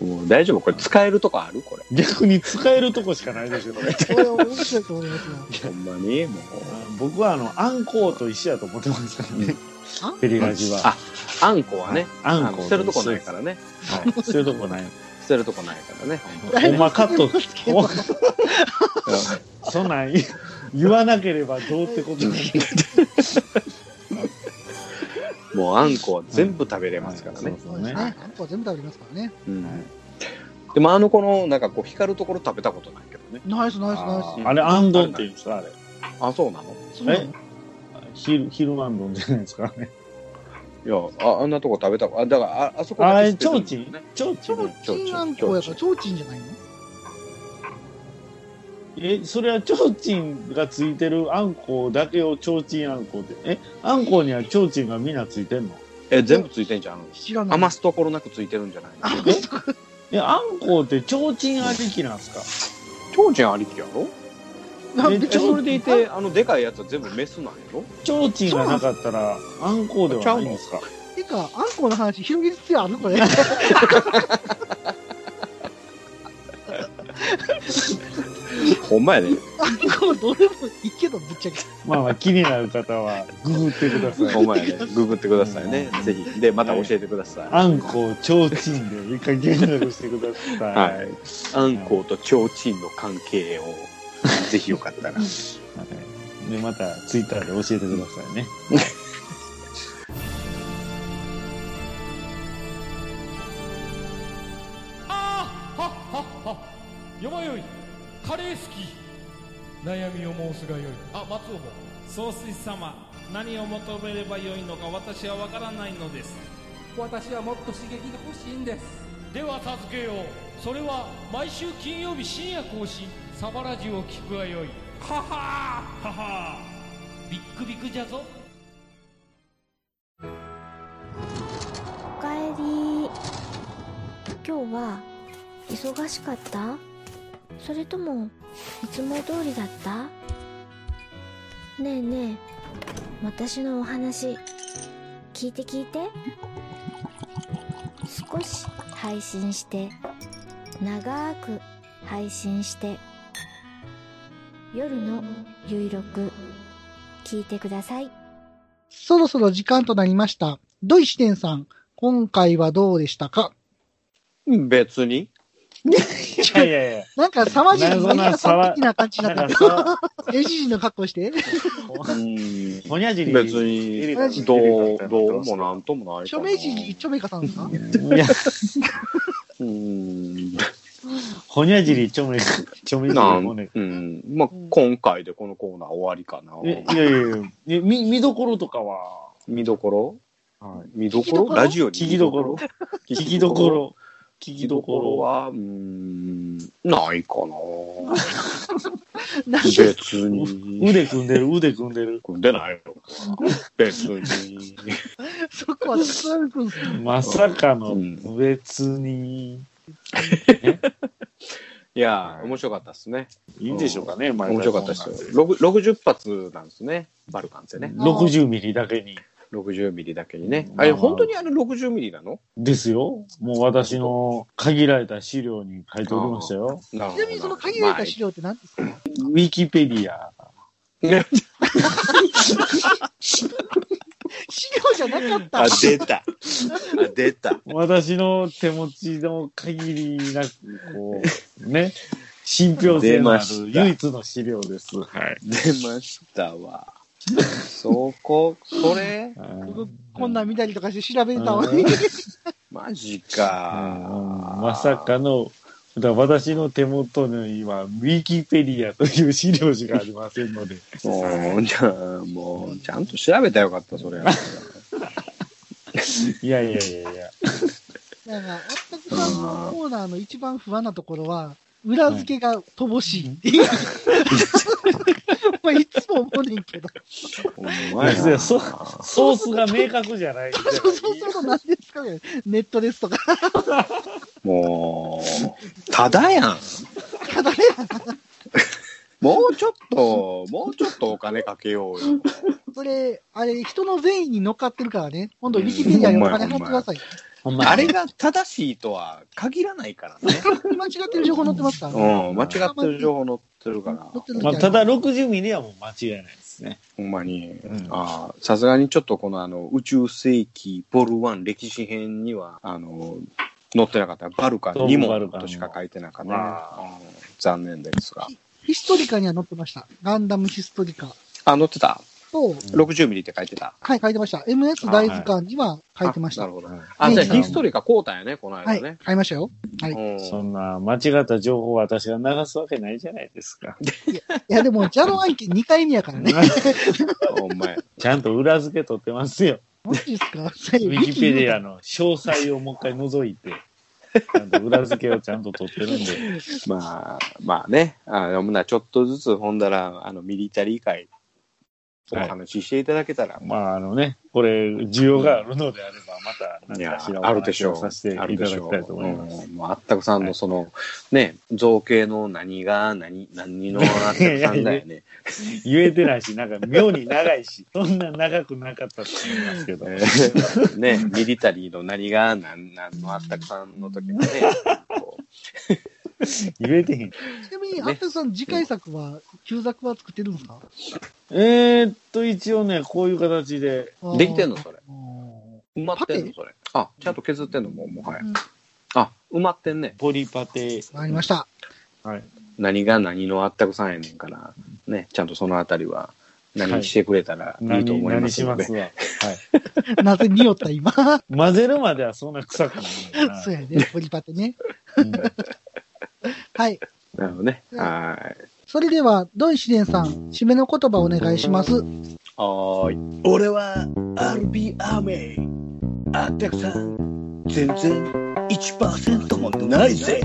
Speaker 1: もう大丈夫これ使えるとこあるこれ。
Speaker 3: 逆に使えるとこしかないですよ、これ。
Speaker 2: これ面白いと思いますよ。
Speaker 1: ほんまにもう。
Speaker 3: 僕はあの、あんこうと石やと思ってますからね。ペリラジは。
Speaker 1: あ、あんこはね。
Speaker 3: あ
Speaker 1: あ
Speaker 3: ん
Speaker 1: の
Speaker 3: こ
Speaker 1: 捨てるとこないからね。
Speaker 3: はい。捨てるとこない。
Speaker 1: 捨てるとこないからね。
Speaker 3: ほんまカット。
Speaker 2: ど
Speaker 3: ほんそんなん言わなければどうってことなんで
Speaker 1: もうあんこは全部食べれますからね。
Speaker 3: そ
Speaker 2: そううで
Speaker 3: ね
Speaker 2: すね。。あんこは全部食べれますからね。
Speaker 1: うんでもあの子のなんかこう光るところ食べたことないけどね。
Speaker 2: ナイスナイスナイ
Speaker 3: あーあれ、あんどんって言うんですかあれ。
Speaker 1: あ、そうなの
Speaker 2: ス。そうなの
Speaker 3: 昼、昼あんどんじゃないです かね。
Speaker 1: いやあ、あんなとこ食べたあ、だからあ、あそこ
Speaker 3: あ
Speaker 1: だけ
Speaker 3: れ、
Speaker 1: 捨
Speaker 3: ちょ
Speaker 1: て
Speaker 3: う
Speaker 1: て
Speaker 3: ち
Speaker 1: るん
Speaker 3: ん
Speaker 1: だよね
Speaker 3: ちょうちん
Speaker 2: ちょうちんあんこやから、ちょうちんじゃないの
Speaker 3: え、それは提灯がついてるあんこだけを提灯あんこって。え、あんこには提灯がみんなついてんの
Speaker 1: え、全部ついてんじゃん。
Speaker 2: 知らない。
Speaker 1: 余すところなくついてるんじゃないの
Speaker 2: あそうか
Speaker 3: え、あんこって提灯ありきなんすか
Speaker 1: 長ちゃんありきやろ
Speaker 2: なん
Speaker 3: え
Speaker 2: で
Speaker 1: え、そ
Speaker 2: それ
Speaker 1: れで
Speaker 2: で
Speaker 1: い
Speaker 2: いて。
Speaker 1: て、あの、でかいやつは全部メスなんやろ
Speaker 3: 提灯がなかったら、あんこではないんですか
Speaker 2: てか、あんこの話広げつつやんのこれ。
Speaker 1: ほんまやね。
Speaker 2: あんこはどれもいいけど、ぶっちゃけ。
Speaker 3: まあまあ、気になる方は、ググってくださ
Speaker 1: ほ
Speaker 3: い
Speaker 1: ん。まやね。ググってくださいね
Speaker 3: う。ん
Speaker 1: ぜひ。で、また教えてください。
Speaker 3: あんこ、提灯で一回検索してください。
Speaker 1: はい。あんこと提灯の関係 を、ぜひよかったら。
Speaker 3: はいで、また、ツイッターで教えてくださいね。
Speaker 6: あーはっはっはよまよいカレー好き悩みを申すがよいあ松尾も
Speaker 7: 総帥様何を求めればよいのか私は分からないのです
Speaker 6: 私はもっと刺激が欲しいんですでは助けようそれは毎週金曜日深夜更新サバラジュを聞くがよいははーははービックビックじゃぞ
Speaker 8: おかえり今日は忙しかったそれともいつも通りだったねえねえ私のお話聞いて聞いて少し配信して長く配信して夜のゆいろく聞いてください
Speaker 2: そろそろ時間となりました。ドイシテンさん、今回はどうでしたか
Speaker 1: 別に。
Speaker 3: いやいやいや。
Speaker 2: なんか、さまじい、
Speaker 3: 謎な
Speaker 2: さん的な感じに
Speaker 3: なん
Speaker 2: なっ
Speaker 3: か
Speaker 2: た。
Speaker 3: さ、
Speaker 2: エジジの格好して。
Speaker 1: うん。
Speaker 3: ほにゃじり。
Speaker 1: 別
Speaker 3: エ
Speaker 1: に
Speaker 3: レガント、
Speaker 1: どう、どうもなんともないか
Speaker 2: 著
Speaker 1: な。
Speaker 2: 名人、著名家さんですか
Speaker 3: いや、
Speaker 1: うん。
Speaker 3: ほにゃじり、ちょめ、ちょめじり
Speaker 1: なん、
Speaker 3: もね。
Speaker 1: うん。まあ、今回でこのコーナー終わりかな。
Speaker 3: えいやいやいやえ、み、見どころとかは、
Speaker 1: 見どころ
Speaker 3: は
Speaker 1: 見ど
Speaker 2: 聞きど
Speaker 1: こ
Speaker 2: こ
Speaker 1: ろ
Speaker 2: ろ
Speaker 1: ラジオに
Speaker 3: 聞きどころ、聞きどこ。ろ、聞
Speaker 1: 聞
Speaker 3: き
Speaker 1: き
Speaker 3: ど
Speaker 1: ど
Speaker 3: ころ
Speaker 1: ころ
Speaker 3: は、
Speaker 1: は、うーん、ないかな。
Speaker 2: 何
Speaker 1: 別に。
Speaker 3: 腕組んでる、腕組んでる。
Speaker 1: 出ないよ。別に。
Speaker 2: そこはつられくんですね
Speaker 3: まさかの
Speaker 1: う、ん
Speaker 3: 別に。
Speaker 1: いや、面白かったですね。
Speaker 3: いいんでしょうかね、前
Speaker 1: 面白かったですよ。六60発なんですね。バルカンってね。
Speaker 3: 60ミリだけに。
Speaker 1: 60ミリだけにね。
Speaker 3: まあ
Speaker 1: あれ、本当にあれ60ミリなの
Speaker 3: ですよ。もう私の限られた資料に書いておりましたよ。
Speaker 1: なるほ
Speaker 2: ち
Speaker 1: ど
Speaker 2: なみにその限られた資料って何ですか
Speaker 3: ウィキペディア。
Speaker 2: 資料じゃなかっ
Speaker 1: まあ
Speaker 2: た
Speaker 1: あ、。出た。あ出た。
Speaker 3: 私の手持ちの限りなく、こう、 ね、信憑性のある
Speaker 1: 出ました
Speaker 3: 唯一の資料です。はい。
Speaker 1: 出ましたわ。 そこ、それ
Speaker 3: うん
Speaker 2: こんなん見たりとかして調べてたのに。
Speaker 1: マジか。
Speaker 3: まさかの、だから私の手元に今、ウィキペディアという資料しかありませんので、
Speaker 1: もう、じゃあ、もう、ちゃんと調べたらよかった、それは。
Speaker 3: いやいやいやいや、
Speaker 2: だから、あったくさんのコーナーの一番不安なところは、裏付けが乏しいっていう。まあ、いつも思うねんけど。
Speaker 1: お前
Speaker 3: いや そうソースが明確じゃない。
Speaker 2: そうそうそう、何ですかね。ネットですとか。
Speaker 1: もう、ただやん。
Speaker 2: ただね、
Speaker 1: もうちょっと、もうちょっとお金かけようよ。
Speaker 2: それ、あれ、人の善意に乗っかってるからね。今度、ウィキペディアにお金払ってください。
Speaker 3: ほんまに
Speaker 1: あれが正しいとは限らないから ね。
Speaker 2: 間違ってる情報載ってますからね。
Speaker 1: うん、間違ってる情報載ってるから。
Speaker 2: 載ってる
Speaker 3: まあ、ただ60ミリはもう間違いないですね。
Speaker 1: ほんまに
Speaker 3: ん。
Speaker 1: ああさすがにちょっとこのあの、宇宙世紀ボルワン歴史編には、あの、載ってなかった。バルカンに
Speaker 3: そ
Speaker 1: も
Speaker 3: うバルカンも
Speaker 1: としか書いてなかっ
Speaker 3: ま
Speaker 1: た。うん残念ですが。
Speaker 2: ヒストリカには載ってました。ガンダムヒストリカ
Speaker 1: あ、載ってた。
Speaker 2: と、
Speaker 1: 60ミリって書いてた。
Speaker 2: はい、書いてました。MS 大図鑑には書いてました。
Speaker 1: あなるほど。
Speaker 2: う
Speaker 1: あ、
Speaker 2: ん
Speaker 1: じゃあヒストリカ交代やね、この
Speaker 2: は
Speaker 1: 間
Speaker 2: い、
Speaker 1: ね。
Speaker 2: 書いましたよ。はい。い
Speaker 1: うん
Speaker 3: そんな間違った情報を私が流すわけないじゃないですか。
Speaker 2: や、でも、ジャロ案 件2回目やからね。
Speaker 1: ほんまや。
Speaker 3: ちゃんと裏付け取ってますよ。
Speaker 2: マジですかウ
Speaker 3: ウィキペディアの詳細をもう一回覗いて。なんで裏付けをちゃんと取ってるんで。
Speaker 1: まあ、まあね。あの、ほんならちょっとずつ、ほんだら、あの、ミリタリー界、お
Speaker 3: はい
Speaker 1: 話ししていただけたら、
Speaker 3: まああのね、これ、需要があるのであれば、また
Speaker 1: い
Speaker 3: 何
Speaker 1: や
Speaker 3: かしら、
Speaker 1: あるでしょう。
Speaker 3: させていただ
Speaker 1: ある
Speaker 3: き
Speaker 1: で
Speaker 3: た
Speaker 1: し
Speaker 3: い
Speaker 1: ょ
Speaker 3: と思います。
Speaker 1: うんもう、あったくさんのその、ね、造形の何が、何、何のあったくさんだ よね。
Speaker 3: 言えてないし、なんか妙に長いし、そんな長くなかったと思いますけど。
Speaker 1: えー ね、ミリタリーの何が、何、何のあったくさんの時もね、 こう
Speaker 3: 言えてへん。
Speaker 2: ちなみに、アッテさん、次回作は、旧作は作ってるんですか
Speaker 3: えーっと、一応ね、こういう形で、
Speaker 1: できてんのそれ。
Speaker 2: あー
Speaker 1: 埋まってん
Speaker 2: パテ
Speaker 1: のそれ。あ、ちゃんと削ってんのもう、もはや
Speaker 2: うん。
Speaker 1: あ、埋まってんね。
Speaker 3: ポリパテ、
Speaker 2: わかりました。
Speaker 3: はい。
Speaker 1: 何が何のあったくさんやねんから、ね、ちゃんとそのあたりは、何してくれたらいいと
Speaker 3: 何、
Speaker 1: 思いま
Speaker 3: 何
Speaker 1: す
Speaker 3: し
Speaker 1: の
Speaker 3: ま
Speaker 1: で。
Speaker 3: すわ。はい。
Speaker 2: なぜによった、 今。
Speaker 3: 混ぜるまではそんな臭くないよな。
Speaker 2: そうやね、ポリパテね。
Speaker 3: うん
Speaker 2: はい。
Speaker 1: なるほどね。はーい。
Speaker 2: それでは、ドイシデンさん、締めの言葉お願いします。
Speaker 1: はーい。
Speaker 6: 俺は RB アーメイあったくさん全然1%もないぜ